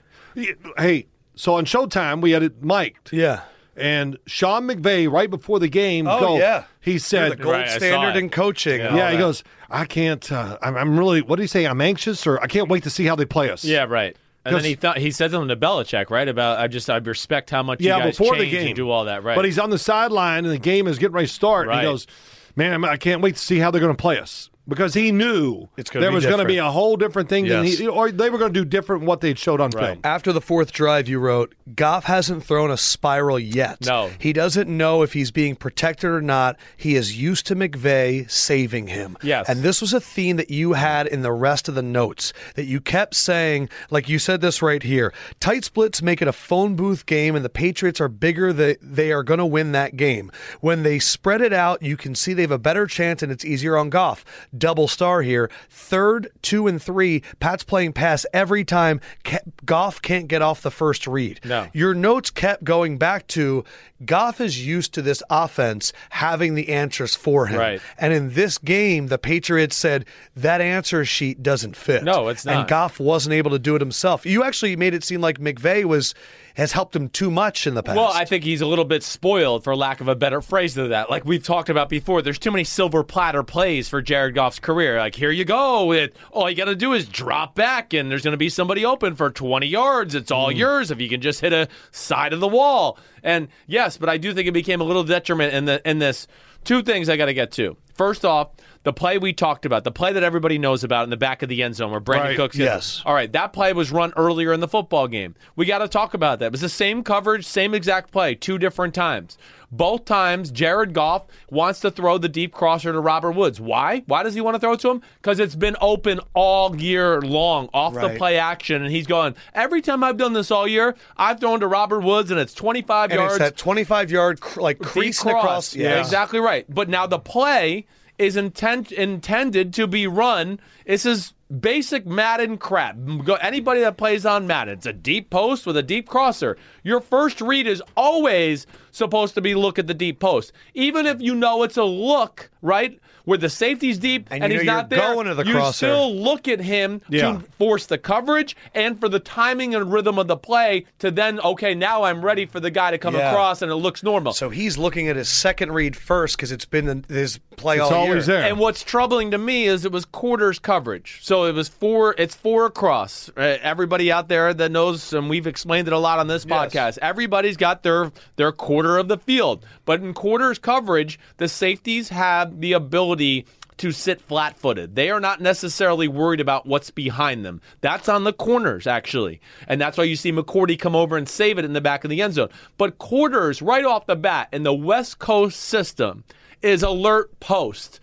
[SPEAKER 2] Hey, so on Showtime we had it mic'd,
[SPEAKER 1] yeah.
[SPEAKER 2] and Sean McVay right before the game.
[SPEAKER 1] Oh,
[SPEAKER 2] go-
[SPEAKER 1] yeah.
[SPEAKER 2] he
[SPEAKER 1] You're the
[SPEAKER 2] said.
[SPEAKER 1] gold
[SPEAKER 3] Right, I saw
[SPEAKER 1] standard
[SPEAKER 3] it.
[SPEAKER 1] in coaching. and all
[SPEAKER 2] yeah, he
[SPEAKER 1] that.
[SPEAKER 2] goes. I can't. Uh, I'm, I'm really. What do you say? I'm anxious, or I can't wait to see how they play us.
[SPEAKER 3] yeah, right. And then
[SPEAKER 2] Because-
[SPEAKER 3] he thought he said something to Belichick, right? About I just I respect how much you
[SPEAKER 2] Yeah,
[SPEAKER 3] guys
[SPEAKER 2] before the
[SPEAKER 3] change and
[SPEAKER 2] game,
[SPEAKER 3] do all that, right?
[SPEAKER 2] But he's on the sideline, and the game is getting ready to start. And
[SPEAKER 3] Right.
[SPEAKER 2] he goes, "Man, I'm- I can't wait to see how they're going to play us." Because he knew
[SPEAKER 1] It's gonna
[SPEAKER 2] there
[SPEAKER 1] be
[SPEAKER 2] was going to be
[SPEAKER 1] different.
[SPEAKER 2] a whole different thing, than
[SPEAKER 1] Yes.
[SPEAKER 2] he, or they were going to do different than what they showed on film.
[SPEAKER 1] After the fourth drive, you wrote, Goff hasn't thrown a spiral yet.
[SPEAKER 3] No.
[SPEAKER 1] He doesn't know if he's being protected or not. He is used to McVeigh saving him.
[SPEAKER 3] Yes.
[SPEAKER 1] And this was a theme that you had in the rest of the notes that you kept saying, like you said this right here tight splits make it a phone booth game, and the Patriots are bigger. They, they are going to win that game. When they spread it out, you can see they have a better chance, and it's easier on Goff. Double star here. Third, two, and three. Pat's playing pass every time. Ca- Goff can't get off the first read.
[SPEAKER 3] No.
[SPEAKER 1] Your notes kept going back to Goff is used to this offense having the answers for him.
[SPEAKER 3] Right.
[SPEAKER 1] And in this game, the Patriots said that answer sheet doesn't fit.
[SPEAKER 3] No, it's
[SPEAKER 1] And
[SPEAKER 3] not.
[SPEAKER 1] Goff wasn't able to do it himself. You actually made it seem like McVay was has helped him too much in the past.
[SPEAKER 3] Well, I think he's a little bit spoiled, for lack of a better phrase than that. Like we've talked about before, there's too many silver platter plays for Jared Goff Goff's career. Like, here you go. It, all you got to do is drop back, and there's going to be somebody open for 20 yards. It's all
[SPEAKER 1] Mm.
[SPEAKER 3] yours if you can just hit a side of the wall. And yes, but I do think it became a little detriment in the in this. Two things I got to get to. First off, the play we talked about, the play that everybody knows about in the back of the end zone where Brandon
[SPEAKER 2] Right,
[SPEAKER 3] Cooks.
[SPEAKER 1] yes.
[SPEAKER 3] All right, that play was run earlier in the football game. We got to talk about that. It was the same coverage, same exact play, two different times. Both times, Jared Goff wants to throw the deep crosser to Robert Woods. Why? Why does he want to throw it to him? Because it's been open all year long, off
[SPEAKER 1] Right.
[SPEAKER 3] the play action, and he's going, every time I've done this all year, I've thrown to Robert Woods, and it's 25
[SPEAKER 1] And
[SPEAKER 3] yards.
[SPEAKER 1] it's that 25 yard cr- like
[SPEAKER 3] Deep
[SPEAKER 1] crease
[SPEAKER 3] cross.
[SPEAKER 1] across.
[SPEAKER 3] Yeah, exactly right. But now the play is intent intended to be run. This is basic Madden crap. Go- Anybody that plays on Madden, it's a deep post with a deep crosser. Your first read is always supposed to be look at the deep post, even if you know it's a look, right? Where the safety's deep
[SPEAKER 1] And
[SPEAKER 3] and,
[SPEAKER 1] you know
[SPEAKER 3] he's
[SPEAKER 1] you're
[SPEAKER 3] not there,
[SPEAKER 1] going to the
[SPEAKER 3] you
[SPEAKER 1] crosser.
[SPEAKER 3] still look at him
[SPEAKER 2] Yeah.
[SPEAKER 3] to force the coverage and for the timing and rhythm of the play to then okay, now I'm ready for the guy to come
[SPEAKER 1] Yeah.
[SPEAKER 3] across and it looks normal.
[SPEAKER 1] So he's looking at his second read first because it's been in his play
[SPEAKER 2] It's
[SPEAKER 1] all
[SPEAKER 2] always
[SPEAKER 1] year.
[SPEAKER 2] there.
[SPEAKER 3] And what's troubling to me is it was quarters coverage. So it was four. It's four across. Uh, Everybody out there that knows, and we've explained it a lot on this podcast. Everybody's got their their quarter of the field, but in quarters coverage, the safeties have the ability. To sit flat footed. They are not necessarily worried about what's behind them. That's on the corners, actually. And that's why you see McCourty come over and save it in the back of the end zone. But quarters, right off the bat, in the West Coast system, is alert post.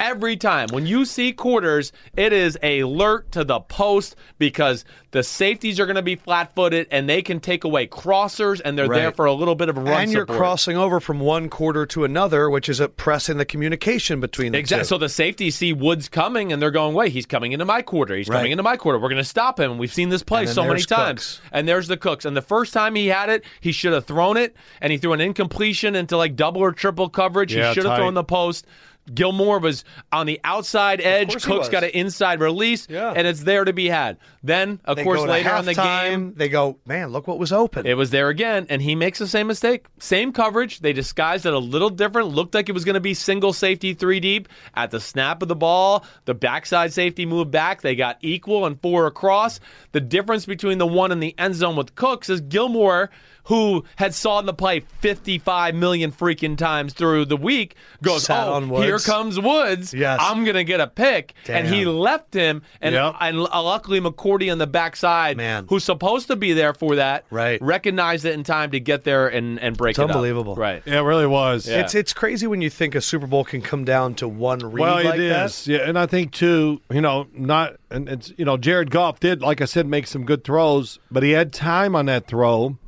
[SPEAKER 3] Every time when you see quarters, it is alert to the post because the safeties are going to be flat footed and they can take away crossers and they're there
[SPEAKER 1] Right.
[SPEAKER 3] for a little bit of run
[SPEAKER 1] and you're
[SPEAKER 3] support.
[SPEAKER 1] crossing over from one quarter to another, which is a pressing the communication between the
[SPEAKER 3] Exactly.
[SPEAKER 1] two.
[SPEAKER 3] So the safeties see Woods coming, and they're going, "Wait, he's coming into my quarter. He's
[SPEAKER 1] Right.
[SPEAKER 3] coming into my quarter. We're going to stop him." We've seen this play
[SPEAKER 1] And then
[SPEAKER 3] so many
[SPEAKER 1] there's
[SPEAKER 3] times.
[SPEAKER 1] Cooks.
[SPEAKER 3] And there's the Cooks. And the first time he had it, he should have thrown it, and he threw an incompletion into like double or triple coverage.
[SPEAKER 2] Yeah,
[SPEAKER 3] he should have
[SPEAKER 2] tight.
[SPEAKER 3] thrown the post. Gilmore was on the outside edge.
[SPEAKER 1] course he
[SPEAKER 3] Cooks
[SPEAKER 1] was.
[SPEAKER 3] got an inside release,
[SPEAKER 1] Yeah.
[SPEAKER 3] and it's there to be had. Then, of
[SPEAKER 1] They
[SPEAKER 3] course,
[SPEAKER 1] go to
[SPEAKER 3] later on the
[SPEAKER 1] halftime,
[SPEAKER 3] game,
[SPEAKER 1] they go, man, look what was open.
[SPEAKER 3] it was there again, and he makes the same mistake. Same coverage. They disguised it a little different. Looked like it was going to be single safety three deep. At the snap of the ball, the backside safety moved back. They got equal and four across. The difference between the one and the end zone with Cooks is Gilmore, who had saw the play 55 million freaking times through the week, goes,
[SPEAKER 1] Sat
[SPEAKER 3] oh,
[SPEAKER 1] on Woods."
[SPEAKER 3] here comes Woods.
[SPEAKER 1] Yes.
[SPEAKER 3] I'm going to get a pick. And he
[SPEAKER 1] Damn.
[SPEAKER 3] left him, and,
[SPEAKER 2] Yep.
[SPEAKER 3] and luckily McCourty on the backside,
[SPEAKER 1] Man.
[SPEAKER 3] who's supposed to be there for that,
[SPEAKER 1] Right.
[SPEAKER 3] Recognized it in time to get there and, and break it up.
[SPEAKER 1] unbelievable.
[SPEAKER 3] Right.
[SPEAKER 2] Yeah, it really was.
[SPEAKER 3] Yeah.
[SPEAKER 1] It's it's crazy when you think a Super Bowl can come down to one read
[SPEAKER 2] Well,
[SPEAKER 1] like
[SPEAKER 2] it is. Yeah, and I think too, you know, not and it's you know, Jared Goff did, like I said, make some good throws, but he had time on that throw.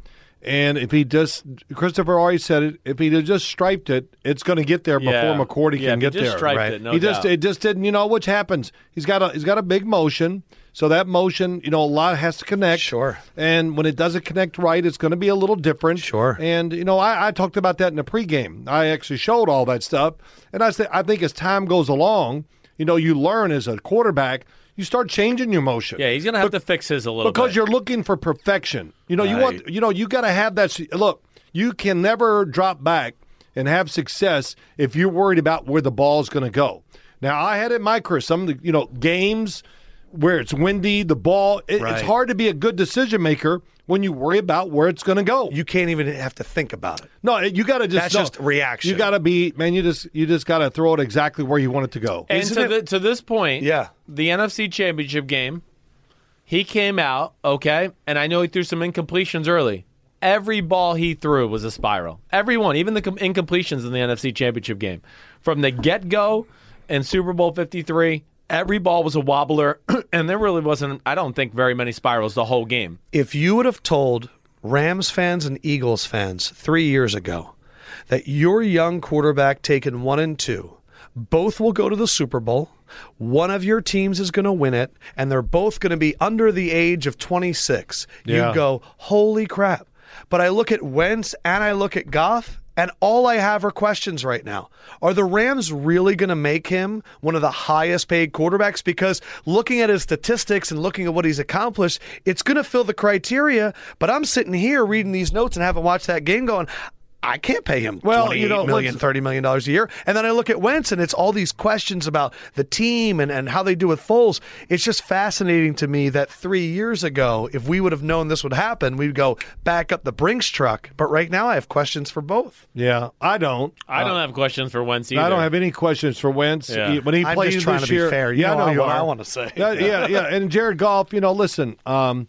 [SPEAKER 2] And if he just, Christopher already said it. If he had just striped it, it's going to get there before
[SPEAKER 3] Yeah.
[SPEAKER 2] McCourty
[SPEAKER 3] Yeah,
[SPEAKER 2] can
[SPEAKER 3] if he
[SPEAKER 2] get
[SPEAKER 3] just
[SPEAKER 2] there.
[SPEAKER 3] striped it, no
[SPEAKER 2] he just,
[SPEAKER 3] doubt.
[SPEAKER 2] it just didn't. You know, which happens. He's got a, he's got a big motion, so that motion, you know, a lot has to connect.
[SPEAKER 1] Sure.
[SPEAKER 2] And when it doesn't connect right, it's going to be a little different.
[SPEAKER 1] Sure.
[SPEAKER 2] And you know, I, I talked about that in the pregame. I actually showed all that stuff, and I said I think as time goes along, you know, you learn as a quarterback, you start changing your motion.
[SPEAKER 3] Yeah, he's going to have to fix his a little
[SPEAKER 2] because
[SPEAKER 3] bit.
[SPEAKER 2] you're looking for perfection. You know, you want
[SPEAKER 3] Right.
[SPEAKER 2] you know you got to have that. s- Look, you can never drop back and have success if you're worried about where the ball's going to go. Now, I had it in my career some of the, you know games where it's windy, the ball. It,
[SPEAKER 1] Right.
[SPEAKER 2] It's hard to be a good decision maker when you worry about where it's going to go.
[SPEAKER 1] You can't even have to think about it.
[SPEAKER 2] No, you got to just
[SPEAKER 1] That's
[SPEAKER 2] no.
[SPEAKER 1] just reaction.
[SPEAKER 2] You got to be man. You just you just got to throw it exactly where you want it to go.
[SPEAKER 3] and
[SPEAKER 1] Isn't
[SPEAKER 3] to,
[SPEAKER 1] it-
[SPEAKER 3] the, to this point,
[SPEAKER 1] Yeah.
[SPEAKER 3] the NFC Championship game, he came out, okay, and I know he threw some incompletions early. Every ball he threw was a spiral. Every one, even the com- incompletions in the NFC Championship game. From the get go in Super Bowl 53, every ball was a wobbler, and there really wasn't, I don't think, very many spirals the whole game.
[SPEAKER 1] If you would have told Rams fans and Eagles fans three years ago that your young quarterback taken one and two, both will go to the Super Bowl, one of your teams is going to win it, and they're both going to be under the age of 26,
[SPEAKER 2] Yeah.
[SPEAKER 1] you go, holy crap. But I look at Wentz and I look at Goff, and all I have are questions right now. Are the Rams really going to make him one of the highest paid quarterbacks? Because looking at his statistics and looking at what he's accomplished, it's going to fill the criteria. But I'm sitting here reading these notes and haven't watched that game going, I can't pay him
[SPEAKER 2] Well,
[SPEAKER 1] well,
[SPEAKER 2] you know, let's-
[SPEAKER 1] $30 million dollars a year. And then I look at Wentz and it's all these questions about the team and, and how they do with Foles. It's just fascinating to me that three years ago, if we would have known this would happen, we'd go back up the Brinks truck. But right now I have questions for both.
[SPEAKER 2] Yeah, I don't.
[SPEAKER 3] I don't have questions for Wentz either.
[SPEAKER 2] I don't have any questions for Wentz
[SPEAKER 3] Yeah.
[SPEAKER 2] He- when he
[SPEAKER 1] I'm
[SPEAKER 2] plays
[SPEAKER 1] just trying
[SPEAKER 2] this
[SPEAKER 1] to be
[SPEAKER 2] year.
[SPEAKER 1] fair. You know
[SPEAKER 2] yeah, I know you
[SPEAKER 1] what I
[SPEAKER 2] are.
[SPEAKER 1] wanna say.
[SPEAKER 2] Yeah, yeah, yeah. And Jared Goff, you know, listen, um,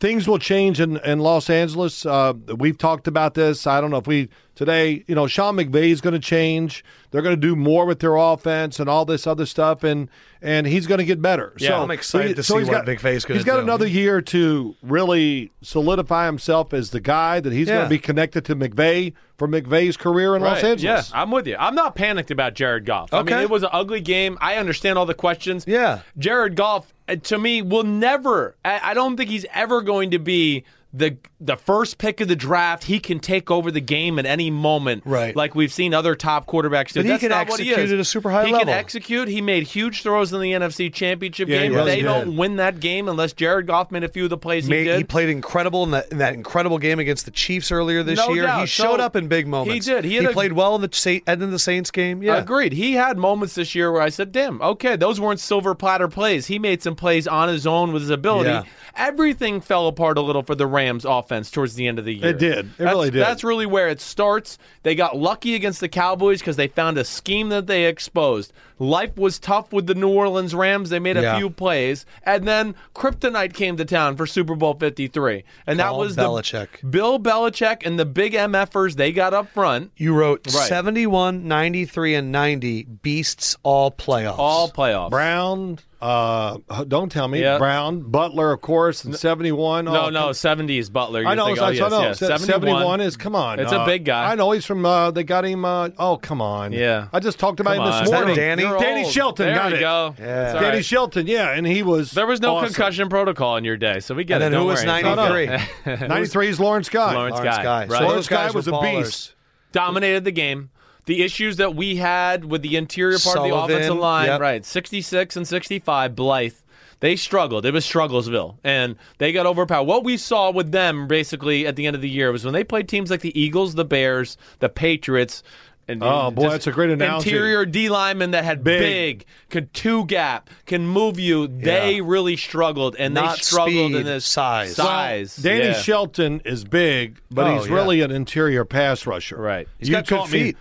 [SPEAKER 2] things will change in, in Los Angeles. Uh, we've talked about this. I don't know if we today, you know, Sean McVay is going to change. They're going to do more with their offense and all this other stuff, and and he's going to get better. so
[SPEAKER 1] I'm excited
[SPEAKER 2] so he-
[SPEAKER 1] to
[SPEAKER 2] so
[SPEAKER 1] see
[SPEAKER 2] he's
[SPEAKER 1] what
[SPEAKER 2] got-
[SPEAKER 1] McVay's gonna
[SPEAKER 2] He's got
[SPEAKER 1] do.
[SPEAKER 2] another year to really solidify himself as the guy that he's going
[SPEAKER 1] Yeah.
[SPEAKER 2] to be connected to McVay for McVay's career in Los Angeles.
[SPEAKER 3] Yeah, I'm with you. I'm not panicked about Jared Goff. I mean,
[SPEAKER 1] Okay.
[SPEAKER 3] it was an ugly game. I understand all the questions.
[SPEAKER 1] Yeah.
[SPEAKER 3] Jared Goff, uh, to me, will never. I, I don't think he's ever going to be the the first pick of the draft. He can take over the game at any moment,
[SPEAKER 1] Right.
[SPEAKER 3] Like we've seen other top quarterbacks do.
[SPEAKER 1] But he
[SPEAKER 3] That's
[SPEAKER 1] can
[SPEAKER 3] not what he
[SPEAKER 1] execute
[SPEAKER 3] is.
[SPEAKER 1] at a super high
[SPEAKER 3] he
[SPEAKER 1] level.
[SPEAKER 3] can execute. He made huge throws in the NFC Championship
[SPEAKER 2] Yeah, he
[SPEAKER 3] game.
[SPEAKER 2] really
[SPEAKER 3] they
[SPEAKER 2] did.
[SPEAKER 3] don't win that game unless Jared Goff made a few of the plays he
[SPEAKER 1] Mate,
[SPEAKER 3] did.
[SPEAKER 1] he played incredible in that, in that incredible game against the Chiefs earlier this
[SPEAKER 3] No
[SPEAKER 1] year.
[SPEAKER 3] doubt.
[SPEAKER 1] He showed
[SPEAKER 3] So,
[SPEAKER 1] up in big
[SPEAKER 3] he
[SPEAKER 1] moments.
[SPEAKER 3] did. He
[SPEAKER 1] He,
[SPEAKER 3] had a-
[SPEAKER 1] played well in the Sa- and in the Saints game. Yeah,
[SPEAKER 3] Agreed. He had moments this year where I said, damn, okay, those weren't silver platter plays. He made some plays on his own with his ability.
[SPEAKER 1] Yeah.
[SPEAKER 3] Everything fell apart a little for the Rams offense towards the end of the year.
[SPEAKER 2] It did. It
[SPEAKER 3] That's-
[SPEAKER 2] really did.
[SPEAKER 3] That's really where it starts. They got lucky against the Cowboys because they found a scheme that they exposed. Life was tough with the New Orleans Rams. They made a
[SPEAKER 1] Yeah.
[SPEAKER 3] few plays. And then Kryptonite came to town for Super Bowl 53. And that
[SPEAKER 1] Call
[SPEAKER 3] was
[SPEAKER 1] Belichick.
[SPEAKER 3] the Bill Belichick and the big MFers they got up front.
[SPEAKER 1] You wrote
[SPEAKER 3] Right.
[SPEAKER 1] 71, 93, and 90 beasts all playoffs.
[SPEAKER 3] All playoffs.
[SPEAKER 2] Brown, uh, don't tell me
[SPEAKER 3] Yeah.
[SPEAKER 2] Brown Butler, of course, Oh, and seventy one.
[SPEAKER 3] No, no, 70 is Butler. You're
[SPEAKER 2] I know,
[SPEAKER 3] thinking,
[SPEAKER 2] so-
[SPEAKER 3] oh,
[SPEAKER 2] so I
[SPEAKER 3] yes,
[SPEAKER 2] know.
[SPEAKER 3] yes,
[SPEAKER 2] Se- 71 is come on.
[SPEAKER 3] It's a
[SPEAKER 2] uh,
[SPEAKER 3] big guy.
[SPEAKER 2] I know he's from. Uh, they got him. Uh, oh, come on.
[SPEAKER 3] Yeah.
[SPEAKER 2] I just talked about
[SPEAKER 3] Come
[SPEAKER 2] him
[SPEAKER 3] on.
[SPEAKER 2] this
[SPEAKER 3] Is that
[SPEAKER 2] morning.
[SPEAKER 1] Danny?
[SPEAKER 3] You're
[SPEAKER 2] Danny
[SPEAKER 3] old.
[SPEAKER 2] Shelton
[SPEAKER 3] There
[SPEAKER 2] got
[SPEAKER 3] we
[SPEAKER 2] it.
[SPEAKER 3] go. It's all
[SPEAKER 2] Danny
[SPEAKER 3] right.
[SPEAKER 2] Shelton, yeah, and he was.
[SPEAKER 3] There was no
[SPEAKER 2] awesome.
[SPEAKER 3] concussion protocol in your day, so we
[SPEAKER 1] And
[SPEAKER 3] get it.
[SPEAKER 1] then
[SPEAKER 3] Don't
[SPEAKER 1] who was
[SPEAKER 3] worry.
[SPEAKER 1] 93?
[SPEAKER 2] Ninety three is Lawrence Guy.
[SPEAKER 3] Lawrence
[SPEAKER 1] Lawrence
[SPEAKER 3] Guy,
[SPEAKER 1] Guy.
[SPEAKER 3] right.
[SPEAKER 1] So
[SPEAKER 2] Lawrence
[SPEAKER 1] those guys
[SPEAKER 2] Guy was
[SPEAKER 1] were
[SPEAKER 2] a
[SPEAKER 1] ballers.
[SPEAKER 2] beast.
[SPEAKER 3] Dominated the game. The issues that we had with the interior part of
[SPEAKER 1] Sullivan,
[SPEAKER 3] the offensive line,
[SPEAKER 1] yep.
[SPEAKER 3] right? 66 and 65, Blythe. They struggled. It was strugglesville, and they got overpowered. What we saw with them basically at the end of the year was when they played teams like the Eagles, the Bears, the Patriots. And
[SPEAKER 2] Oh, boy,
[SPEAKER 3] just
[SPEAKER 2] that's a great analogy.
[SPEAKER 3] Interior your D lineman that had
[SPEAKER 2] Big.
[SPEAKER 3] big, could two gap, can move you. They really struggled, and
[SPEAKER 1] Not
[SPEAKER 3] they struggled
[SPEAKER 1] speed,
[SPEAKER 3] in this
[SPEAKER 1] size.
[SPEAKER 3] Size,
[SPEAKER 2] Danny
[SPEAKER 3] yeah.
[SPEAKER 2] Shelton is big, but
[SPEAKER 1] Oh,
[SPEAKER 2] he's
[SPEAKER 1] yeah.
[SPEAKER 2] really an interior pass rusher.
[SPEAKER 3] Right. He's
[SPEAKER 2] you
[SPEAKER 1] got good
[SPEAKER 2] taught me-
[SPEAKER 1] feet.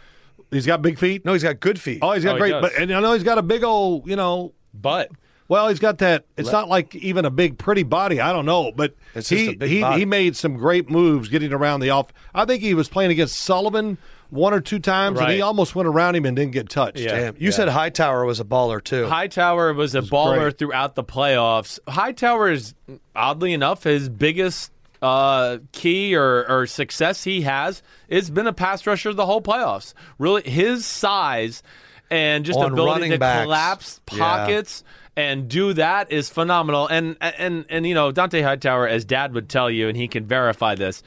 [SPEAKER 2] He's got big feet.
[SPEAKER 1] No, he's got good feet.
[SPEAKER 2] Oh, he's got
[SPEAKER 3] Oh, he
[SPEAKER 2] great.
[SPEAKER 3] does.
[SPEAKER 2] but and I know he's got a big old. You know,
[SPEAKER 3] but
[SPEAKER 2] Well, he's got that. It's not like even a big, pretty body. I don't know, but
[SPEAKER 1] It's just
[SPEAKER 2] he
[SPEAKER 1] a big
[SPEAKER 2] he,
[SPEAKER 1] body.
[SPEAKER 2] he made some great moves getting around the off. I think he was playing against Sullivan one or two times, and he
[SPEAKER 3] Right.
[SPEAKER 2] almost went around him and didn't get touched.
[SPEAKER 3] Yeah.
[SPEAKER 1] Oh, Damn. You said Hightower was a baller, too.
[SPEAKER 3] Hightower was a baller
[SPEAKER 2] great.
[SPEAKER 3] throughout the playoffs. Hightower is oddly enough his biggest uh, key or, or success he has has been a pass rusher the whole playoffs. Really, his size and just
[SPEAKER 1] On
[SPEAKER 3] ability
[SPEAKER 1] running
[SPEAKER 3] to
[SPEAKER 1] backs.
[SPEAKER 3] collapse
[SPEAKER 1] Yeah.
[SPEAKER 3] pockets and do that is phenomenal. And and and you know Dante Hightower, as Dad would tell you, and he can verify this.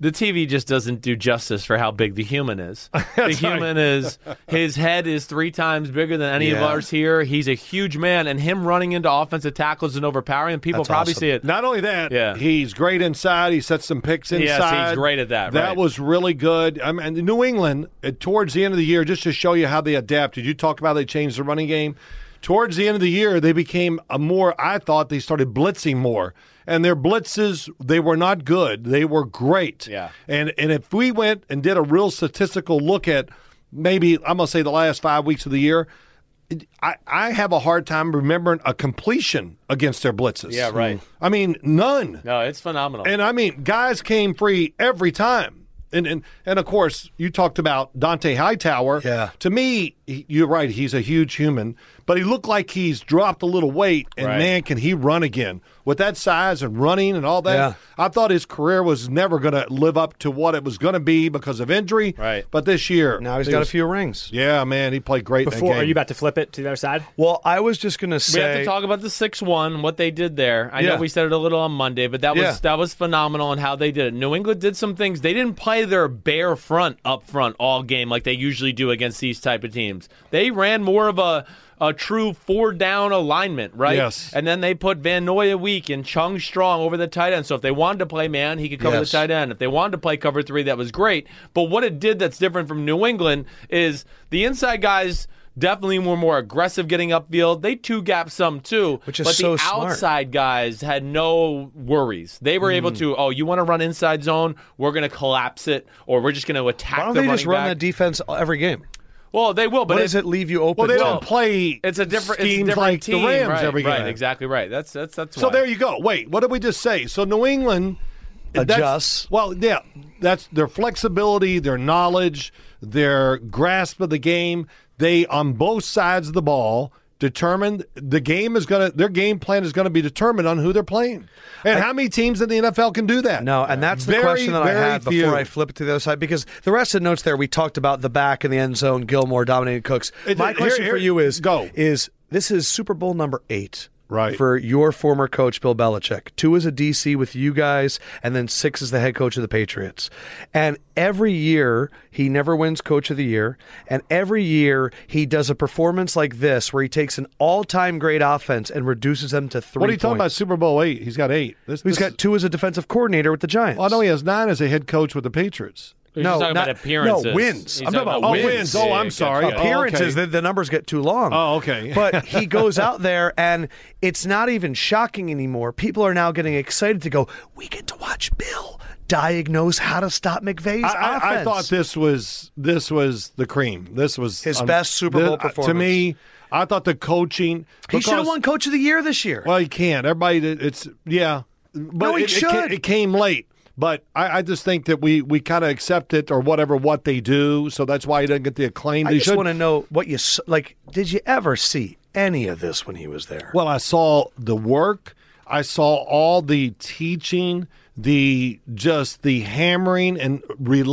[SPEAKER 3] The TV just doesn't do justice for how big the human is. the human is his head is three times bigger than any of
[SPEAKER 1] Yeah.
[SPEAKER 3] ours here. He's a huge man, and him running into offensive tackles and overpowering them, people
[SPEAKER 1] That's
[SPEAKER 3] probably
[SPEAKER 1] awesome.
[SPEAKER 3] see it.
[SPEAKER 2] Not only that,
[SPEAKER 3] Yeah.
[SPEAKER 2] he's great inside. He sets some picks inside.
[SPEAKER 3] he's great at that,
[SPEAKER 2] That
[SPEAKER 3] right.
[SPEAKER 2] was really good. I mean, and New England uh, towards the end of the year, just to show you how they adapted. You talk about they changed the running game. Towards the end of the year, they became a more. I thought they started blitzing more, and their blitzes they were not good. They were great.
[SPEAKER 3] Yeah.
[SPEAKER 2] And and if we went and did a real statistical look at maybe I'm gonna say the last five weeks of the year, it- I, I have a hard time remembering a completion against their blitzes.
[SPEAKER 3] Yeah, right.
[SPEAKER 2] I mean none.
[SPEAKER 3] No, it's phenomenal.
[SPEAKER 2] And I mean guys came free every time. And and and of course you talked about Dante Hightower.
[SPEAKER 1] Yeah.
[SPEAKER 2] To me, he- you're right. He's a huge human, but he looked like he's dropped a little weight. And
[SPEAKER 3] Right.
[SPEAKER 2] man, can he run again with that size and running and all that?
[SPEAKER 1] Yeah.
[SPEAKER 2] I thought his career was never going to live up to what it was going to be because of injury.
[SPEAKER 3] Right.
[SPEAKER 2] But this year,
[SPEAKER 1] now he's
[SPEAKER 2] he
[SPEAKER 1] got
[SPEAKER 2] was-
[SPEAKER 1] a few rings.
[SPEAKER 2] Yeah, man, he played great. in that
[SPEAKER 4] Before, are
[SPEAKER 2] game.
[SPEAKER 4] you about to flip it to the other side?
[SPEAKER 1] Well, I was just going to
[SPEAKER 3] we
[SPEAKER 1] say.
[SPEAKER 3] have to talk about the six one, what they did there. I
[SPEAKER 1] Yeah.
[SPEAKER 3] know we said it a little on Monday, but that was
[SPEAKER 1] Yeah.
[SPEAKER 3] that was phenomenal and how they did it. New England did some things. They didn't play their bare front up front all game like they usually do against these type of teams. They ran more of a a true four down alignment, right?
[SPEAKER 2] Yes.
[SPEAKER 3] And then they put Van Noy weak and Chung Strong over the tight end. So if they wanted to play man, he could cover
[SPEAKER 1] Yes.
[SPEAKER 3] the tight end. If they wanted to play cover three, that was great. But what it did that's different from New England is the inside guys definitely were more aggressive getting upfield. They two gap some too.
[SPEAKER 1] Which is
[SPEAKER 3] but
[SPEAKER 1] so
[SPEAKER 3] the
[SPEAKER 1] smart.
[SPEAKER 3] outside guys had no worries. They were
[SPEAKER 1] Mm.
[SPEAKER 3] able to, oh, you want to run inside zone? We're going to collapse it, or we're just going to attack
[SPEAKER 1] Why don't
[SPEAKER 3] the
[SPEAKER 1] they
[SPEAKER 3] running
[SPEAKER 1] just run
[SPEAKER 3] back.
[SPEAKER 1] that defense every game?
[SPEAKER 3] well, they will, but
[SPEAKER 1] What
[SPEAKER 3] it-
[SPEAKER 1] does it leave you open?
[SPEAKER 2] Well, they
[SPEAKER 1] to?
[SPEAKER 2] don't play.
[SPEAKER 3] It's a different
[SPEAKER 2] schemes
[SPEAKER 3] it's a different
[SPEAKER 2] like
[SPEAKER 3] team.
[SPEAKER 2] the Rams
[SPEAKER 3] right,
[SPEAKER 2] every game.
[SPEAKER 3] right, exactly right. That's that's that's
[SPEAKER 2] So
[SPEAKER 3] why.
[SPEAKER 2] there you go. Wait, what did we just say? So New England that's-
[SPEAKER 1] Adjusts.
[SPEAKER 2] Well, yeah, that's their flexibility, their knowledge, their grasp of the game. They on both sides of the ball determined the game is going to their game plan is going to be determined on who they're playing and how many teams in the NFL can do that.
[SPEAKER 1] No, and that's the
[SPEAKER 2] Very,
[SPEAKER 1] question that I
[SPEAKER 2] very
[SPEAKER 1] had
[SPEAKER 2] few.
[SPEAKER 1] before I flip it to the other side because the rest of the notes there we talked about the back and the end zone, Gilmore dominating Cooks.
[SPEAKER 2] It-
[SPEAKER 1] My
[SPEAKER 2] it-
[SPEAKER 1] question
[SPEAKER 2] here-
[SPEAKER 1] for
[SPEAKER 2] here-
[SPEAKER 1] you is
[SPEAKER 2] go.
[SPEAKER 1] is this is Super Bowl number eight.
[SPEAKER 2] Right.
[SPEAKER 1] For your former coach, Bill Belichick. Two is a DC with you guys, and then six is the head coach of the Patriots. And every year, he never wins coach of the year. And every year, he does a performance like this where he takes an all time great offense and reduces them to three
[SPEAKER 2] What are you talking
[SPEAKER 1] points.
[SPEAKER 2] about? Super Bowl eight. He's got eight. This,
[SPEAKER 1] He's
[SPEAKER 2] this
[SPEAKER 1] got
[SPEAKER 2] Is,
[SPEAKER 1] two as a defensive coordinator with the Giants.
[SPEAKER 2] oh no, he has nine as a head coach with the Patriots.
[SPEAKER 3] You're just talking about appearances.
[SPEAKER 1] No, wins.
[SPEAKER 3] He's
[SPEAKER 1] I'm talking about
[SPEAKER 2] Oh,
[SPEAKER 1] wins.
[SPEAKER 2] wins. Oh, I'm
[SPEAKER 3] gotcha,
[SPEAKER 2] sorry.
[SPEAKER 3] gotcha.
[SPEAKER 2] Oh,
[SPEAKER 1] Appearances,
[SPEAKER 2] okay.
[SPEAKER 1] the, the numbers get too long.
[SPEAKER 2] Oh, okay.
[SPEAKER 1] but he goes out there, and it's not even shocking anymore. People are now getting excited to go, we get to watch Bill diagnose how to stop McVay's
[SPEAKER 2] I, I-
[SPEAKER 1] offense.
[SPEAKER 2] I thought this was this was the cream. This was uh,
[SPEAKER 1] His best Super Bowl
[SPEAKER 2] To
[SPEAKER 1] performance.
[SPEAKER 2] me, I thought the coaching.
[SPEAKER 1] He should have
[SPEAKER 2] because-
[SPEAKER 1] won Coach of the Year this year.
[SPEAKER 2] Well, he can't. Everybody, did- it's yeah. But
[SPEAKER 1] he
[SPEAKER 2] it, it ca-
[SPEAKER 1] should.
[SPEAKER 2] It, came late. But I, I just think that we, we kind of accept it or whatever what they do, so that's why he doesn't get the acclaim.
[SPEAKER 1] I
[SPEAKER 2] they
[SPEAKER 1] just
[SPEAKER 2] should.
[SPEAKER 1] want to know what you s- like. Did you ever see any of this when he was there?
[SPEAKER 2] Well, I saw the work. I saw all the teaching, the just the hammering and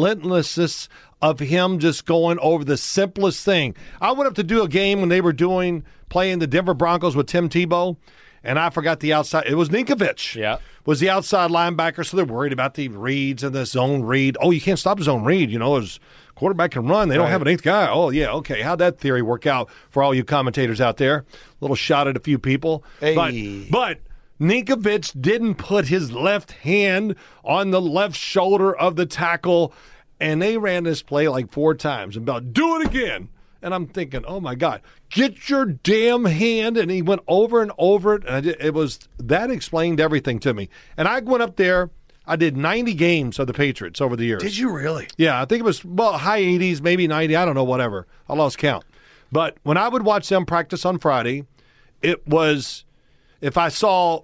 [SPEAKER 2] relentlessness of him just going over the simplest thing. I went up to do a game when they were doing playing the Denver Broncos with Tim Tebow, and I forgot the outside. It was Ninkovich.
[SPEAKER 3] Yeah.
[SPEAKER 2] Was the outside linebacker, so they're worried about the reads and the zone read. Oh, you can't stop the zone read. You know, as quarterback can run, they don't have an eighth guy. Oh, yeah, okay. How'd that theory work out for all you commentators out there? Little shot at a few people. But,
[SPEAKER 1] Hey.
[SPEAKER 2] but Ninkovich didn't put his left hand on the left shoulder of the tackle, and they ran this play like four times and about do it again. And I'm thinking, oh my God, get your damn hand. And he went over and over it. And I did, it was that explained everything to me. And I went up there, I did 90 games of the Patriots over the years.
[SPEAKER 1] did you really?
[SPEAKER 2] Yeah, I think it was well high 80s, maybe 90. I don't know, whatever. I lost count. But when I would watch them practice on Friday, it was if I saw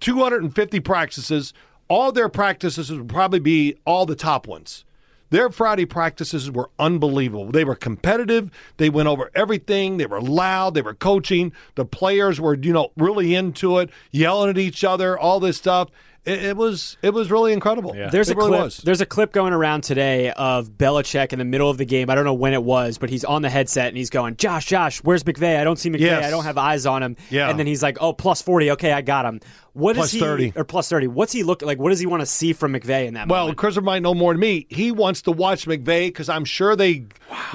[SPEAKER 2] 250 practices, all their practices would probably be all the top ones. Their Friday practices were unbelievable. They were competitive. They went over everything. They were loud. They were coaching. The players were, you know, really into it, yelling at each other, all this stuff. It, it was it was really incredible.
[SPEAKER 4] There's
[SPEAKER 2] it
[SPEAKER 4] a
[SPEAKER 2] really
[SPEAKER 4] clip.
[SPEAKER 2] was.
[SPEAKER 4] There's a clip going around today of Belichick in the middle of the game. I don't know when it was, but he's on the headset and he's going, "Josh, Josh, where's McVay? I don't see McVay.
[SPEAKER 2] Yes.
[SPEAKER 4] I don't have eyes on him."
[SPEAKER 2] Yeah.
[SPEAKER 4] And then he's like, "Oh, plus forty. Okay, I got him. What
[SPEAKER 2] Plus
[SPEAKER 4] is he
[SPEAKER 2] 30.
[SPEAKER 4] or plus thirty? What's he look like? What does he want to see from McVay in that?"
[SPEAKER 2] Well,
[SPEAKER 4] moment?
[SPEAKER 2] Christopher might know more than me. He wants to watch McVay because I'm sure they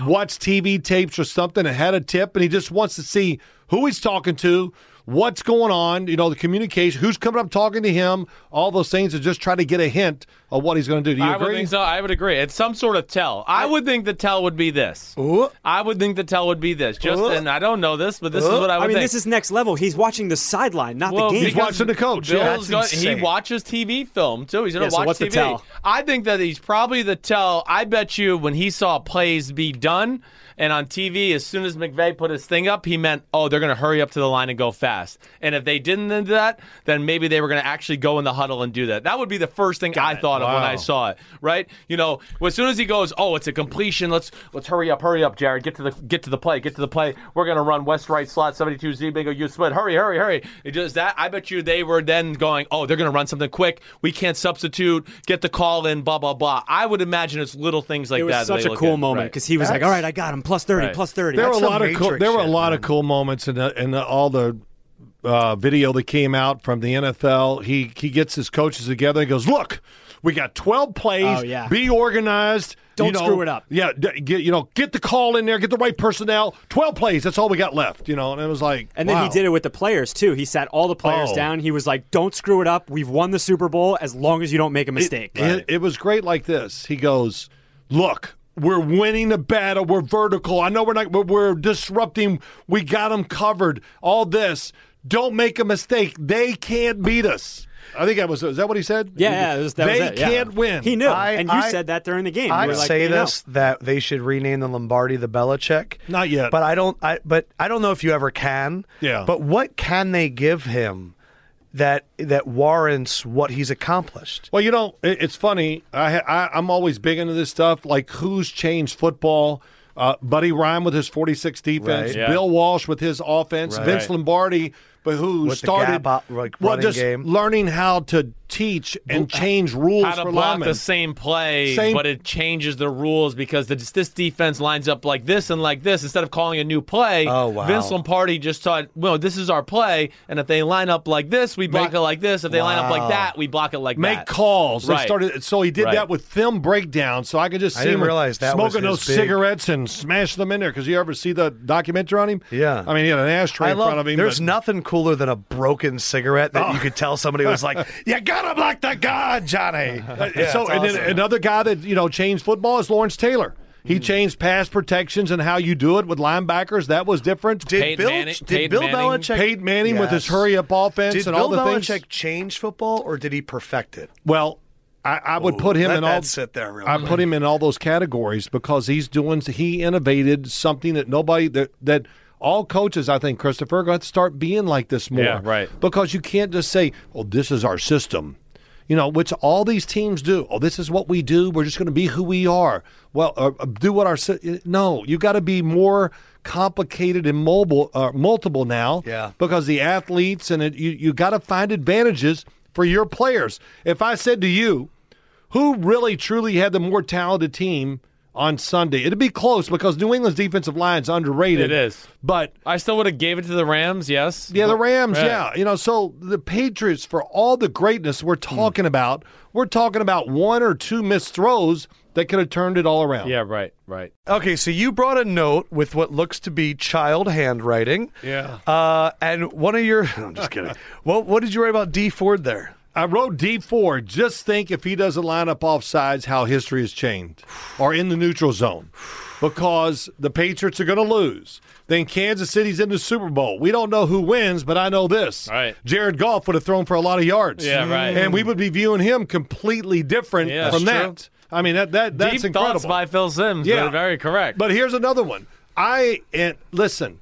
[SPEAKER 2] watched TV tapes or something and had a tip, and he just wants to see who he's talking to, what's going on, you know, the communication, who's coming up talking to him, all those things, and just try to get a hint of what he's going to do. Do you
[SPEAKER 3] I
[SPEAKER 2] agree?
[SPEAKER 3] would think so. I would agree. It's some sort of tell. I, would think the tell would be this. I would think the tell would be this. Just and I don't know this, but this is what I
[SPEAKER 4] I
[SPEAKER 3] would
[SPEAKER 4] mean,
[SPEAKER 3] think.
[SPEAKER 4] this is next level. He's watching the sideline, not
[SPEAKER 3] Well,
[SPEAKER 4] the game.
[SPEAKER 2] He's watching the coach. Yeah.
[SPEAKER 3] Bill's
[SPEAKER 1] That's
[SPEAKER 3] going, he
[SPEAKER 1] insane.
[SPEAKER 3] watches TV film too. He's gonna
[SPEAKER 4] Yeah, so
[SPEAKER 3] watch
[SPEAKER 4] what's the
[SPEAKER 3] TV.
[SPEAKER 4] tell?
[SPEAKER 3] I think that he's probably the tell. I bet you when he saw plays be done and on TV, as soon as McVay put his thing up, he meant, oh, they're gonna hurry up to the line and go fast. And if they didn't do that, then maybe they were gonna actually go in the huddle and do that. That would be the first thing I thought of when
[SPEAKER 2] Wow.
[SPEAKER 3] I saw it. Right? You know, as soon as he goes, oh, it's a completion. Let's let's hurry up, hurry up, Jared. Get to the get to the play, get to the play. We're gonna run west right slot seventy two Z bingo you split. Hurry, hurry, hurry. It just that. I bet you they were then going, oh, they're gonna run something quick. We can't substitute. Get the call in. Blah blah blah. I would imagine it's little things like
[SPEAKER 4] it was
[SPEAKER 3] that. that
[SPEAKER 4] such
[SPEAKER 3] they
[SPEAKER 4] a
[SPEAKER 3] look
[SPEAKER 4] cool
[SPEAKER 3] at.
[SPEAKER 4] moment
[SPEAKER 3] Right.
[SPEAKER 4] because he was like, "All right, I got him. Plus thirty.
[SPEAKER 3] Right.
[SPEAKER 4] plus 30.
[SPEAKER 2] There were a
[SPEAKER 1] That's
[SPEAKER 2] lot
[SPEAKER 1] the
[SPEAKER 2] of cool.
[SPEAKER 1] Matrix
[SPEAKER 2] There were a
[SPEAKER 1] shit,
[SPEAKER 2] lot of cool moments in the, in the, all the uh, video that came out from the NFL. He he gets his coaches together. He goes, "Look, We got 12 plays.
[SPEAKER 4] Oh, yeah.
[SPEAKER 2] Be organized.
[SPEAKER 4] Don't
[SPEAKER 2] you know,
[SPEAKER 4] screw it up.
[SPEAKER 2] Yeah, d- get, you know, get the call in there, get the right personnel. 12 plays, that's all we got left, you know. And it was like
[SPEAKER 4] And then
[SPEAKER 2] wow.
[SPEAKER 4] he did it with the players too. He sat all the players
[SPEAKER 2] Oh.
[SPEAKER 4] down. He was like, "Don't screw it up. We've won the Super Bowl as long as you don't make a mistake."
[SPEAKER 2] It, it was great like this. He goes, "Look, we're winning the battle. We're vertical. I know we're not. We're, we're disrupting. We got them covered. All this. Don't make a mistake. They can't beat us." I think that was. Is that what he said?
[SPEAKER 4] yeah, yeah, it was- that was
[SPEAKER 2] they
[SPEAKER 4] it, yeah.
[SPEAKER 2] can't win.
[SPEAKER 4] He knew,
[SPEAKER 1] I-
[SPEAKER 4] and you
[SPEAKER 1] I-
[SPEAKER 4] said that during the game. You
[SPEAKER 1] I
[SPEAKER 4] were like,
[SPEAKER 1] say
[SPEAKER 4] you know.
[SPEAKER 1] this that they should rename the Lombardi the Belichick.
[SPEAKER 2] Not yet.
[SPEAKER 1] But I don't. I but I don't know if you ever can.
[SPEAKER 2] Yeah.
[SPEAKER 1] But what can they give him that that warrants what he's accomplished?
[SPEAKER 2] Well, you know, it, it's funny. I, I I'm always big into this stuff, like who's changed football. Uh, Buddy Ryan with his 46 defense,
[SPEAKER 3] Right. Yeah.
[SPEAKER 2] Bill Walsh with his offense,
[SPEAKER 1] Right.
[SPEAKER 2] Vince Lombardi, but who
[SPEAKER 1] With the
[SPEAKER 2] started
[SPEAKER 1] gap out, like,
[SPEAKER 2] well,
[SPEAKER 1] running
[SPEAKER 2] just
[SPEAKER 1] game.
[SPEAKER 2] learning how to teach and change rules
[SPEAKER 3] How to
[SPEAKER 2] for
[SPEAKER 3] block
[SPEAKER 2] linemen.
[SPEAKER 3] the same play,
[SPEAKER 2] Same-
[SPEAKER 3] but it changes the rules because the, this defense lines up like this and like this instead of calling a new play.
[SPEAKER 1] Oh, wow.
[SPEAKER 3] Vince Lombardi just thought, well, this is our play, and if they line up like this, we block
[SPEAKER 2] Make-
[SPEAKER 3] it like this. If they line up like that, we block it like
[SPEAKER 2] Make
[SPEAKER 3] that.
[SPEAKER 2] calls. They
[SPEAKER 3] Right.
[SPEAKER 2] started, so he did
[SPEAKER 3] Right.
[SPEAKER 2] that with film breakdown. So I could just see
[SPEAKER 1] I didn't
[SPEAKER 2] him
[SPEAKER 1] realize that was
[SPEAKER 2] smoking
[SPEAKER 1] his
[SPEAKER 2] those
[SPEAKER 1] big-
[SPEAKER 2] cigarettes and smash them in there. Because you ever see the documentary on him?
[SPEAKER 1] Yeah.
[SPEAKER 2] I mean, he had an ashtray
[SPEAKER 1] I
[SPEAKER 2] in
[SPEAKER 1] love.
[SPEAKER 2] front of him.
[SPEAKER 1] there's
[SPEAKER 2] but- Oh.
[SPEAKER 1] nothing cooler than a broken cigarette that you could tell somebody was like, "You gotta block the god, Johnny." Yeah,
[SPEAKER 2] Uh, so
[SPEAKER 1] it's
[SPEAKER 2] and
[SPEAKER 1] awesome. Hmm.
[SPEAKER 2] then another guy that you know changed football is Lawrence Taylor. He changed pass protections and how you do it with linebackers. That was different.
[SPEAKER 1] did
[SPEAKER 3] Peyton
[SPEAKER 1] Bill
[SPEAKER 3] Manning-
[SPEAKER 1] did
[SPEAKER 3] Peyton
[SPEAKER 1] Bill
[SPEAKER 3] Manning-
[SPEAKER 1] Belichick
[SPEAKER 2] Peyton Manning with his
[SPEAKER 1] Yes.
[SPEAKER 2] hurry up offense
[SPEAKER 1] Did
[SPEAKER 2] and
[SPEAKER 1] Bill
[SPEAKER 2] all the
[SPEAKER 1] Belichick
[SPEAKER 2] things.
[SPEAKER 1] change football or did he perfect it?
[SPEAKER 2] Well, I, I would put him
[SPEAKER 1] let
[SPEAKER 2] in
[SPEAKER 1] that
[SPEAKER 2] all.
[SPEAKER 1] sit there real
[SPEAKER 2] I
[SPEAKER 1] quick.
[SPEAKER 2] put him in all those categories because he's doing. He innovated something that nobody that that all coaches I think Christopher are going to have to start being like this more.
[SPEAKER 3] Yeah, right.
[SPEAKER 2] Because you can't just say, "Oh, this is our system." You know, which all these teams do. Oh, this is what we do. We're just going to be who we are. Well, uh, uh, do what our sy- no. You got to be more complicated and mobile, uh, multiple now
[SPEAKER 1] Yeah.
[SPEAKER 2] because the athletes and it, you you got to find advantages for your players. If I said to you, who really truly had the more talented team on Sunday, it'd be close because New England's defensive line's
[SPEAKER 3] It
[SPEAKER 2] underrated.
[SPEAKER 3] is.
[SPEAKER 2] but.
[SPEAKER 3] I still would have gave it to the Rams, yes.
[SPEAKER 2] Yeah, the Rams.
[SPEAKER 3] Right.
[SPEAKER 2] Yeah, you know. So the Patriots, for all the greatness we're
[SPEAKER 3] Hmm.
[SPEAKER 2] talking about, we're talking about one or two missed throws that could have turned it all around.
[SPEAKER 3] Yeah, right, right.
[SPEAKER 1] Okay, so you brought a note with what looks to be child handwriting.
[SPEAKER 2] Yeah.
[SPEAKER 1] Uh, and one of your. I'm just kidding. What What did you write about D Ford there?
[SPEAKER 2] I wrote D four. Just think if he doesn't line up offsides, how history is changed, or in the neutral zone, because the Patriots are going to lose. Then Kansas City's in the Super Bowl. We don't know who wins, but I know this:
[SPEAKER 3] Right.
[SPEAKER 2] Jared Goff would have thrown for a lot of yards.
[SPEAKER 3] Yeah, right.
[SPEAKER 2] And we would be viewing him completely different
[SPEAKER 3] Yeah,
[SPEAKER 2] from
[SPEAKER 3] that's
[SPEAKER 2] that.
[SPEAKER 3] true.
[SPEAKER 2] I mean, that that that's
[SPEAKER 3] Deep
[SPEAKER 2] incredible.
[SPEAKER 3] thoughts by Phil Sims.
[SPEAKER 2] Yeah.
[SPEAKER 3] but very correct.
[SPEAKER 2] But here's another one. I and listen,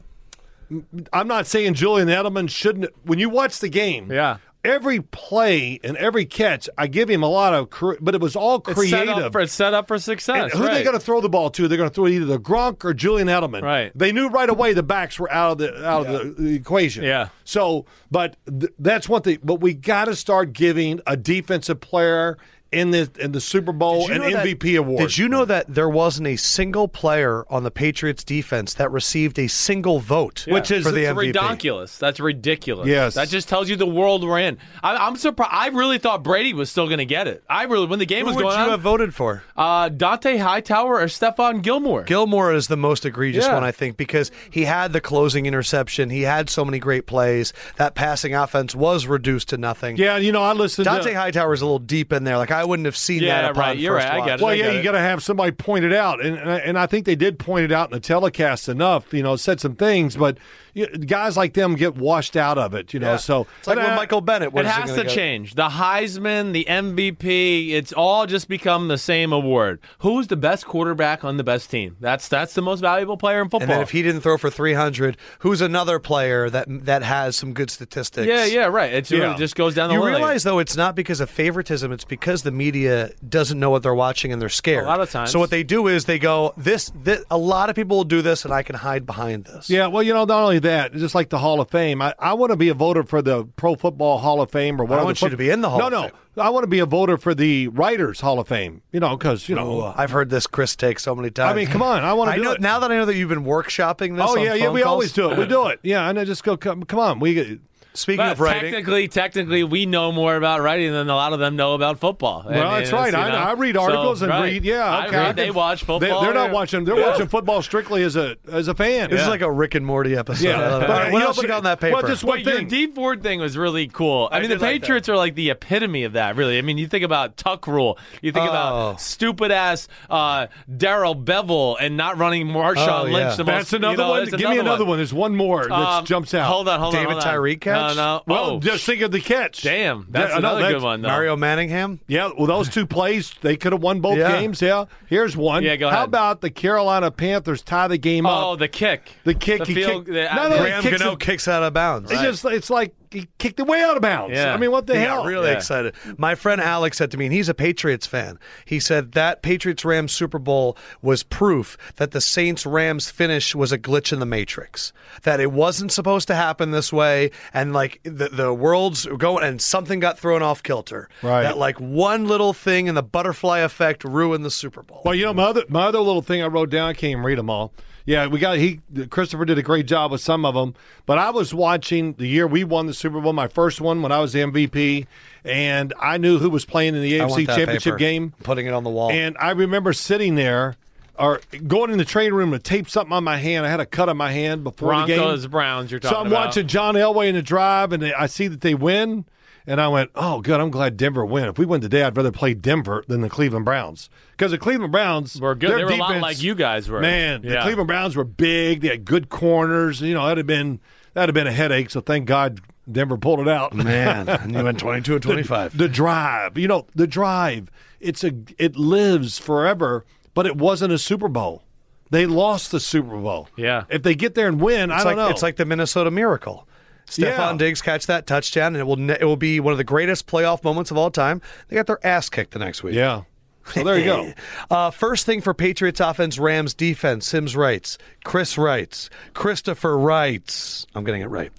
[SPEAKER 2] I'm not saying Julian Edelman shouldn't. When you watch the game,
[SPEAKER 3] Yeah.
[SPEAKER 2] every play and every catch, I give him a lot of, cre- but it was all
[SPEAKER 3] It's
[SPEAKER 2] creative.
[SPEAKER 3] set up for, it's set up for success.
[SPEAKER 2] And who
[SPEAKER 3] right.
[SPEAKER 2] they going to throw the ball to? They're going to throw either to Gronk or Julian Edelman.
[SPEAKER 3] Right.
[SPEAKER 2] They knew right away the backs were out of the out of the, the equation.
[SPEAKER 3] Yeah.
[SPEAKER 2] So, but th- that's what they. But we got to start giving a defensive player in the in the Super
[SPEAKER 3] Oh,
[SPEAKER 2] Bowl
[SPEAKER 1] Did
[SPEAKER 2] an
[SPEAKER 1] you know that-
[SPEAKER 2] MVP award.
[SPEAKER 1] Did you know that there wasn't a single player on the Patriots defense that received a single vote,
[SPEAKER 2] Which is-
[SPEAKER 1] for the
[SPEAKER 3] That's
[SPEAKER 1] MVP?
[SPEAKER 3] ridiculous. That's ridiculous.
[SPEAKER 2] Yes.
[SPEAKER 3] that just tells you the world we're in. I, I'm surprised. I really thought Brady was still going to get it. I really, when the game
[SPEAKER 1] Who
[SPEAKER 3] was
[SPEAKER 1] would you
[SPEAKER 3] going on,
[SPEAKER 1] have voted for?
[SPEAKER 3] uh, Dante Hightower or Stefan Gilmore.
[SPEAKER 1] Gilmore is the most egregious
[SPEAKER 3] Yeah.
[SPEAKER 1] one, I think, because he had the closing interception. He had so many great plays. That passing offense was reduced to nothing.
[SPEAKER 2] Yeah, you know, I listened.
[SPEAKER 1] Dante
[SPEAKER 2] to,
[SPEAKER 1] Hightower's a little deep in there. Like I wouldn't have seen
[SPEAKER 3] Yeah,
[SPEAKER 1] that. Upon
[SPEAKER 3] right. You're
[SPEAKER 1] first
[SPEAKER 3] right. I
[SPEAKER 1] watch.
[SPEAKER 3] get it.
[SPEAKER 2] Well,
[SPEAKER 3] They
[SPEAKER 2] yeah,
[SPEAKER 3] got
[SPEAKER 2] you
[SPEAKER 3] it.
[SPEAKER 2] got to have somebody point it out, and and I- and I think they did point it out in the telecast enough. You know, said some things, but you, guys like them get washed out of it. You know,
[SPEAKER 1] Yeah.
[SPEAKER 2] so
[SPEAKER 1] it's like
[SPEAKER 2] and uh,
[SPEAKER 1] when
[SPEAKER 2] I-
[SPEAKER 1] Michael Bennett. was
[SPEAKER 3] It has to change. The Heisman, the MVP, it's all just become the same award. Who's the best quarterback on the best team? That's that's the most valuable player in football.
[SPEAKER 1] And then if he didn't throw for 300, who's another player that that has some good statistics?
[SPEAKER 3] yeah, yeah, right. It's,
[SPEAKER 2] Yeah.
[SPEAKER 3] It just goes down the
[SPEAKER 1] You
[SPEAKER 3] line.
[SPEAKER 1] realize though, it's not because of favoritism. It's because the media doesn't know what they're watching and they're scared.
[SPEAKER 3] A lot of times.
[SPEAKER 1] So what they do is they go, "This, this a lot of people will do this, and I can hide behind this."
[SPEAKER 2] Yeah, well, you know, not only that, just like the Hall of Fame, I, I want to be a voter for the Pro Football Hall of Fame or whatever.
[SPEAKER 1] want you to be in the Hall
[SPEAKER 2] No,
[SPEAKER 1] of
[SPEAKER 2] no,
[SPEAKER 1] Fame.
[SPEAKER 2] I want to be a voter for the Writers Hall of Fame. You know, because you know,
[SPEAKER 1] Oh, I've heard this Chris take so many times.
[SPEAKER 2] I mean, come on, I wanna do
[SPEAKER 1] know,
[SPEAKER 2] it.
[SPEAKER 1] Now that I know that you've been workshopping this.
[SPEAKER 2] oh
[SPEAKER 1] on
[SPEAKER 2] yeah, yeah,
[SPEAKER 1] phone
[SPEAKER 2] we
[SPEAKER 1] calls,
[SPEAKER 2] always do it. We do it. Yeah, and I just go, come, come on, we.
[SPEAKER 1] Speaking
[SPEAKER 3] But
[SPEAKER 1] of writing,
[SPEAKER 3] technically, technically, we know more about writing than a lot of them know about football.
[SPEAKER 2] Well, that's right. I, I read articles and read. Yeah, okay.
[SPEAKER 3] I
[SPEAKER 2] I
[SPEAKER 3] read, they
[SPEAKER 2] can-
[SPEAKER 3] watch football.
[SPEAKER 2] They, are not watching. They're watching football strictly as a as a fan.
[SPEAKER 1] this
[SPEAKER 2] Yeah.
[SPEAKER 1] is like a Rick and Morty episode.
[SPEAKER 2] Yeah.
[SPEAKER 1] I love it. All right,
[SPEAKER 2] But,
[SPEAKER 1] what
[SPEAKER 2] you know,
[SPEAKER 1] else you
[SPEAKER 2] but-
[SPEAKER 1] got on that paper?
[SPEAKER 2] well, just one
[SPEAKER 3] Wait, your
[SPEAKER 2] thing.
[SPEAKER 3] D Ford thing was really cool. I, mean, the
[SPEAKER 1] did like that.
[SPEAKER 3] Patriots are like the epitome of that, really. I mean, you think about Tuck Rule, you think
[SPEAKER 1] Oh.
[SPEAKER 3] about stupid ass uh, Daryl Bevel and not running Marshawn
[SPEAKER 1] Oh,
[SPEAKER 3] Lynch.
[SPEAKER 1] yeah.
[SPEAKER 3] The
[SPEAKER 2] That's
[SPEAKER 3] most,
[SPEAKER 2] another
[SPEAKER 3] you know,
[SPEAKER 2] one.
[SPEAKER 3] that's
[SPEAKER 2] Give me another one. There's one more that
[SPEAKER 3] Um,
[SPEAKER 2] jumps out.
[SPEAKER 3] Hold on, hold
[SPEAKER 1] David
[SPEAKER 3] on. hold on.
[SPEAKER 1] Tyree catch?
[SPEAKER 3] No, no.
[SPEAKER 2] Well,
[SPEAKER 3] oh,
[SPEAKER 2] just think of the catch.
[SPEAKER 3] damn. That's
[SPEAKER 2] Yeah, no,
[SPEAKER 3] another good one, though.
[SPEAKER 1] Mario Manningham.
[SPEAKER 2] Yeah, well, those two plays, they could have won both
[SPEAKER 1] Yeah.
[SPEAKER 2] games. Yeah. Here's one.
[SPEAKER 3] Yeah, go
[SPEAKER 2] How
[SPEAKER 3] ahead.
[SPEAKER 2] about the Carolina Panthers tie the game
[SPEAKER 3] Oh,
[SPEAKER 2] up?
[SPEAKER 3] the kick.
[SPEAKER 2] The kick,
[SPEAKER 3] The
[SPEAKER 2] he
[SPEAKER 3] field,
[SPEAKER 2] kicked-
[SPEAKER 3] the-
[SPEAKER 2] No, no,
[SPEAKER 3] the-
[SPEAKER 2] he
[SPEAKER 1] Graham
[SPEAKER 2] kicks
[SPEAKER 1] Gano
[SPEAKER 2] it-
[SPEAKER 1] kicks out of bounds.
[SPEAKER 2] It's just it's like he kicked it way out of bounds.
[SPEAKER 3] Yeah.
[SPEAKER 2] I mean, what the
[SPEAKER 1] He
[SPEAKER 2] hell?
[SPEAKER 1] got really
[SPEAKER 3] Yeah.
[SPEAKER 1] excited. My friend Alex said to me, and he's a Patriots fan. He said that Patriots Rams Super Bowl was proof that the Saints Rams finish was a glitch in the matrix. That it wasn't supposed to happen this way, and like the the world's going, and something got thrown off kilter.
[SPEAKER 2] Right.
[SPEAKER 1] That like one little thing and the butterfly effect ruined the Super Bowl.
[SPEAKER 2] Well, you know, my other my other little thing I wrote down, I can't even read them all. Yeah, we got he Christopher did a great job with some of them, but I was watching the year we won the Super Bowl, my first one when I was the MVP, and I knew who was playing in the
[SPEAKER 1] I want
[SPEAKER 2] AFC
[SPEAKER 1] that
[SPEAKER 2] Championship
[SPEAKER 1] paper. Oh.
[SPEAKER 2] game.
[SPEAKER 1] Putting it on the wall.
[SPEAKER 2] And I remember sitting there or going in the training room to tape something on my hand. I had a cut on my hand before the game.
[SPEAKER 3] Broncos, Browns, you're talking
[SPEAKER 2] So I'm
[SPEAKER 3] about.
[SPEAKER 2] watching John Elway in the drive, and I see that they win, and I went, "Oh, good! I'm glad Denver win. If we win today, I'd rather play Denver than the Cleveland Browns because the Cleveland Browns
[SPEAKER 3] We're good.
[SPEAKER 2] Their
[SPEAKER 3] They were a lot
[SPEAKER 2] defense-
[SPEAKER 3] like you guys were.
[SPEAKER 2] Man, the
[SPEAKER 3] Yeah.
[SPEAKER 2] Cleveland Browns were big. They had good corners. You know, that'd have been that'd have been a headache. So thank God Denver pulled it out.
[SPEAKER 1] man, and you went twenty two and twenty five.
[SPEAKER 2] The drive, you know, the drive. It's a it lives forever, but it wasn't a Super Bowl. They lost the Super Bowl.
[SPEAKER 3] Yeah.
[SPEAKER 2] If they get there and win, I
[SPEAKER 1] It's
[SPEAKER 2] don't
[SPEAKER 1] like
[SPEAKER 2] know.
[SPEAKER 1] it's like the Minnesota Miracle. Stephon
[SPEAKER 2] Yeah.
[SPEAKER 1] Diggs catch that touchdown, and it will ne- it will be one of the greatest playoff moments of all time. They got their ass kicked the next week.
[SPEAKER 2] yeah. So there you go.
[SPEAKER 1] Uh, first thing for Patriots offense, Rams defense. Sims writes, Chris writes, Christopher writes. I'm getting it right.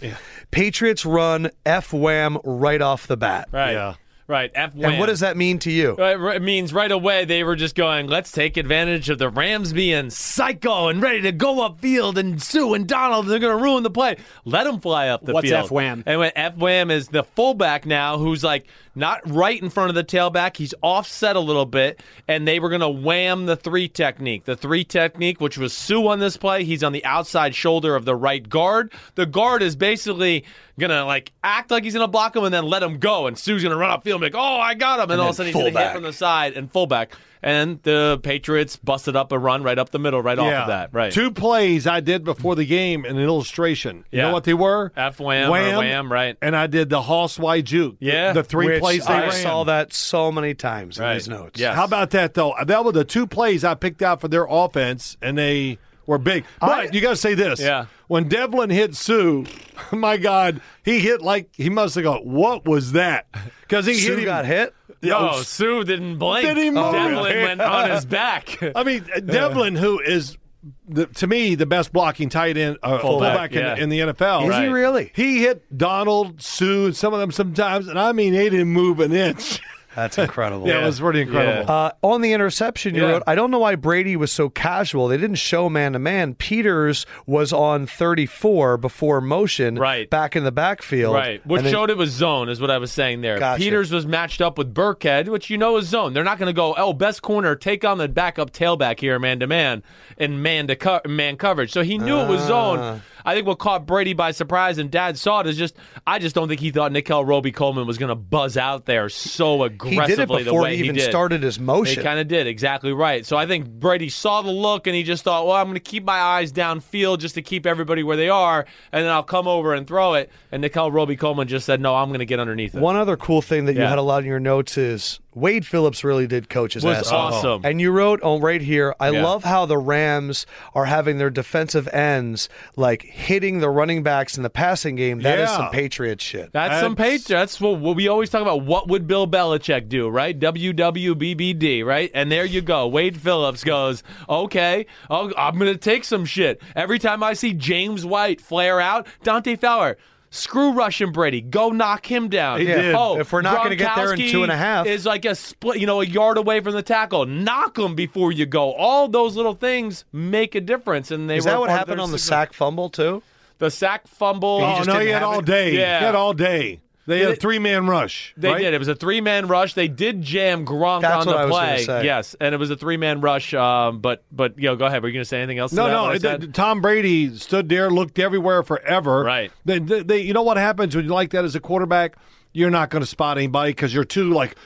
[SPEAKER 1] Patriots run f wham right off the bat.
[SPEAKER 3] Right.
[SPEAKER 2] Yeah.
[SPEAKER 3] Right. F
[SPEAKER 1] And what does that mean to you?
[SPEAKER 3] Right, right, it means right away they were just going, let's take advantage of the Rams being psycho and ready to go upfield and Sue and Donald, they're going to ruin the play. Let them fly up the
[SPEAKER 4] What's
[SPEAKER 3] field.
[SPEAKER 4] F-wham?
[SPEAKER 3] And when F Wham is the fullback now who's like not right in front of the tailback, he's offset a little bit, and they were going to wham the three technique. The three technique, which was Sue on this play, he's on the outside shoulder of the right guard. The guard is basically going to like act like he's going to block him and then let him go, and Sue's going to run upfield and be like, oh, I got him. And, all of a
[SPEAKER 1] then
[SPEAKER 3] sudden he's going to hit
[SPEAKER 1] fullback.
[SPEAKER 3] from the side and fullback. And the Patriots busted up a run right up the middle, right off of that. Right.
[SPEAKER 2] Two plays I did before the game in an illustration. You
[SPEAKER 3] Yeah.
[SPEAKER 2] know what they were?
[SPEAKER 3] F wham or wham, right.
[SPEAKER 2] And I did the Hoss Y juke. The-
[SPEAKER 3] Yeah.
[SPEAKER 2] The, three
[SPEAKER 1] Which
[SPEAKER 2] plays they
[SPEAKER 1] I
[SPEAKER 2] ran.
[SPEAKER 1] saw that so many times in
[SPEAKER 3] Right.
[SPEAKER 1] these notes.
[SPEAKER 3] Yeah.
[SPEAKER 2] How about that though? That were the two plays I picked out for their offense and they were big. But you gotta say this.
[SPEAKER 3] Yeah.
[SPEAKER 2] When Devlin hit Sue, my God, he hit like he must have gone, What was that? Because he hit
[SPEAKER 1] Sue
[SPEAKER 2] him. oh,
[SPEAKER 1] got hit.
[SPEAKER 3] No, Oh, Sue didn't blink.
[SPEAKER 2] Didn't he move?
[SPEAKER 3] Devlin went on his back.
[SPEAKER 2] I mean, uh, Devlin, who is the, to me the best blocking tight end, uh, fullback,
[SPEAKER 3] yeah.
[SPEAKER 2] in, in the NFL.
[SPEAKER 1] Is he
[SPEAKER 3] Right.
[SPEAKER 1] really?
[SPEAKER 2] He hit Donald, Sue, and some of them sometimes, and I mean, they didn't move an inch.
[SPEAKER 1] That's incredible.
[SPEAKER 2] yeah, it was pretty incredible.
[SPEAKER 1] Uh, on the interception, you
[SPEAKER 3] Yeah.
[SPEAKER 1] wrote, I don't know why Brady was so casual. They didn't show man to man. Peters was on 34 before motion
[SPEAKER 3] Right.
[SPEAKER 1] back in the backfield.
[SPEAKER 3] Right. What
[SPEAKER 1] And then-
[SPEAKER 3] showed it was zone, is what I was saying there.
[SPEAKER 1] Gotcha.
[SPEAKER 3] Peters was matched up with Burkhead, which you know is zone. They're not going to go, oh, best corner, take on the backup tailback here, man to man, and man to co- man coverage. So he knew it was
[SPEAKER 1] Ah.
[SPEAKER 3] zone. I think what caught Brady by surprise and Dad saw it is just, I just don't think he thought Nikel Roby Coleman was going to buzz out there so
[SPEAKER 1] he
[SPEAKER 3] aggressively
[SPEAKER 1] did it
[SPEAKER 3] the
[SPEAKER 1] before
[SPEAKER 3] way
[SPEAKER 1] he
[SPEAKER 3] he
[SPEAKER 1] even
[SPEAKER 3] did.
[SPEAKER 1] started his
[SPEAKER 3] They
[SPEAKER 1] motion.
[SPEAKER 3] kind of did exactly right. So I think Brady saw the look and he just thought, "Well, I'm going to keep my eyes downfield just to keep everybody where they are, and then I'll come over and throw it." And Nicole Roby Coleman just said, "No, I'm going to get underneath it."
[SPEAKER 1] One other cool thing that you
[SPEAKER 3] Yeah.
[SPEAKER 1] had a lot in your notes is Wade Phillips really did coach his
[SPEAKER 3] Was
[SPEAKER 1] ass off.
[SPEAKER 3] awesome.
[SPEAKER 1] And you wrote on right here, I
[SPEAKER 3] Yeah.
[SPEAKER 1] love how the Rams are having their defensive ends like hitting the running backs in the passing game. That is
[SPEAKER 2] Yeah.
[SPEAKER 1] some Patriot shit.
[SPEAKER 3] That's, some
[SPEAKER 2] That's-
[SPEAKER 3] page. That's what, what we always talk about. What would Bill Belichick do, right? WWBBD, right? And there you go. Wade Phillips goes, okay, oh, I'm going to take some shit. Every time I see James White flare out, Dante Fowler, screw Russian Brady. Go knock him down.
[SPEAKER 2] He did.
[SPEAKER 3] Oh,
[SPEAKER 1] If we're not gonna get there in
[SPEAKER 3] Gronkowski
[SPEAKER 1] two and a half.
[SPEAKER 3] Is like a split, you know, a yard away from the tackle. Knock him before you go. All those little things make a difference. And they
[SPEAKER 1] is
[SPEAKER 3] were
[SPEAKER 1] that what
[SPEAKER 3] part of their
[SPEAKER 1] happened on the
[SPEAKER 3] success.
[SPEAKER 1] sack fumble too?
[SPEAKER 3] the sack fumble.
[SPEAKER 2] Oh
[SPEAKER 1] just
[SPEAKER 2] no,
[SPEAKER 1] didn't
[SPEAKER 2] he had
[SPEAKER 1] have
[SPEAKER 2] all
[SPEAKER 1] it?
[SPEAKER 2] day.
[SPEAKER 3] Yeah.
[SPEAKER 2] He had all day. They had a
[SPEAKER 3] it-
[SPEAKER 2] three man rush.
[SPEAKER 3] They
[SPEAKER 2] right?
[SPEAKER 3] did. It was a three man rush. They did jam Gronk
[SPEAKER 1] That's what
[SPEAKER 3] on the
[SPEAKER 1] I was gonna
[SPEAKER 3] play.
[SPEAKER 1] say.
[SPEAKER 3] Yes, and it was a three man rush. Um, but but yo, go ahead. Were you going to say anything else? to
[SPEAKER 2] No,
[SPEAKER 3] that,
[SPEAKER 2] no.
[SPEAKER 3] what I
[SPEAKER 2] it-
[SPEAKER 3] said?
[SPEAKER 2] th- Tom Brady stood there, looked everywhere forever.
[SPEAKER 3] Right.
[SPEAKER 2] They, they, they- you know what happens when you like that as a quarterback? You're not going to spot anybody because you're too like,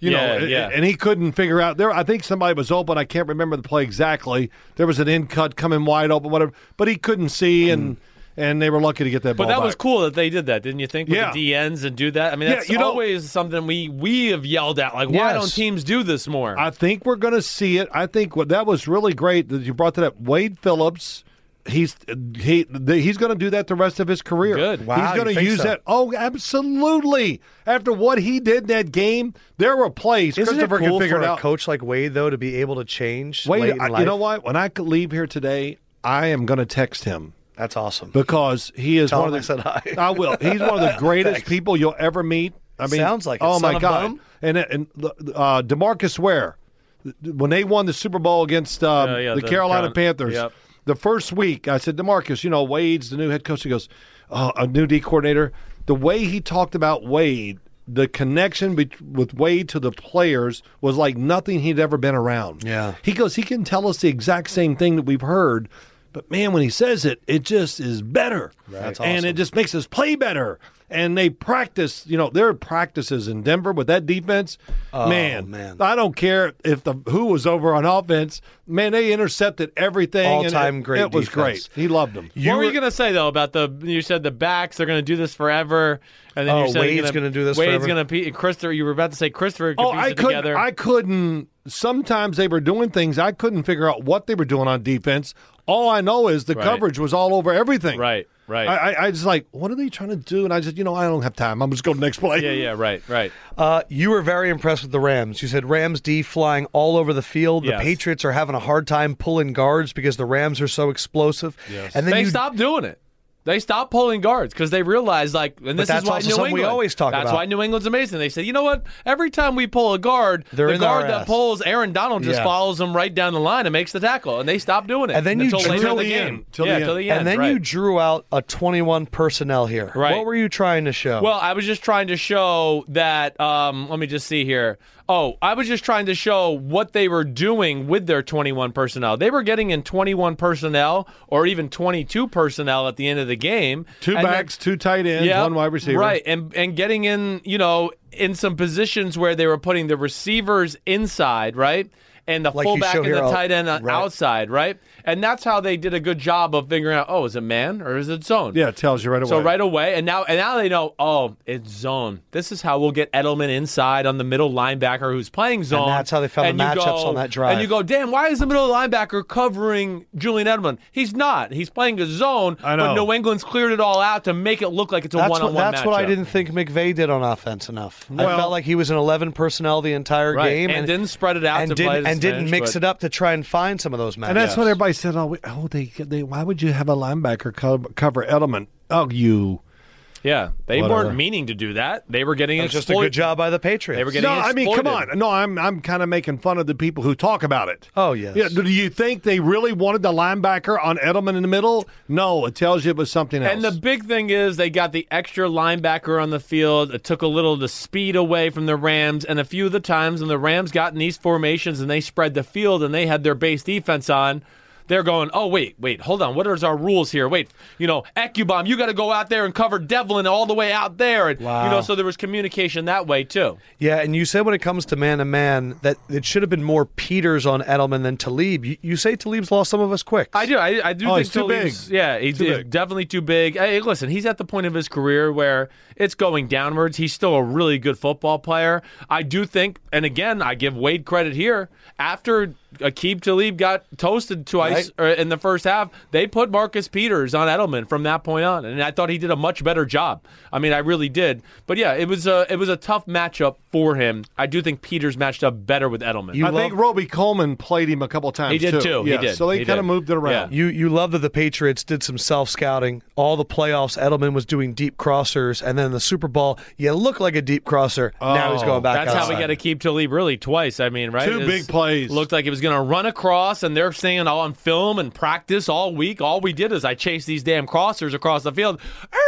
[SPEAKER 2] you
[SPEAKER 3] Yeah,
[SPEAKER 2] know. a-
[SPEAKER 3] yeah.
[SPEAKER 2] And he couldn't figure out there. I think somebody was open. I can't remember the play exactly. There was an in cut coming wide open, whatever. But he couldn't see, and and they were lucky to get that
[SPEAKER 3] Mm. But
[SPEAKER 2] ball.
[SPEAKER 3] that
[SPEAKER 2] back.
[SPEAKER 3] was cool that they did that, didn't you think? With
[SPEAKER 2] Yeah.
[SPEAKER 3] the DNs and do that. I mean,
[SPEAKER 2] Yeah,
[SPEAKER 3] that's
[SPEAKER 2] you know-
[SPEAKER 3] always something we we have yelled at. Like, why
[SPEAKER 1] Yes.
[SPEAKER 3] don't teams do this more?
[SPEAKER 2] I think we're going to see it. I think what that was really great that you brought that up. Wade Phillips, he's he the, he's going to do that the rest of his career.
[SPEAKER 3] Good.
[SPEAKER 1] Wow,
[SPEAKER 2] he's
[SPEAKER 1] you
[SPEAKER 2] going to
[SPEAKER 1] think
[SPEAKER 2] use
[SPEAKER 1] so?
[SPEAKER 2] that. Oh, absolutely. After what he did in that game, there were plays
[SPEAKER 1] Isn't it
[SPEAKER 2] Christopher
[SPEAKER 1] cool
[SPEAKER 2] can figure
[SPEAKER 1] for
[SPEAKER 2] it
[SPEAKER 1] a
[SPEAKER 2] out.
[SPEAKER 1] coach like Wade though to be able to change?
[SPEAKER 2] Wade,
[SPEAKER 1] late in
[SPEAKER 2] I-
[SPEAKER 1] life?
[SPEAKER 2] you know what? When I could leave here today, I am going to text him
[SPEAKER 1] That's awesome.
[SPEAKER 2] because he is
[SPEAKER 1] Tell
[SPEAKER 2] one
[SPEAKER 1] him
[SPEAKER 2] of the.
[SPEAKER 1] I said hi.
[SPEAKER 2] I will. He's one of the greatest people you'll ever meet. I mean,
[SPEAKER 1] Sounds like it.
[SPEAKER 2] oh
[SPEAKER 1] Son
[SPEAKER 2] my
[SPEAKER 1] of
[SPEAKER 2] god!
[SPEAKER 1] bum.
[SPEAKER 2] And and uh, Demarcus Ware, th- when they won the Super Bowl against um,
[SPEAKER 3] Yeah, yeah,
[SPEAKER 2] the,
[SPEAKER 3] the
[SPEAKER 2] Carolina
[SPEAKER 3] Crown-
[SPEAKER 2] Panthers,
[SPEAKER 3] yep.
[SPEAKER 2] the first week I said, Demarcus, you know Wade's the new head coach. He goes, oh, a new D coordinator. The way he talked about Wade, the connection bet with Wade to the players was like nothing he'd ever been around.
[SPEAKER 1] Yeah.
[SPEAKER 2] He goes, he can tell us the exact same thing that we've heard, but man, when he says it, it just is better.
[SPEAKER 1] That's
[SPEAKER 2] And it
[SPEAKER 1] awesome.
[SPEAKER 2] just makes us play better. And they practice, you know, their practices in Denver with that defense. man,
[SPEAKER 1] Oh, man.
[SPEAKER 2] I don't care if the who was over on offense. Man, they intercepted everything. and it-
[SPEAKER 1] All-time great
[SPEAKER 2] It was
[SPEAKER 1] defense.
[SPEAKER 2] great. He loved them.
[SPEAKER 3] what were, you going to say though about the? You said the backs are going to do this forever, and then
[SPEAKER 1] Oh,
[SPEAKER 3] you said
[SPEAKER 1] Wade's gonna do this
[SPEAKER 3] Wade's
[SPEAKER 1] forever.
[SPEAKER 3] going to be Christopher. You were about to say Christopher. could
[SPEAKER 2] Oh,
[SPEAKER 3] piece
[SPEAKER 2] I
[SPEAKER 3] it
[SPEAKER 2] couldn't.
[SPEAKER 3] Together.
[SPEAKER 2] I couldn't. Sometimes they were doing things I couldn't figure out what they were doing on defense. All I know is the
[SPEAKER 3] Right.
[SPEAKER 2] coverage was all over everything.
[SPEAKER 3] Right, right.
[SPEAKER 2] I, I, I just like, what are they trying to do? And I said, you know, I don't have time. I'm just going to the next play.
[SPEAKER 3] yeah, yeah, right, right.
[SPEAKER 1] Uh, you were very impressed with the Rams. You said Rams D flying all over the field.
[SPEAKER 3] Yes.
[SPEAKER 1] The Patriots are having a hard time pulling guards because the Rams are so explosive. And then
[SPEAKER 3] they
[SPEAKER 1] you
[SPEAKER 3] stopped doing it. They stopped pulling guards because they realized, like, and this
[SPEAKER 1] that's
[SPEAKER 3] is why
[SPEAKER 1] also
[SPEAKER 3] New
[SPEAKER 1] something
[SPEAKER 3] England.
[SPEAKER 1] we always talk
[SPEAKER 3] that's
[SPEAKER 1] about.
[SPEAKER 3] why New England's amazing. They said, you know what? Every time we pull a guard,
[SPEAKER 1] They're
[SPEAKER 3] the
[SPEAKER 1] in our
[SPEAKER 3] guard that
[SPEAKER 1] ass.
[SPEAKER 3] pulls Aaron Donald just
[SPEAKER 1] Yeah.
[SPEAKER 3] follows him right down the line and makes the tackle, and they stopped doing it.
[SPEAKER 1] And then you
[SPEAKER 3] until later
[SPEAKER 1] drew-
[SPEAKER 3] in the
[SPEAKER 2] Till the
[SPEAKER 3] game,
[SPEAKER 2] end. Till the
[SPEAKER 3] yeah,
[SPEAKER 2] end.
[SPEAKER 3] till the end.
[SPEAKER 1] and then
[SPEAKER 3] right.
[SPEAKER 1] you drew out a 21 personnel here.
[SPEAKER 3] Right.
[SPEAKER 1] What were you trying to show?
[SPEAKER 3] Well, I was just trying to show that. Um, let me just see here. Oh, I was just trying to show what they were doing with their 21 personnel. They were getting in 21 personnel or even 22 personnel at the end of the game.
[SPEAKER 2] Two
[SPEAKER 3] And
[SPEAKER 2] backs, two tight ends,
[SPEAKER 3] Yep.
[SPEAKER 2] one wide receiver.
[SPEAKER 3] Right, and and getting in, you know, in some positions where they were putting the receivers inside, right? And the
[SPEAKER 1] Like you
[SPEAKER 3] fullback
[SPEAKER 1] show
[SPEAKER 3] and the
[SPEAKER 1] here, uh,
[SPEAKER 3] tight end on-
[SPEAKER 1] right.
[SPEAKER 3] outside, right? And that's how they did a good job of figuring out, oh, is it man or is it zone?
[SPEAKER 2] Yeah, it tells you right away.
[SPEAKER 3] So right away, and now and now they know. Oh, it's zone. This is how we'll get Edelman inside on the middle linebacker who's playing zone.
[SPEAKER 1] that's how they found the
[SPEAKER 3] And you
[SPEAKER 1] matchups
[SPEAKER 3] go-
[SPEAKER 1] on that drive.
[SPEAKER 3] And you go, damn, why is the middle linebacker covering Julian Edelman? He's not. He's playing a zone.
[SPEAKER 2] I know.
[SPEAKER 3] But New England's cleared it all out to make it look like it's a
[SPEAKER 1] that's
[SPEAKER 3] one-on-one
[SPEAKER 1] what, that's
[SPEAKER 3] matchup.
[SPEAKER 1] what I didn't think McVay did on offense enough. I
[SPEAKER 2] Well-
[SPEAKER 1] felt like he was in 11 personnel the entire
[SPEAKER 3] Right,
[SPEAKER 1] game
[SPEAKER 3] and didn't spread it out
[SPEAKER 1] and
[SPEAKER 3] to
[SPEAKER 1] didn't,
[SPEAKER 3] play to
[SPEAKER 1] and didn't
[SPEAKER 3] Spanish,
[SPEAKER 1] mix
[SPEAKER 3] but-
[SPEAKER 1] it up to try and find some of those matches.
[SPEAKER 2] And that's what everybody said all week. Oh, they, they, why would you have a linebacker co- cover Edelman? Oh, you.
[SPEAKER 3] Yeah, they
[SPEAKER 2] Whatever.
[SPEAKER 3] weren't meaning to do that. They were getting
[SPEAKER 1] It was just a
[SPEAKER 3] exploit-
[SPEAKER 1] good job by the Patriots.
[SPEAKER 3] They were getting-
[SPEAKER 2] No, I mean, come
[SPEAKER 3] exploited.
[SPEAKER 2] on. No, I'm I'm kind of making fun of the people who talk about it.
[SPEAKER 1] Oh, yes.
[SPEAKER 2] Yeah. Do you think they really wanted the linebacker on Edelman in the middle? No, it tells you it was something else.
[SPEAKER 3] And the big thing is they got the extra linebacker on the field. It took a little of the speed away from the Rams, and a few of the times when the Rams got in these formations and they spread the field and they had their base defense on. They're going, oh, wait, wait, hold on. What are our rules here? Wait, you know, Ecubom, you got to go out there and cover Devlin all the way out there. And, You know,
[SPEAKER 1] Wow.
[SPEAKER 3] so there was communication that way, too.
[SPEAKER 1] Yeah, and you said when it comes to man to man that it should have been more Peters on Edelman than Talib. You, you say Talib's lost some of us quick.
[SPEAKER 3] I do. I, I do
[SPEAKER 2] Oh,
[SPEAKER 3] think
[SPEAKER 2] he's too
[SPEAKER 3] Talib's-
[SPEAKER 2] big.
[SPEAKER 3] Yeah, he's
[SPEAKER 2] Too
[SPEAKER 3] he's
[SPEAKER 2] big.
[SPEAKER 3] definitely too big. Hey, listen, he's at the point of his career where it's going downwards. He's still a really good football player. I do think, and again, I give Wade credit here. After Akib Talib got toasted twice or in the first half, they put Marcus Peters on Edelman from that point on, and I thought he did a much better job. I mean, I really did. But yeah, it was a it was a tough matchup for him. I do think Peters matched up better with Edelman.
[SPEAKER 1] You
[SPEAKER 2] I
[SPEAKER 1] love-
[SPEAKER 2] think Roby Coleman played him a couple times.
[SPEAKER 3] He did, too. He
[SPEAKER 2] Yeah,
[SPEAKER 3] did.
[SPEAKER 2] So they
[SPEAKER 3] He
[SPEAKER 2] kind of
[SPEAKER 3] did.
[SPEAKER 2] moved it around.
[SPEAKER 3] Yeah.
[SPEAKER 1] You you love that the Patriots did some self scouting. All the playoffs, Edelman was doing deep crossers, and then the Super Bowl, you look like a deep crosser. now he's going back.
[SPEAKER 3] Oh, That's how we
[SPEAKER 1] outside.
[SPEAKER 3] got to keep Talib really twice. I mean, right?
[SPEAKER 2] Two
[SPEAKER 3] It's-
[SPEAKER 2] big plays.
[SPEAKER 3] Looked like it was going to run across, and they're saying, "Oh, on film and practice all week. All we did is I chased these damn crossers across the field." Err!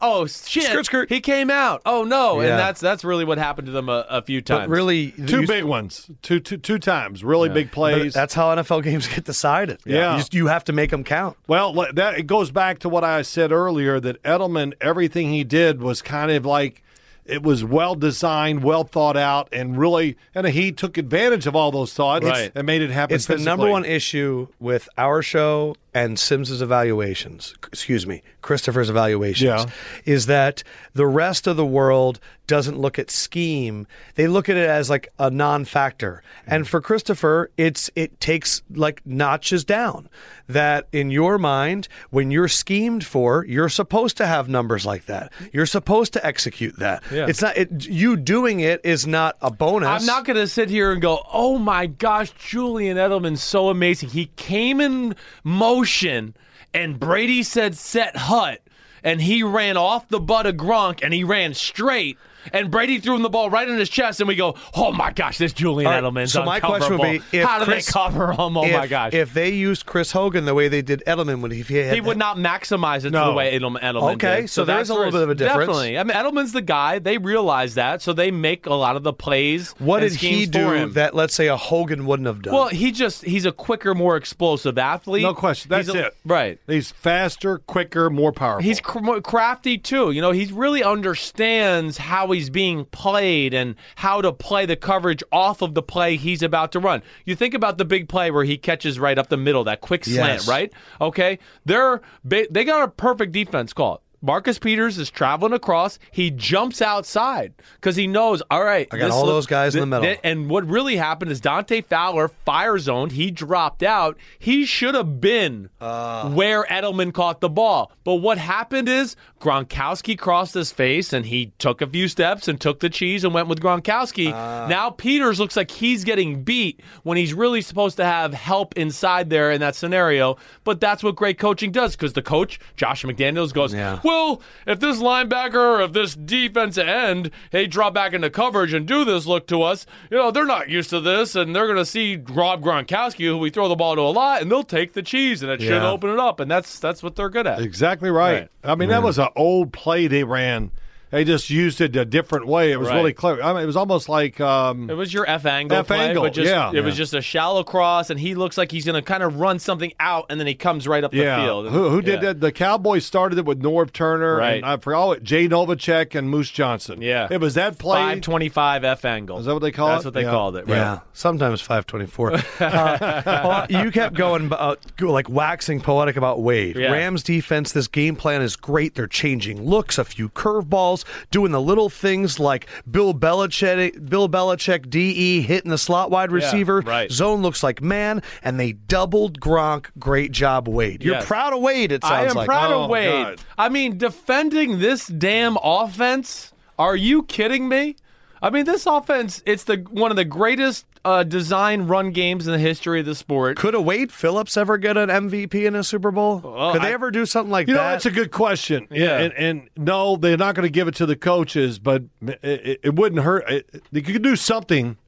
[SPEAKER 3] Oh shit!
[SPEAKER 1] Skirt, skirt.
[SPEAKER 3] He came out. Oh no!
[SPEAKER 1] Yeah.
[SPEAKER 3] And that's that's really what happened to them a, a few times.
[SPEAKER 1] But really,
[SPEAKER 2] Two
[SPEAKER 1] you-
[SPEAKER 2] big ones, two two two times, really big
[SPEAKER 1] but
[SPEAKER 2] plays.
[SPEAKER 1] That's how NFL games get decided.
[SPEAKER 2] Yeah.
[SPEAKER 1] you, just, you have to make them count.
[SPEAKER 2] Well, le- that it goes back to what I said earlier that Edelman, everything he did was kind of like it was well designed, well thought out, and really, and he took advantage of all those thoughts
[SPEAKER 3] Right.
[SPEAKER 2] and made it happen.
[SPEAKER 1] It's the number
[SPEAKER 2] physically.
[SPEAKER 1] one issue with our show and Sims's evaluations. Excuse me, Christopher's evaluations
[SPEAKER 2] Yeah.
[SPEAKER 1] is that the rest of the world doesn't look at scheme. They look at it as like a non-factor. And for Christopher, it's it takes like notches down. That in your mind, when you're schemed for, you're supposed to have numbers like that. You're supposed to execute that. It's not it, you doing it is not a bonus.
[SPEAKER 3] I'm not going to sit here and go, oh my gosh, Julian Edelman's so amazing. He came in motion and Brady said set hut and he ran off the butt of Gronk and he ran straight and Brady threw him the ball right in his chest and we go, oh my gosh, this Julian
[SPEAKER 1] All right,
[SPEAKER 3] Edelman's
[SPEAKER 1] so my question would be,
[SPEAKER 3] uncoverable.
[SPEAKER 1] if
[SPEAKER 3] how do
[SPEAKER 1] Chris-
[SPEAKER 3] they cover him? Oh
[SPEAKER 1] if,
[SPEAKER 3] my gosh.
[SPEAKER 1] If they used Chris Hogan the way they did Edelman, would he, if he had
[SPEAKER 3] he would not maximize it to
[SPEAKER 2] No.
[SPEAKER 3] the way Edelman, Edelman
[SPEAKER 1] Okay,
[SPEAKER 3] did.
[SPEAKER 1] so there is
[SPEAKER 3] that's
[SPEAKER 1] a little
[SPEAKER 3] where
[SPEAKER 1] bit of a
[SPEAKER 3] it's-
[SPEAKER 1] difference.
[SPEAKER 3] Definitely. I mean, Edelman's the guy. They realize that, so they make a lot of the plays.
[SPEAKER 1] What
[SPEAKER 3] and
[SPEAKER 1] did he
[SPEAKER 3] schemes for
[SPEAKER 1] do
[SPEAKER 3] him.
[SPEAKER 1] that let's say a Hogan wouldn't have done?
[SPEAKER 3] Well, he just he's a quicker, more explosive athlete.
[SPEAKER 2] No question. That's
[SPEAKER 3] He's a-
[SPEAKER 2] it.
[SPEAKER 3] Right.
[SPEAKER 2] He's faster, quicker, more powerful.
[SPEAKER 3] He's cr- more crafty too. You know, he really understands how he's being played and how to play the coverage off of the play he's about to run. You think about the big play where he catches right up the middle, that quick slant,
[SPEAKER 1] Yes.
[SPEAKER 3] right? Okay, they're ba- they got a perfect defense call. Marcus Peters is traveling across. He jumps outside because he knows. All right, I
[SPEAKER 1] got all those guys in the middle.
[SPEAKER 3] and what really happened is Dante Fowler fire zoned. He dropped out. He should have been where Edelman caught the ball. But what happened is Gronkowski crossed his face and he took a few steps and took the cheese and went with Gronkowski. now Peters looks like he's getting beat when he's really supposed to have help inside there in that scenario. But that's what great coaching does because the coach, Josh McDaniels, goes,
[SPEAKER 1] Yeah.
[SPEAKER 3] well, if this linebacker, if this defense end, they drop back into coverage and do this look to us, you know, they're not used to this, and they're going to see Rob Gronkowski, who we throw the ball to a lot, and they'll take the cheese, and it should
[SPEAKER 2] Yeah.
[SPEAKER 3] open it up, and that's that's what they're good at.
[SPEAKER 2] exactly right.
[SPEAKER 3] Right.
[SPEAKER 2] I mean, that was an old play they ran. They just used it a different way. It was
[SPEAKER 3] Right.
[SPEAKER 2] really clever. I mean, it was almost like um,
[SPEAKER 3] It was your F angle
[SPEAKER 2] F
[SPEAKER 3] play,
[SPEAKER 2] angle,
[SPEAKER 3] but just,
[SPEAKER 2] yeah.
[SPEAKER 3] it was just a shallow cross, and he looks like he's going to kind of run something out, and then he comes right up the
[SPEAKER 2] Yeah.
[SPEAKER 3] field.
[SPEAKER 2] Who, who did
[SPEAKER 3] Yeah.
[SPEAKER 2] that? The Cowboys started it with Norv Turner
[SPEAKER 3] Right.
[SPEAKER 2] and I forgot what, Jay Novacek and Moose Johnson.
[SPEAKER 3] Yeah.
[SPEAKER 2] It was that play.
[SPEAKER 3] Five twenty-five F angle.
[SPEAKER 2] Is that what they call
[SPEAKER 3] That's
[SPEAKER 2] it?
[SPEAKER 3] what they
[SPEAKER 2] Yeah.
[SPEAKER 3] called it. Right?
[SPEAKER 1] yeah, sometimes five twenty-four. uh, well, you kept going about go- like waxing poetic about Wade.
[SPEAKER 3] Yeah.
[SPEAKER 1] Rams defense. This game plan is great. They're changing looks, a few curveballs, doing the little things like Bill Belichick, Bill Belichick, de hitting the slot wide receiver.
[SPEAKER 3] right.
[SPEAKER 1] Zone looks like man, and they doubled Gronk. Great job, Wade. You're
[SPEAKER 3] Yes.
[SPEAKER 1] proud of Wade. It sounds
[SPEAKER 3] I am
[SPEAKER 1] like.
[SPEAKER 3] proud
[SPEAKER 2] Oh,
[SPEAKER 3] of Wade.
[SPEAKER 2] God.
[SPEAKER 3] I mean, defending this damn offense. Are you kidding me? I mean, this offense, it's the one of the greatest uh, design run games in the history of the sport.
[SPEAKER 1] Could a Wade Phillips ever get an MVP in a Super Bowl? Could they
[SPEAKER 3] I-
[SPEAKER 1] ever do something like
[SPEAKER 2] You know,
[SPEAKER 1] that?
[SPEAKER 2] that's a good question.
[SPEAKER 3] Yeah.
[SPEAKER 2] And, and no, they're not going to give it to the coaches, but it, it, it wouldn't hurt. It, it- you could do something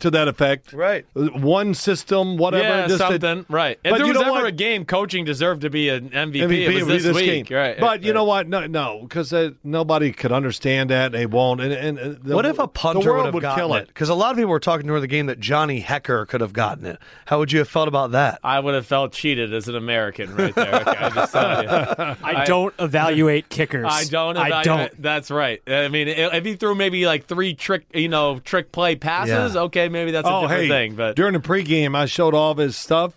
[SPEAKER 2] to that effect.
[SPEAKER 1] Right.
[SPEAKER 2] One system, whatever.
[SPEAKER 3] yeah,
[SPEAKER 2] just to-
[SPEAKER 3] something. right. If
[SPEAKER 2] But
[SPEAKER 3] there
[SPEAKER 2] you
[SPEAKER 3] was
[SPEAKER 2] know
[SPEAKER 3] ever
[SPEAKER 2] what?
[SPEAKER 3] a game coaching deserved to be an MVP,
[SPEAKER 2] MVP
[SPEAKER 3] it
[SPEAKER 2] would be
[SPEAKER 3] was this,
[SPEAKER 2] game.
[SPEAKER 3] week. Right.
[SPEAKER 2] But you know what? No, no, because nobody could understand that. They won't. And, and uh, the,
[SPEAKER 1] what if a punter
[SPEAKER 2] the world
[SPEAKER 1] would have gotten
[SPEAKER 2] kill
[SPEAKER 1] it? Because a lot of people were talking during the game that Johnny Hecker could have gotten it. How would you have felt about that?
[SPEAKER 3] I would have felt cheated as an American right there. Okay, I'm just telling you.
[SPEAKER 4] I don't evaluate kickers.
[SPEAKER 3] I don't.
[SPEAKER 4] I
[SPEAKER 3] evaluate-
[SPEAKER 4] don't.
[SPEAKER 3] That's right. I mean, i- if he threw maybe like three trick, you know, trick play passes,
[SPEAKER 1] Yeah.
[SPEAKER 3] okay, maybe that's a
[SPEAKER 2] oh,
[SPEAKER 3] different
[SPEAKER 2] hey,
[SPEAKER 3] thing. But
[SPEAKER 2] during the pregame, I showed all of his stuff.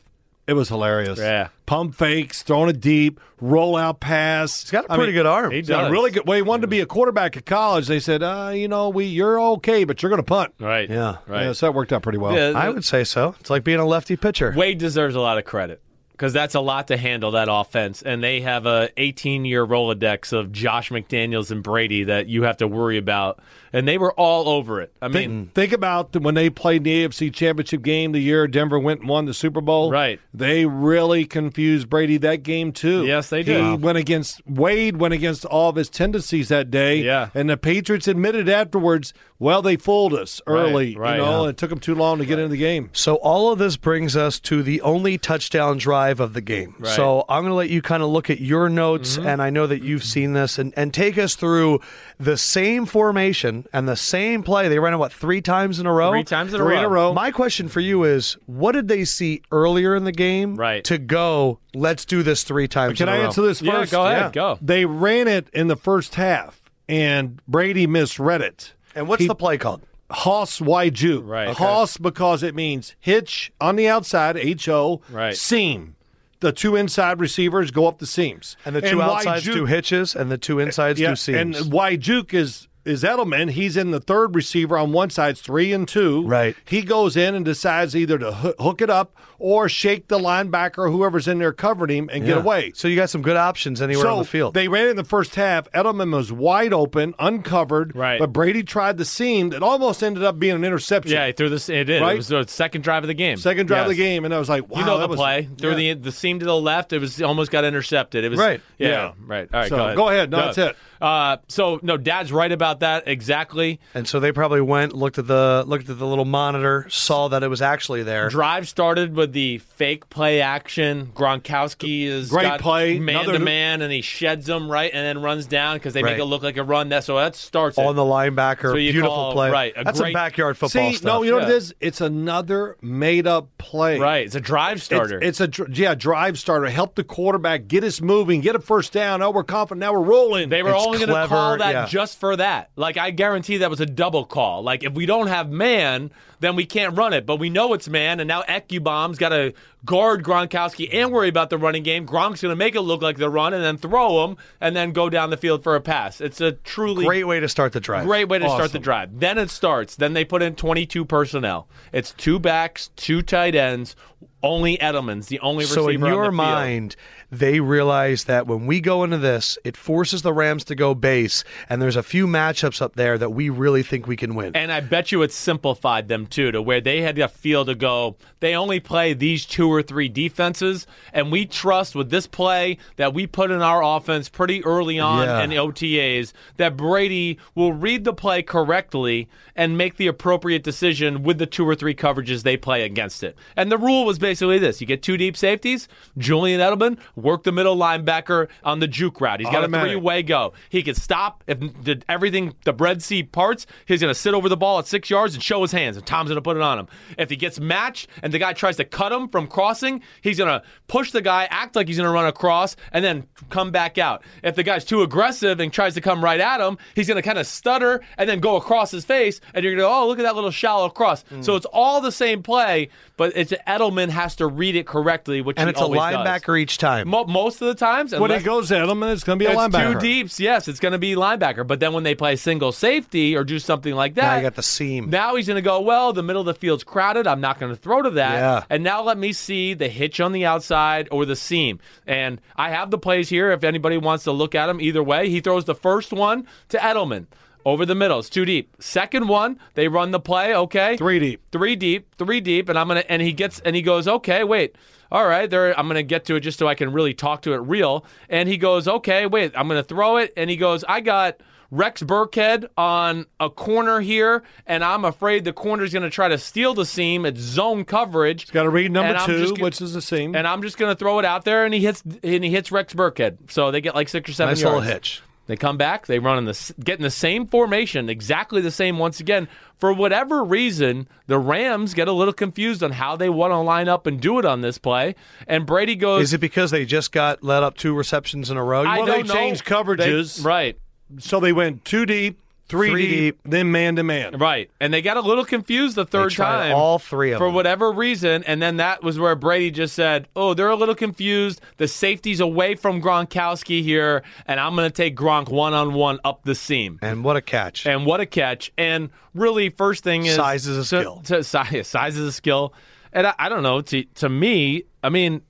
[SPEAKER 2] It was hilarious.
[SPEAKER 3] Yeah.
[SPEAKER 2] Pump fakes, throwing it deep, roll out pass.
[SPEAKER 1] He's got a pretty good arm.
[SPEAKER 3] he
[SPEAKER 2] He's got a
[SPEAKER 3] does.
[SPEAKER 2] really good. Well, he wanted to be a quarterback at college. They said, uh, you know, we you're okay, but you're going to punt.
[SPEAKER 3] Right.
[SPEAKER 1] Yeah.
[SPEAKER 3] Right.
[SPEAKER 2] Yeah, so that worked out pretty well.
[SPEAKER 3] Yeah,
[SPEAKER 1] I would say so. It's like being a lefty pitcher.
[SPEAKER 3] Wade deserves a lot of credit because that's a lot to handle that offense, and they have a 18 year rolodex of Josh McDaniels and Brady that you have to worry about, and they were all over it. I mean,
[SPEAKER 2] Think, think about when they played the AFC Championship game the year Denver went and won the Super Bowl.
[SPEAKER 3] Right.
[SPEAKER 2] They really confused Brady that game too.
[SPEAKER 3] Yes, they
[SPEAKER 2] He
[SPEAKER 3] did. Wow.
[SPEAKER 2] went against Wade went against all of his tendencies that day.
[SPEAKER 3] Yeah.
[SPEAKER 2] And the Patriots admitted afterwards, well, they fooled us early.
[SPEAKER 3] right,
[SPEAKER 2] You know,
[SPEAKER 3] yeah.
[SPEAKER 2] and it took them too long to get into the game.
[SPEAKER 1] So all of this brings us to the only touchdown drive of the game.
[SPEAKER 3] Right. Mm-hmm.
[SPEAKER 1] So I'm going to let you kind of look at your notes, and I know that you've seen this, and, and take us through the same formation and the same play. They ran it what three times in a row?
[SPEAKER 3] Three times in a
[SPEAKER 2] Three in a
[SPEAKER 3] row.
[SPEAKER 2] row.
[SPEAKER 1] My question for you is, what did they see earlier in the game?
[SPEAKER 3] Right.
[SPEAKER 1] To go, let's do this three times.
[SPEAKER 2] Can
[SPEAKER 1] in a
[SPEAKER 2] I
[SPEAKER 1] row?
[SPEAKER 2] answer this
[SPEAKER 3] Yeah,
[SPEAKER 2] first?
[SPEAKER 3] go ahead, go.
[SPEAKER 2] They ran it in the first half, and Brady misread it.
[SPEAKER 1] And what's
[SPEAKER 2] He-
[SPEAKER 1] the play called?
[SPEAKER 2] Hoss Waiju.
[SPEAKER 3] Right. Okay.
[SPEAKER 2] Hoss because it means hitch on the outside, H O,
[SPEAKER 3] Right.
[SPEAKER 2] seam. The two inside receivers go up the seams.
[SPEAKER 1] And the two outsides
[SPEAKER 2] Waiju-
[SPEAKER 1] do hitches, and the two insides
[SPEAKER 2] yeah,
[SPEAKER 1] do seams.
[SPEAKER 2] And Wajuk is is Edelman. He's in the third receiver on one side's three and two.
[SPEAKER 1] Right.
[SPEAKER 2] He goes in and decides either to hoo- hook it up or shake the linebacker, whoever's in there covering him, and get away.
[SPEAKER 1] so you got some good options anywhere
[SPEAKER 2] so
[SPEAKER 1] on the field.
[SPEAKER 2] They ran it in the first half. Edelman was wide open, uncovered.
[SPEAKER 3] Right.
[SPEAKER 2] But Brady tried the seam that almost ended up being an interception.
[SPEAKER 3] yeah, he threw this. It did.
[SPEAKER 2] Right?
[SPEAKER 3] It was the second drive of the game.
[SPEAKER 2] second drive of
[SPEAKER 3] Yes.
[SPEAKER 2] the game, and I was like, wow,
[SPEAKER 3] You know
[SPEAKER 2] that
[SPEAKER 3] the
[SPEAKER 2] was-
[SPEAKER 3] play. Threw the
[SPEAKER 2] Yeah.
[SPEAKER 3] the seam to the left. It was almost got intercepted. It was
[SPEAKER 2] Right.
[SPEAKER 3] Yeah.
[SPEAKER 2] Yeah.
[SPEAKER 3] Right. All right.
[SPEAKER 2] So,
[SPEAKER 3] go ahead.
[SPEAKER 2] go ahead. No, that's it.
[SPEAKER 3] Uh, so no, Dad's right about that exactly.
[SPEAKER 1] And so they probably went, looked at the looked at the little monitor, saw that it was actually there.
[SPEAKER 3] Drive started with the fake play action. Gronkowski is
[SPEAKER 2] Great
[SPEAKER 3] got
[SPEAKER 2] play.
[SPEAKER 3] man
[SPEAKER 2] Another-
[SPEAKER 3] to man, and he sheds them right, and then runs down because they
[SPEAKER 1] Right.
[SPEAKER 3] make it look like a run. That so that starts it.
[SPEAKER 1] on the linebacker,
[SPEAKER 3] So you
[SPEAKER 1] beautiful
[SPEAKER 3] call-
[SPEAKER 1] play.
[SPEAKER 3] right, a
[SPEAKER 1] That's
[SPEAKER 3] great-
[SPEAKER 1] some backyard football
[SPEAKER 2] See,
[SPEAKER 1] stuff.
[SPEAKER 2] no, you know what
[SPEAKER 3] Yeah.
[SPEAKER 2] it is? It's another made-up play.
[SPEAKER 3] right. It's a drive
[SPEAKER 2] It's,
[SPEAKER 3] starter.
[SPEAKER 2] it's a dr- yeah drive starter. Help the quarterback get us moving, get a first down. Oh, we're confident now. We're rolling.
[SPEAKER 3] They were
[SPEAKER 1] It's
[SPEAKER 3] only going to call
[SPEAKER 1] clever,
[SPEAKER 3] that
[SPEAKER 1] yeah.
[SPEAKER 3] just for that. Like I guarantee that was a double call. Like if we don't have man, then we can't run it. But we know it's man, and now Ecubomb's got to guard Gronkowski and worry about the running game. Gronk's going to make it look like the run, and then throw him, and then go down the field for a pass. It's a truly
[SPEAKER 1] great way to start the drive.
[SPEAKER 3] Great way to start the drive. Then it starts. Then they put in 22 personnel. It's two backs, two tight ends. Only Edelman's the only receiver
[SPEAKER 1] So in
[SPEAKER 3] on the
[SPEAKER 1] your
[SPEAKER 3] field.
[SPEAKER 1] mind, they realize that when we go into this, it forces the Rams to go base, and there's a few matchups up there that we really think we can win.
[SPEAKER 3] And I bet you it simplified them too to where they had a feel to go. They only play these two or three defenses, and we trust with this play that we put in our offense pretty early on
[SPEAKER 1] Yeah.
[SPEAKER 3] in OTAs that Brady will read the play correctly and make the appropriate decision with the two or three coverages they play against it. And the rule was basically this: you get two deep safeties. Julian Edelman work the middle linebacker on the juke route. He's got a
[SPEAKER 2] Automatic.
[SPEAKER 3] three-way way go. He could stop if did everything the Red Sea parts. He's going to sit over the ball at six yards and show his hands, and Tom's going to put it on him. If he gets matched and the guy tries to cut him from crossing, he's going to push the guy, act like he's going to run across, and then come back out. If the guy's too aggressive and tries to come right at him, he's going to kind of stutter and then go across his face, and you're going to go, oh, look at that little shallow cross.
[SPEAKER 1] Hmm.
[SPEAKER 3] So it's all the same play, but it's Edelman has to read it correctly, which
[SPEAKER 1] And
[SPEAKER 3] he
[SPEAKER 1] it's a
[SPEAKER 3] always does.
[SPEAKER 1] linebacker each time.
[SPEAKER 3] Mo- most of the times,
[SPEAKER 2] when
[SPEAKER 3] unless-
[SPEAKER 2] it goes to Edelman, it's going to be a
[SPEAKER 3] it's
[SPEAKER 2] linebacker.
[SPEAKER 3] two deeps. Yes, it's going to be linebacker. But then when they play single safety or do something like that,
[SPEAKER 1] now you got the seam.
[SPEAKER 3] now he's going to go. Well, the middle of the field's crowded. I'm not going to throw to that.
[SPEAKER 1] Yeah.
[SPEAKER 3] And now let me see the hitch on the outside or the seam. And I have the plays here. If anybody wants to look at them, either way, he throws the first one to Edelman. Over the middle, it's too deep. Second one, they run the play. Okay,
[SPEAKER 2] Three deep.
[SPEAKER 3] three deep, three deep, and I'm gonna and he gets and he goes, okay, wait, all right, there, I'm gonna get to it just so I can really talk to it real. And he goes, okay, wait, I'm gonna throw it, and he goes, I got Rex Burkhead on a corner here, and I'm afraid the corner's gonna try to steal the seam. It's zone coverage.
[SPEAKER 2] Got to read number
[SPEAKER 3] And I'm
[SPEAKER 2] two,
[SPEAKER 3] just gonna-
[SPEAKER 2] which is the seam.
[SPEAKER 3] and I'm just gonna throw it out there, and he hits and he hits Rex Burkhead, so they get like six or seven
[SPEAKER 1] nice
[SPEAKER 3] yards.
[SPEAKER 1] little hitch.
[SPEAKER 3] They come back, they run in the s- get in the same formation, exactly the same once again. For whatever reason, the Rams get a little confused on how they want to line up and do it on this play. And Brady goes,
[SPEAKER 1] Is it because they just got let up two receptions in a row?
[SPEAKER 3] I
[SPEAKER 2] well,
[SPEAKER 3] don't
[SPEAKER 2] they
[SPEAKER 3] know.
[SPEAKER 2] changed coverages,
[SPEAKER 3] right,
[SPEAKER 2] so they went two deep, three,
[SPEAKER 1] Three
[SPEAKER 2] deep, then man to man.
[SPEAKER 3] right, and they got a little confused the third
[SPEAKER 1] tried
[SPEAKER 3] time.
[SPEAKER 1] all three of
[SPEAKER 3] for
[SPEAKER 1] them.
[SPEAKER 3] whatever reason, and then that was where Brady just said, "Oh, they're a little confused. The safety's away from Gronkowski here, and I'm going to take Gronk one on one up the seam."
[SPEAKER 1] and what a catch.
[SPEAKER 3] And what a catch! And really, first thing is
[SPEAKER 1] Size is a
[SPEAKER 3] to-
[SPEAKER 1] skill.
[SPEAKER 3] To, size, size is a skill, and I, I don't know. To to me, I mean,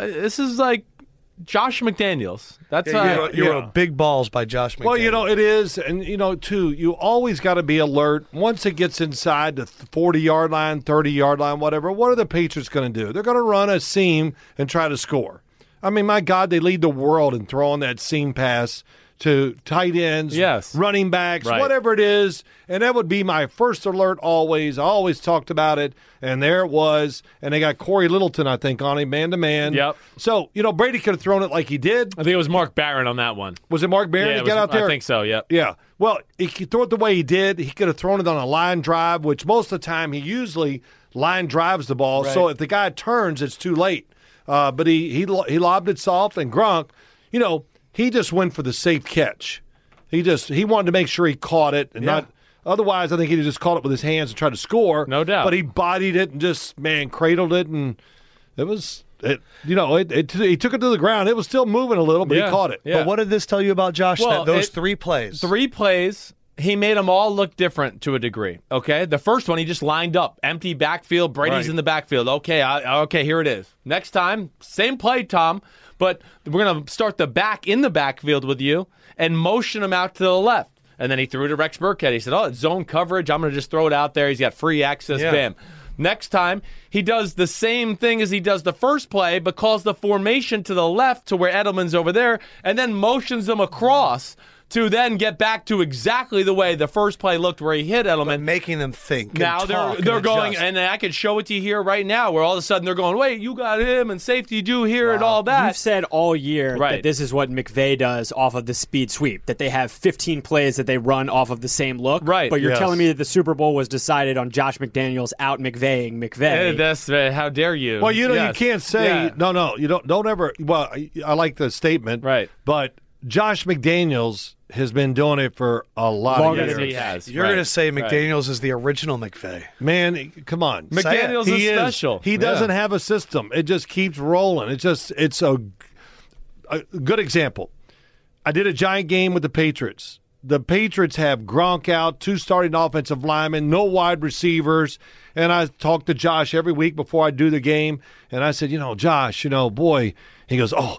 [SPEAKER 3] Uh, This is like Josh McDaniels. That's
[SPEAKER 1] You
[SPEAKER 3] uh,
[SPEAKER 1] wrote, you
[SPEAKER 2] yeah.
[SPEAKER 1] wrote big balls by Josh McDaniels.
[SPEAKER 2] Well, you know, it is. And, you know, too, you always got to be alert. Once it gets inside the 40 yard line, 30 yard line, whatever, what are the Patriots going to do? They're going to run a seam and try to score. I mean, my God, they lead the world in throwing that seam pass to tight ends,
[SPEAKER 3] Yes.
[SPEAKER 2] running backs,
[SPEAKER 3] Right.
[SPEAKER 2] whatever it is. And that would be my first alert always. I always talked about it. And there it was. And they got Corey Littleton, I think, on him man to man.
[SPEAKER 3] Yep.
[SPEAKER 2] So, you know, Brady could have thrown it like he did.
[SPEAKER 3] I think it was Mark Barron on that one.
[SPEAKER 2] Was it Mark Barron
[SPEAKER 3] yeah,
[SPEAKER 2] that
[SPEAKER 3] it was-
[SPEAKER 2] got out there?
[SPEAKER 3] I think so. Yeah.
[SPEAKER 2] Yeah. Well, he could throw it the way he did. He could have thrown it on a line drive, which most of the time he usually line drives the ball. So if the guy turns, it's too late. Uh, but he, he lo- he lobbed it soft, and Gronk, you know, he just went for the safe catch. He just he wanted to make sure he caught it and not. Otherwise, I think he'd have just caught it with his hands and tried to score.
[SPEAKER 3] No doubt.
[SPEAKER 2] But he bodied it and just man cradled it, and it was it. You know, it, it he took it to the ground. It was still moving a little, but
[SPEAKER 3] Yeah.
[SPEAKER 2] he caught it.
[SPEAKER 3] Yeah.
[SPEAKER 1] But what did this tell you about Josh?
[SPEAKER 3] Well,
[SPEAKER 1] that those
[SPEAKER 3] it-
[SPEAKER 1] three plays.
[SPEAKER 3] three plays. He made them all look different to a degree. Okay, the first one he just lined up, empty backfield. Brady's
[SPEAKER 2] Right.
[SPEAKER 3] in the backfield. Okay, I, okay, here it is. Next time, same play, Tom, but we're gonna start the back in the backfield with you and motion him out to the left. And then he threw to Rex Burkhead. He said, "Oh, it's zone coverage. I'm gonna just throw it out there. He's got free access.
[SPEAKER 1] Yeah.
[SPEAKER 3] Bam." Next time, he does the same thing as he does the first play, but calls the formation to the left to where Edelman's over there, and then motions them across to then get back to exactly the way the first play looked where he hit Edelman.
[SPEAKER 1] making them think. and
[SPEAKER 3] now
[SPEAKER 1] talk
[SPEAKER 3] they're
[SPEAKER 1] and
[SPEAKER 3] they're going,
[SPEAKER 1] adjust.
[SPEAKER 3] and I could show it to you here right now, where all of a sudden they're going, wait, you got him and safety do here and all that.
[SPEAKER 4] You've said all year
[SPEAKER 3] Right.
[SPEAKER 4] that this is what McVay does off of the speed sweep, that they have 15 plays that they run off of the same look.
[SPEAKER 3] Right,
[SPEAKER 4] But you're
[SPEAKER 2] yes.
[SPEAKER 4] telling me that the Super Bowl was decided on Josh McDaniels out McVaying
[SPEAKER 3] Eh,
[SPEAKER 4] McVay.
[SPEAKER 3] that's uh, how dare you?
[SPEAKER 2] Well, Oh, you know,
[SPEAKER 3] Yes.
[SPEAKER 2] you can't say
[SPEAKER 3] Yeah.
[SPEAKER 2] no, no. You don't. Don't ever. Well, I, I like the statement,
[SPEAKER 3] Right.
[SPEAKER 2] But Josh McDaniels has been doing it for a lot
[SPEAKER 4] Longer
[SPEAKER 2] of
[SPEAKER 3] Yes,
[SPEAKER 4] than
[SPEAKER 2] years.
[SPEAKER 3] he has.
[SPEAKER 1] You're
[SPEAKER 3] Right.
[SPEAKER 1] going to say
[SPEAKER 3] Right.
[SPEAKER 1] McDaniel's is the original McVay.
[SPEAKER 2] Man, come on,
[SPEAKER 1] it.
[SPEAKER 3] McDaniel's is,
[SPEAKER 2] he is
[SPEAKER 3] special.
[SPEAKER 2] He doesn't have a system. It just keeps rolling. It's just it's a, a good example. I did a giant game with the Patriots. The Patriots have Gronk out, two starting offensive linemen, no wide receivers, and I talk to Josh every week before I do the game, and I said, you know, Josh, you know, boy, he goes, oh.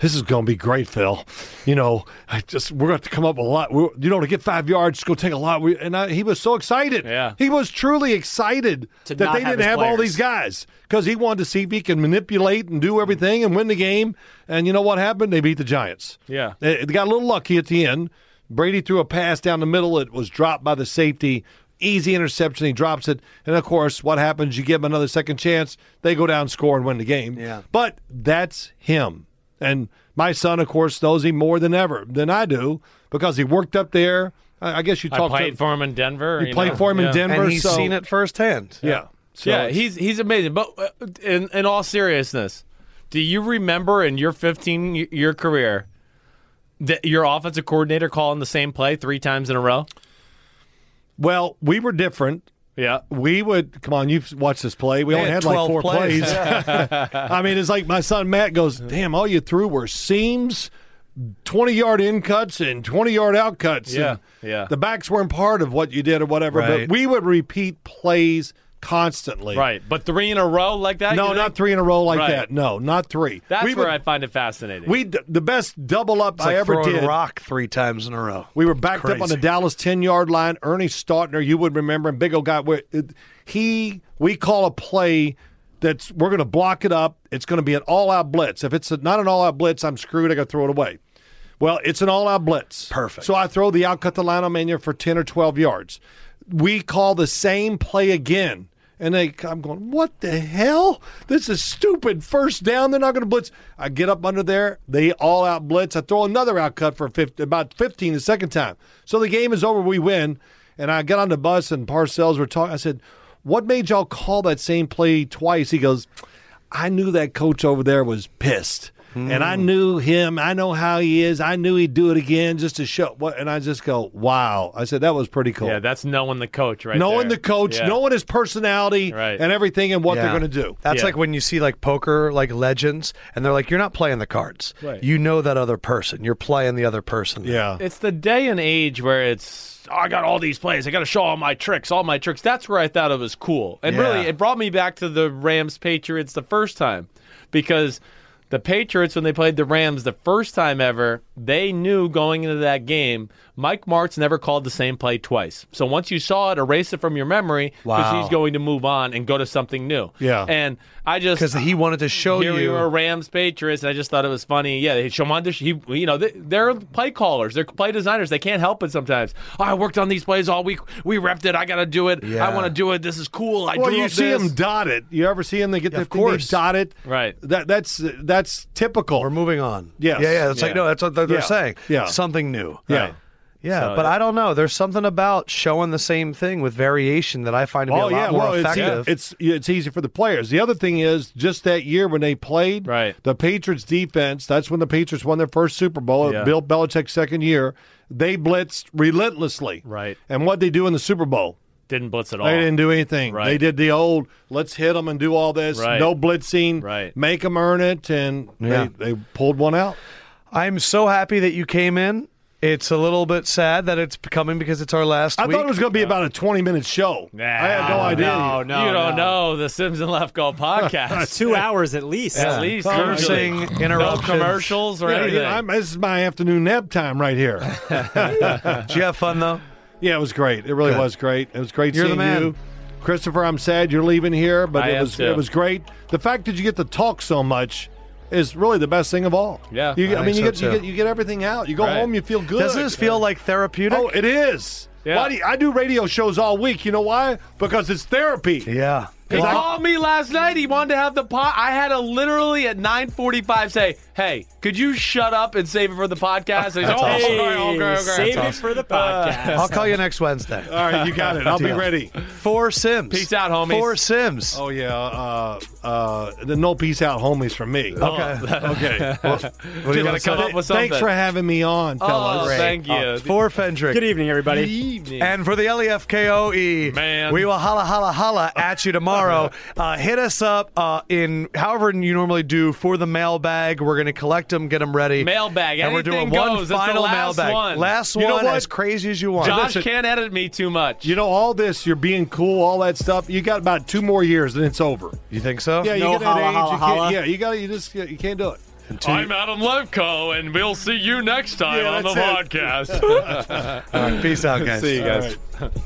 [SPEAKER 2] This is going to be great, Phil. You know, I just we're going to have to come up with a lot. We're, you know, to get five yards, go take a lot. We, and I, he was so excited.
[SPEAKER 3] Yeah.
[SPEAKER 2] he was truly excited
[SPEAKER 4] to
[SPEAKER 2] that
[SPEAKER 4] not
[SPEAKER 2] they
[SPEAKER 4] have
[SPEAKER 2] didn't
[SPEAKER 4] his
[SPEAKER 2] have all
[SPEAKER 4] players.
[SPEAKER 2] these guys because he wanted to see if he can manipulate and do everything and win the game. And you know what happened? They beat the Giants.
[SPEAKER 3] Yeah.
[SPEAKER 2] They, they got a little lucky at the end. Brady threw a pass down the middle. It was dropped by the safety. Easy interception. He drops it. And of course, what happens? You give him another second chance. They go down, score, and win the game.
[SPEAKER 1] Yeah.
[SPEAKER 2] But that's him. And my son, of course, knows him more than ever than I do because he worked up there. I I guess you
[SPEAKER 3] I
[SPEAKER 2] talked
[SPEAKER 3] played
[SPEAKER 2] to
[SPEAKER 3] for him in Denver.
[SPEAKER 2] you played for him
[SPEAKER 3] yeah.
[SPEAKER 2] in Denver.
[SPEAKER 1] And he's
[SPEAKER 2] so-
[SPEAKER 1] seen it firsthand.
[SPEAKER 2] Yeah. So
[SPEAKER 3] yeah,
[SPEAKER 2] it's-
[SPEAKER 3] he's he's amazing. But uh, in in all seriousness, do you remember in your 15 y- year career that your offensive coordinator calling the same play three times in a row?
[SPEAKER 2] Well, we were different.
[SPEAKER 3] Yeah.
[SPEAKER 2] We would come on. You've watched this play. We
[SPEAKER 1] They
[SPEAKER 2] only
[SPEAKER 1] had
[SPEAKER 2] had, like
[SPEAKER 1] 12
[SPEAKER 2] four
[SPEAKER 1] plays.
[SPEAKER 2] plays. I mean, it's like my son Matt goes, "Damn, all you threw were seams, twenty yard in cuts, and twenty yard out cuts.
[SPEAKER 3] Yeah,
[SPEAKER 2] and
[SPEAKER 3] yeah.
[SPEAKER 2] The backs weren't part of what you did or whatever.
[SPEAKER 1] Right.
[SPEAKER 2] But we would repeat plays constantly.
[SPEAKER 3] Right. But three in a row like that?
[SPEAKER 2] No,
[SPEAKER 3] you
[SPEAKER 2] not
[SPEAKER 3] think?
[SPEAKER 2] three in a row like
[SPEAKER 3] Right.
[SPEAKER 2] that. No, not three.
[SPEAKER 3] That's
[SPEAKER 2] we
[SPEAKER 3] where
[SPEAKER 2] would-
[SPEAKER 3] I find it fascinating.
[SPEAKER 2] we d- the best double up
[SPEAKER 1] It's like
[SPEAKER 2] I ever
[SPEAKER 1] throwing
[SPEAKER 2] did.
[SPEAKER 1] rock three times in a row.
[SPEAKER 2] We were backed up on the
[SPEAKER 1] Crazy.
[SPEAKER 2] Dallas 10 yard line. Ernie Stautner, you would remember, and big old guy. Where it, he, we call a play that's we're going to block it up. It's going to be an all out blitz. If it's not an all out blitz, I'm screwed. I got to throw it away. Well, it's an all out blitz.
[SPEAKER 1] Perfect.
[SPEAKER 2] So I throw the out cut the line on Mania for 10 or 12 yards. We call the same play again. And they, I'm going, what the hell? This is stupid. First down, they're not going to blitz. I get up under there. They all out blitz. I throw another out cut for 50, about 15 the second time. So the game is over. We win. And I got on the bus and Parcells were talking. I said, what made y'all call that same play twice? He goes, I knew that coach over there was pissed. And
[SPEAKER 3] Hmm.
[SPEAKER 2] I knew him. I know how he is. I knew he'd do it again just to show what and I just go, Wow. I said that was pretty cool.
[SPEAKER 3] yeah, that's knowing the coach right
[SPEAKER 2] knowing
[SPEAKER 3] there.
[SPEAKER 2] the coach,
[SPEAKER 3] Yeah.
[SPEAKER 2] knowing his personality
[SPEAKER 3] Right.
[SPEAKER 2] and everything and what
[SPEAKER 1] Yeah.
[SPEAKER 2] they're gonna do.
[SPEAKER 1] That's
[SPEAKER 3] Yeah.
[SPEAKER 1] like when you see like poker like legends and they're like, You're not playing the cards. You know that other person. You're playing the other person.
[SPEAKER 2] yeah.
[SPEAKER 3] It's the day and age where it's "Oh, I got all these plays. I got to show all my tricks, all my tricks. That's where I thought it was cool, and
[SPEAKER 1] Yeah.
[SPEAKER 3] really, it brought me back to the Rams Patriots the first time because The Patriots, when they played the Rams the first time ever, they knew going into that game, Mike Martz never called the same play twice. So once you saw it, erase it from your memory because
[SPEAKER 5] Wow.
[SPEAKER 3] he's going to move on and go to something new.
[SPEAKER 2] Yeah.
[SPEAKER 3] And I just
[SPEAKER 1] because he wanted to show
[SPEAKER 3] here we
[SPEAKER 1] you.
[SPEAKER 3] were Rams Patriots, and I just thought it was funny. Yeah, they- Shomon, Dish- he, you know, they, they're play callers, they're play designers. They can't help it sometimes. Oh, I worked on these plays all week. We repped it. I got to do it.
[SPEAKER 1] Yeah.
[SPEAKER 3] I want to do it. This is cool. I
[SPEAKER 2] well,
[SPEAKER 3] drew
[SPEAKER 2] you
[SPEAKER 3] up
[SPEAKER 2] see
[SPEAKER 3] this.
[SPEAKER 2] them dot it. You ever see them? They get the
[SPEAKER 1] of
[SPEAKER 2] thing, they
[SPEAKER 1] course.
[SPEAKER 2] dot it.
[SPEAKER 3] Right.
[SPEAKER 2] That that's that's typical.
[SPEAKER 1] We're moving on.
[SPEAKER 2] Yes.
[SPEAKER 1] Yeah, yeah. It's like
[SPEAKER 3] Yeah.
[SPEAKER 1] no, that's what they're, they're
[SPEAKER 2] Yeah.
[SPEAKER 1] saying.
[SPEAKER 2] Yeah.
[SPEAKER 1] something new.
[SPEAKER 2] yeah.
[SPEAKER 3] Right.
[SPEAKER 1] Yeah, but I don't know. There's something about showing the same thing with variation that I find to be
[SPEAKER 2] Oh
[SPEAKER 1] a lot
[SPEAKER 2] yeah,
[SPEAKER 1] more
[SPEAKER 2] well it's, e-
[SPEAKER 1] effective.
[SPEAKER 2] it's it's easy for the players. The other thing is just that year when they played
[SPEAKER 3] Right.
[SPEAKER 2] the Patriots defense. That's when the Patriots won their first Super Bowl.
[SPEAKER 3] Yeah.
[SPEAKER 2] Bill Belichick's second year, they blitzed relentlessly.
[SPEAKER 3] Right.
[SPEAKER 2] and what they do in the Super Bowl,
[SPEAKER 3] Didn't blitz at all.
[SPEAKER 2] they didn't do anything.
[SPEAKER 3] Right.
[SPEAKER 2] They did the old let's hit them and do all this,
[SPEAKER 3] Right.
[SPEAKER 2] no blitzing,
[SPEAKER 3] Right.
[SPEAKER 2] make them earn it, and
[SPEAKER 1] Yeah.
[SPEAKER 2] they, they pulled one out.
[SPEAKER 1] I'm so happy that you came in. It's a little bit sad that it's coming because it's our last
[SPEAKER 2] I
[SPEAKER 1] week.
[SPEAKER 2] thought it was going to be about a twenty-minute show. I had no
[SPEAKER 3] Nah,
[SPEAKER 2] idea.
[SPEAKER 4] No, no,
[SPEAKER 3] you don't
[SPEAKER 4] no.
[SPEAKER 3] know the Sims and Left Go podcast.
[SPEAKER 4] Two hours at least.
[SPEAKER 3] At least
[SPEAKER 1] Cursing,
[SPEAKER 3] usually.
[SPEAKER 1] interruptions.
[SPEAKER 3] no commercials or
[SPEAKER 2] Yeah,
[SPEAKER 3] anything.
[SPEAKER 2] yeah, I'm- this is my afternoon nap time right here.
[SPEAKER 1] Did you have fun though?
[SPEAKER 2] Yeah, it was great. It really was great. It was great
[SPEAKER 1] You're the
[SPEAKER 2] seeing
[SPEAKER 1] man.
[SPEAKER 2] you. Christopher, I'm sad you're leaving here, but
[SPEAKER 3] I
[SPEAKER 2] it
[SPEAKER 3] am
[SPEAKER 2] was
[SPEAKER 3] too.
[SPEAKER 2] it was great. The fact that you get to talk so much is really the best thing of all.
[SPEAKER 3] Yeah,
[SPEAKER 2] you,
[SPEAKER 1] I
[SPEAKER 2] I, mean,
[SPEAKER 1] think
[SPEAKER 2] you get
[SPEAKER 1] so,
[SPEAKER 2] you
[SPEAKER 1] too.
[SPEAKER 2] get you get everything out. You go
[SPEAKER 3] Right.
[SPEAKER 2] home, you feel good.
[SPEAKER 1] Doesn't this feel like therapeutic?
[SPEAKER 2] Oh, it is.
[SPEAKER 3] Yeah.
[SPEAKER 2] Why do you, I do radio shows all week? You know why? Because it's therapy.
[SPEAKER 1] yeah.
[SPEAKER 3] He called me last night. He wanted to have the pot. I had to literally at 9:45 say, "Hey, could you shut up and save it for the podcast?" And he's like, "Oh,
[SPEAKER 4] Hey,
[SPEAKER 3] okay, okay, Uh, okay."
[SPEAKER 4] save it for the podcast.
[SPEAKER 1] I'll call you next Wednesday.
[SPEAKER 2] All right, you got it. I'll be
[SPEAKER 1] Deal.
[SPEAKER 2] ready.
[SPEAKER 1] Four Sims.
[SPEAKER 3] Peace out, homies.
[SPEAKER 1] Four Sims.
[SPEAKER 2] Oh yeah. Uh, uh, the no peace out, homies, from me. Oh,
[SPEAKER 1] okay.
[SPEAKER 2] Okay.
[SPEAKER 1] What do you want
[SPEAKER 3] gotta
[SPEAKER 1] to
[SPEAKER 3] come
[SPEAKER 1] say?
[SPEAKER 3] up with something.
[SPEAKER 2] Thanks for having me on,
[SPEAKER 3] Oh,
[SPEAKER 2] fellas.
[SPEAKER 3] thank you.
[SPEAKER 1] For
[SPEAKER 4] Good
[SPEAKER 1] Fendrick.
[SPEAKER 4] evening, everybody.
[SPEAKER 3] evening.
[SPEAKER 1] And for the E LEFKOE,
[SPEAKER 3] Man.
[SPEAKER 1] E, we will holla, holla, holla at you tomorrow. uh, hit us up uh, in however you normally do for the mailbag. We're going to collect them, get them ready.
[SPEAKER 3] Mailbag.
[SPEAKER 1] And we're doing
[SPEAKER 3] Anything
[SPEAKER 1] one
[SPEAKER 3] goes. It's the
[SPEAKER 1] final
[SPEAKER 3] last
[SPEAKER 1] mailbag.
[SPEAKER 3] one.
[SPEAKER 1] Last
[SPEAKER 2] You know
[SPEAKER 1] one,
[SPEAKER 2] what?
[SPEAKER 1] as crazy as you want.
[SPEAKER 3] Josh
[SPEAKER 2] listen-
[SPEAKER 3] can't edit me too much.
[SPEAKER 2] You know, all this, you're being cool, all that stuff. You got about two more years, and it's over.
[SPEAKER 1] You think so?
[SPEAKER 2] Yeah,
[SPEAKER 4] No
[SPEAKER 2] you get that
[SPEAKER 4] holla,
[SPEAKER 2] age,
[SPEAKER 4] holla,
[SPEAKER 2] you can't,
[SPEAKER 4] holla.
[SPEAKER 2] yeah, you got you just you can't do it.
[SPEAKER 3] I'm Adam Levko, and we'll see you next time
[SPEAKER 2] Yeah,
[SPEAKER 3] on the
[SPEAKER 2] that's
[SPEAKER 3] podcast.
[SPEAKER 1] All right, peace out, guys.
[SPEAKER 3] see you guys.
[SPEAKER 2] All right.